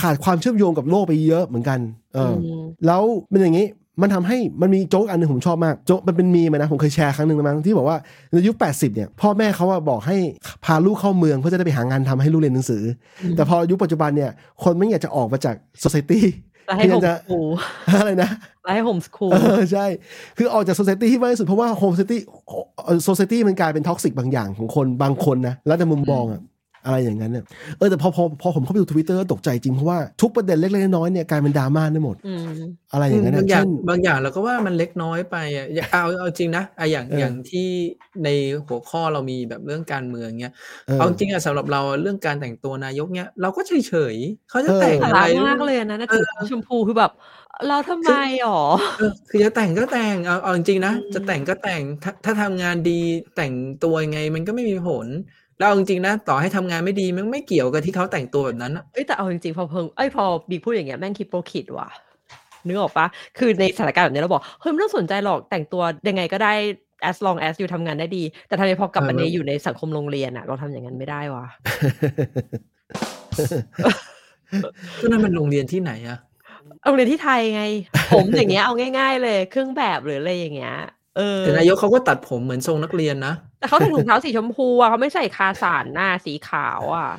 D: ขาดความเชื่อมโยงกับโลกไปเยอะเหมือนกันเอออ
C: ม
D: แล้วมันอย่างนี้มันทำให้มันมีโจ๊กอันหนึงผมชอบมากโจ๊กมันเป็นมีมอะนะผมเคยแชร์ครั้งหนึ่งแล้วมั้งที่บอกว่าในยุค 80เนี่ยพ่อแม่เขาอะบอกให้พาลูกเข้าเมืองเพื่อจะได้ไปหางานทำให้ลูกเรียนหนังสืออแต่พอยุคปัจจุบันเนี่ยคนไม่อยากจะออกมาจากสังคม
C: จะให้โฮ
D: เดี๋
C: มส
D: ยวจะ
C: คูล
D: อะไรนะ
C: จะให้โฮมสคูล
D: เออใช่ คือออกจากโซเซตี้ที่มากที่สุด เพราะว่าโฮมโซเซตี้โซเซตี้มันกลายเป็นท็อกซิกบางอย่างของคนบางคนนะ แล้วแต่มุมมองอะอะไรอย่างนั้นเนี่ยเออแต่พอพอพอผมเข้าไปดูทวิตเตอร์ตกใจจริง เพราะว่าทุกประเด็นเล็กๆน้อยๆเนี่ยกลายเป็นดราม่าได้หมด
C: อืม
D: อะไรอย่างนั้น
E: บา
D: นะ
E: งอย่าง
D: เช่น
E: บางอย่างเราก็ว่ามันเล็กน้อยไปอ่ะอย่าเอาเอาจริงนะอะอย่าง
D: เอออ
E: อย่างที่ในหัวข้อเรามีแบบเรื่องการเมืองเนี้ย
D: เออ
E: เอาจริงอ่ะสำหรับเราเรื่องการแต่งตัวนายกเนี้ยเราก็เฉยเฉยๆเขาจะ
D: เออ
E: แต่ง
C: สา
E: อะไร
C: ระมากเลยนะนะถึงชมพูคือแบบ เราทำไมหรอ
E: เออคือจะแต่งก็แต่งเอาเอาจริงนะจะแต่งก็แต่งถ้าถ้าทำงานดีแต่งตัวยังไงมันก็ไม่มีผลแล้วเอาจริงๆนะต่อให้ทำงานไม่ดีมันไม่เกี่ยวกับที่เขาแต่งตัวแบบนั้นอะ
C: เอ้ยแต่เอาจริงๆพอเพิ่งเอ้ยพอบีพูดอย่างเงี้ยแม่งคิดโปรคิดว่ะนึกออกปะคือในสถานการณ์แบบเนี้ยเราบอกเฮ้ยไม่ต้องสนใจหรอกแต่งตัวยังไงก็ได้ as long as you ทำงานได้ดี แต่ทำไมพอกลับ
E: เออ
C: มา
E: มัน
C: ในอยู่ในสังคมโรงเรียนอะเราทำอย่างนั้นไม่ได้ว่ะ
E: ก็นั่นมันโรงเรียนที่ไหนอะ
C: โรงเรียนที่ไทยไง ผมอย่างเงี้ยเอาง่าย ๆ เลยเครื่องแบบหรืออะไรอย่างเงี้ยเออ
E: แต่นายกเขาก็ตัดผมเหมือนทรงนักเรียนนะ
C: แต่เขาใส่ถุงเท้าสีชมพูอะเขาไม่ใส่คาสานหน้าสีขาวอะ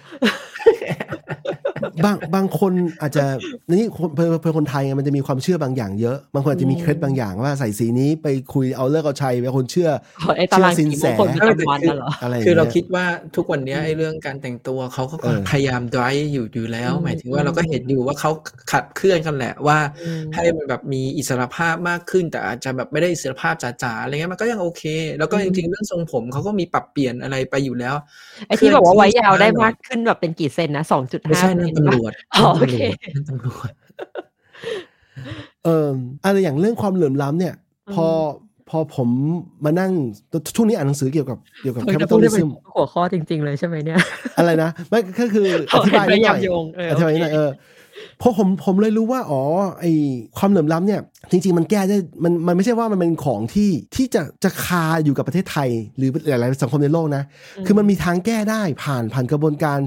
D: บางบางคนอาจจะนี่คนเพื่อนเพื่อนคนไทยไงมันจะมีความเชื่อบางอย่างเยอะ บางคนอาจจะมีเคล็ดบางอย่างว่าใส่สีนี้ไปคุยเอาเลิกเอาชัยไปคนเชื่อ
C: ไอ้ตาราง
D: เชื่อสิน
C: สี
D: แส
C: มงคลประจำวันน่ะเหรอ
D: อะไรย่ง
E: คือ
D: งี้ย
E: เราคิดว่าทุกวันเนี้ยไอ้เรื่องการแต่งตัวเขาก็
D: เออ
E: พยายามไว้อยู่อยู่แล้ว
C: อืม
E: หมายถึงว่าเราก็เห็นอยู่ว่าเขาขับเคลื่อนกันแหละว่า
C: อืม
E: ให้มันแบบมีอิสรภาพมากขึ้น แต่อาจจะแบบไม่ได้อิสรภาพจ๋าๆอะไรเงี้ยมันก็ยังโอเค แล้วก็จริงๆเรื่องทรงผมเขาก็มีปรับเปลี่ยนอะไรไปอยู่แล้ว
C: ไอ้ที่บอกว่าไว้ยาวได้
E: เคลื่อนที่ช้หน่อ
C: มากขึ้นแบบเป็นกี่เซนนะสองจุด
E: ไม่
C: ห้า
E: ใช่
C: เซ
E: นั่น
C: น
E: ตำร
C: ปะ
E: วจ
C: อ๋อโอเค
E: นั่นตำรวจ
D: เอออะไรอย่างเรื่องความเหลื่อมล้ำเนี่ย พอพอผมมานั่งช่วงนี้อ่านหนังสือเกี่ยวกับเกี่ยวกับ
C: เฮ้ย
D: แคปิ
C: จะ
D: ตอ
C: พูด
D: ลิ
C: ได้เป็
D: ซึ
C: น
D: ม
C: หัวข้อจริง ๆ เลยใช่ไหมเนี่ย
D: อะไรนะไม่ก็คืออธิบายนิดหน่อย
C: โยงเออ
D: อ
C: อ
D: ธิบายนิดหน่อยเออเพราะผมผมเลยรู้ว่าอ๋อไอความเหลื่อมล้ำเนี่ย จริง ๆ มันแก้ได้มันมันไม่ใช่ว่ามันเป็นของที่ที่จะจะคาอยู่กับประเทศไทย หรือหลายๆสังคมในโลกนะ คือมันมีทางแก้ได้ผ่านผ่านกระบวนการ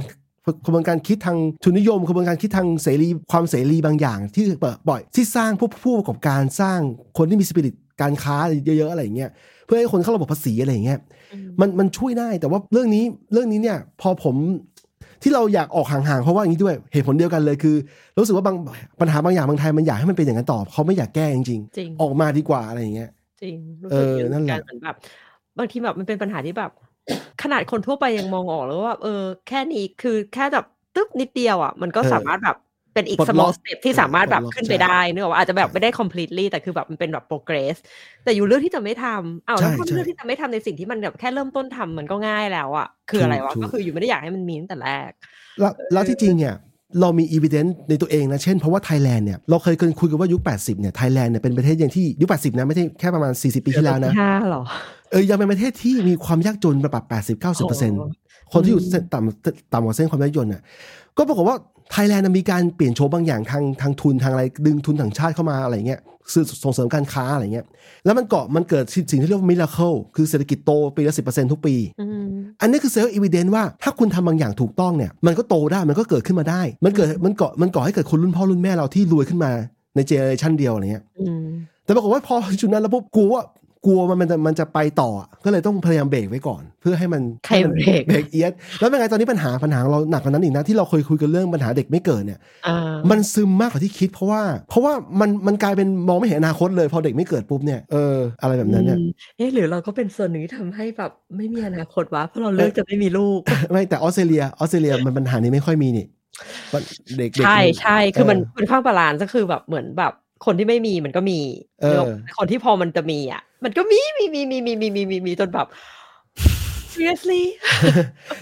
D: กระบวนการคิดทางทุนนิยมกระบวนการคิดทางเสรีความเสรีบางอย่าง ที่เปิดบ่อยที่สร้างผู้ผู้ประกอบการสร้างคนที่มีสปิริตการค้าเยอะๆอะไรอย่างเงี้ยเพื่อให้คนเข้าระบบภาษีอะไรอย่างเงี้ยมันมันช่วยได้แต่ว่าเรื่องนี้เรื่องนี้เนี่ยพอผมที่เราอยากออกห่างๆเพราะว่าอย่างนี้ด้วยเหตุผลเดียวกันเลยคือ รู้สึกว่าบางปัญหาบางอย่างบางไทยมันอยากให้มันเป็นอย่างนั้นต่อเขาไม่อยากแก้จริง
C: จริง
D: ๆออกมาดีกว่าอะไรอย่างเงี้ย
C: จริงรู้
D: เอ
C: สึก
D: อ
C: เยอะเห
D: นั่
C: มือนนกัน
D: แหละ
C: เหมือนแบบบางทีแบบมันเป็นปัญหาที่แบบ ขนาดคนทั่วไปยังมองออกแล้วว่าเออ แค่นี้คือแค่แบบตึ๊บนิดเดียวอ่ะมันก็สามารถแบบเป็นอีก
D: ปลดล็อ
C: small
D: ก
C: step ที่สามารถแบบ
D: ปลดล็อก
C: ขึ้นไป
D: ใช่
C: ได้เนกอะอาจจะแบบไม่ได้ completely แต่คือแบบมันเป็นแบบ progress แต่อยู่เรื่องที่จะไม่ทำเอาวแล้ว
D: ใช่
C: ถ้า
D: ใช่
C: เรื่องที่จะไม่ทำในสิ่งที่มันแบบแค่เริ่มต้นทำมันก็ง่ายแล้วอ่ะคืออะไรวะ
D: ถูกถูก
C: ก็คืออยู่ไม่ได้อยากให้มันมีตั้งแต่แรก
D: แล้วแล้วที่จริงเนี่ยเรามี evidence ในตัวเองนะเช่นเพราะว่าไทยแลนด์เนี่ยเราเคยเคยคุยกันว่ายุค 80เนี่ยไทยแลนด์เนี่ยเป็นประเทศอย่างที่ยุค 80 นะไม่ใช่แค่ประมาณ 40 ปีที่แล้วนะ
C: ห้าหรอ
D: เออยังเป็นประเทศที่มีความยากจนประมาณ80 90เปอร์เซ็นต์คนที่อยู่เส้นต่ำต่ำกว่าเส้นความยากจนน่ะก็ปรากฏว่าไทยแลนด์มีการเปลี่ยนโฉมบางอย่างทางทางทุนทางอะไรดึงทุนต่างชาติเข้ามาอะไรเงี้ยซื้อส่งเสริมการค้าอะไรเงี้ยแล้วมันเกาะมันเกิดสิ่งที่เรียกว่ามิราเคิลคือเศรษฐกิจโตปีละ10%ทุกปี
C: อืม
D: อันนี้คือเซลล์อีวิเดนว่าถ้าคุณทำบางอย่างถูกต้องเนี่ย มันก็โตได้มันก็เกิดขึ้นมาได้ มันเกิดมันก่อมันก่อให้เกิดคนรุ่นพ่อรุ่นแม่เราที่รวยขึ้นมาในเจเนอเรชันเดียวอะไรเงี้ย
C: อืม
D: แต่ปรากฏว่าพอจุดนั้นแล้วปุ๊บกูว่า กลัวมันมันจะมันจะไปต่ออะก็เลยต้องพยายามเบรกไว้ก่อน เพื่อให้มัน
C: ใครเบรก
D: เบรกเอียดแล้วเป็นไงตอนนี้ปัญหาปัญหาของเราหนักกว่านั้นอีกนะที่เราเคยคุยกันเรื่องปัญหาเด็กไม่เกิดเนี่ย
C: อ่า
D: มันซึมมากกว่าที่คิดเพราะว่า เพราะว่ามันมันกลายเป็นมองไม่เห็นอนาคตเลยพอเด็กไม่เกิดปุ๊บเนี่ยเอออะไรแบบนั้นเนี่ย
C: อืมเอ๊ะหรือเราก็เป็นส่วนหนึ่งที่ทำให้แบบไม่มีอนาคตวะเพราะเราเลือกจะไม่มีลูก
D: ไม่แต่ออสเตรเลียออสเตรเลียมันปัญหานี้ไม่ค่อยมีนี่ว่าเด็กๆ
C: ใช่ใช่คือมัน
D: เออ
C: มันค่อนข้างบาลานซ์ก็คือแบบเหมือนแบบคนที่ไม่มีมันก็มี
D: เออ
C: แล้วคนที่พอมันจะมีอ่ะ มันก็มีมีมีมีมีมีมีมีมีจนแบบ seriously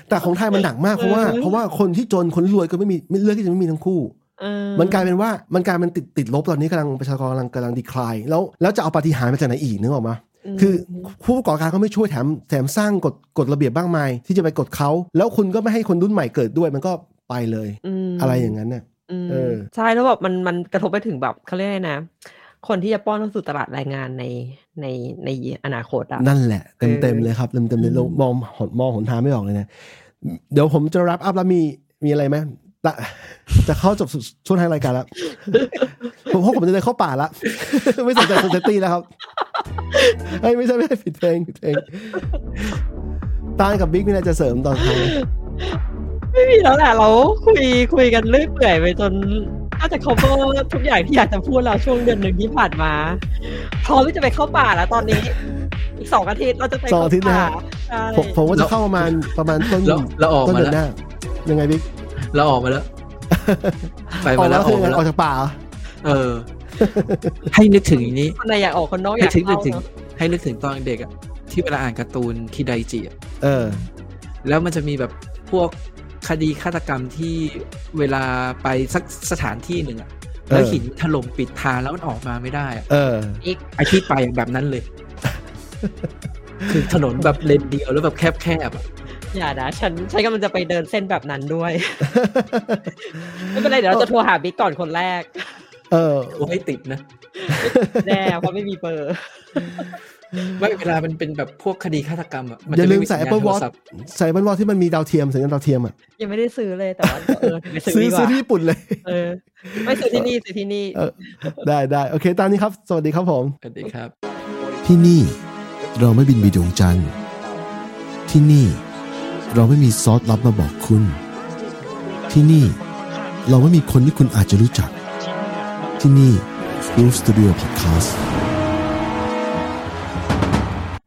D: แต่ของไทยมันหนักมากเพราะว่า
C: เออ
D: เพราะว่าคนที่จนคนรวยก็ไม่มีไม่เลือกที่จะไม่มีทั้งคู่
C: เออ
D: มันกลายเป็นว่ามันกลายเป็นติดติดลบตอนนี้กำลังประชากรกำลังกำลังดีคลายแล้วแล้วจะเอาปาฏิหารย์มาจากไหนอีกนึกออกมา
C: อืม
D: คือผู้ประกอบการก็ไม่ช่วยแถมแถมสร้างกฎกฎระเบียบบ้างมายที่จะไปกดเขาแล้วคุณก็ไม่ให้คนรุ่นใหม่เกิดด้วยมันก็ไปเลย
C: ม
D: อะไรอย่างนั้นเนี่ย
C: ม
D: เออ
C: ใช่แล้วแบบมันมันกระทบไปถึงแบบเขาเรียกอะไรนะ คนที่จะป้อนเข้าสู่ตลาดแรงงานในในในอนาคตอ่ะ
D: นั่นแหละเต็มเต็ม
C: เออ
D: เลยครับเต็มเต็มเลยเรามองหนมองหนทางไม่ออกเลยนะ เดี๋ยวผมจะรับอัพแล้วมีมีอะไรไหมละจะเข้าจบสุดช่วงท้ายรายการแล้ว ผมพวกผมจะเดินเข้าป่าละ ไม่สนใจสนเซตี้แล้วครับเอ้ยไม่ใช่ไม่ใช่ผิดเพลงผิดเพลงตานกับบิ๊กมีอะไรจะเสริมตอนท้ายไหม
C: ไม่มีแล้วแหละเราคุยคุยกันเรื่อยเปื่อยไปจนน่าจะ cover ทุกอย่างที่อยากจะพูดเราช่วงเดือนหนึ่งที่ผ่านมาพร้อมที่จะไปเข้าป่าแล้วตอนนี้ อีกสองอาทิตย์เราจะไป
D: สองอาทิตย์นะ
C: เข้า
D: ฮะ
C: ป่าใช่
D: ผมผมก็จะเข้าประมาณประมาณต้น
E: เราเราออก
D: ต้น
E: มา
D: เดือนห
E: แล้ว
D: น้ายังไงบิ๊ก
E: เราออกมาแล้ว ไป
D: ออ
E: มาก แล้วอ
D: คือ อก ยังไง
E: มาแล้ว
D: ออกจากป่าเหรอ
E: เออ ให้นึกถึงอย่างนี้
C: คนในอยากออกคนนอกอ
E: ให้
C: ยาก
E: ถึงนึ
C: เข้าก
E: ถึง
C: เนอะ
E: ให้นึกถึงตอนเด็กอะที่เวลาอ่านการ์ตูนคิไดจิอะ
D: เออ
E: แล้วมันจะมีแบบพวกคดีฆาตกรรมที่เวลาไปสักสถานที่หนึ่งอะ
D: เออ
E: แล้วหินถล่มปิดทางแล้วมันออกมาไม่ได้อะ
D: เออ
C: อีก
E: ไอที่ไปแบบนั้น เลย คือถนนแบบเลนเดียวแล้วแบบแคบๆอะ
C: อย่านะฉันฉันกำลังจะไปเดินเส้นแบบนั้นด้วย ไม่เป็นไรเดี๋ยวเราจะโทรหาบิ๊กก่อนคนแร ก
D: เออ
E: โอ้ให้ติดนะ
C: แน่เพราะไม่มีเบอร์
E: ไม่เวลามันเป็นแบบพวกคดีฆาตกรรมอะมัน
D: อย่า
E: จะ
D: ลื
E: ไม่
D: ม
E: มี
D: ใส่
E: สัญญาณ
D: Apple
E: โทร
D: Watch
E: ศัพท์
D: ใส่ Apple Watch ที่มันมีดาวเทียมสัญญาณดาวเทียมอ่ะ
C: ยังไม่ได้ซื้อเลยแต่ว่าเออไปซื้อดี
D: ซื้อ
C: ก
D: ซื้อ
C: ว่า
D: ที่ญี่ปุ่นเลย
C: เออ ไม่ซื้อที่นี่ซื้อที่นี่
D: เออ ได้ได้โอเคตามนี้ครับ สวัสดีครับผม
E: สวัสดีครับ
B: ที่นี่เราไม่บินไปดวงจันทร์ ที่นี่เราไม่มีซอสลับมาบอกคุณ ที่นี่เราไม่มีคนที่คุณอาจจะรู้จัก ที่นี่ Groove Studio Podcast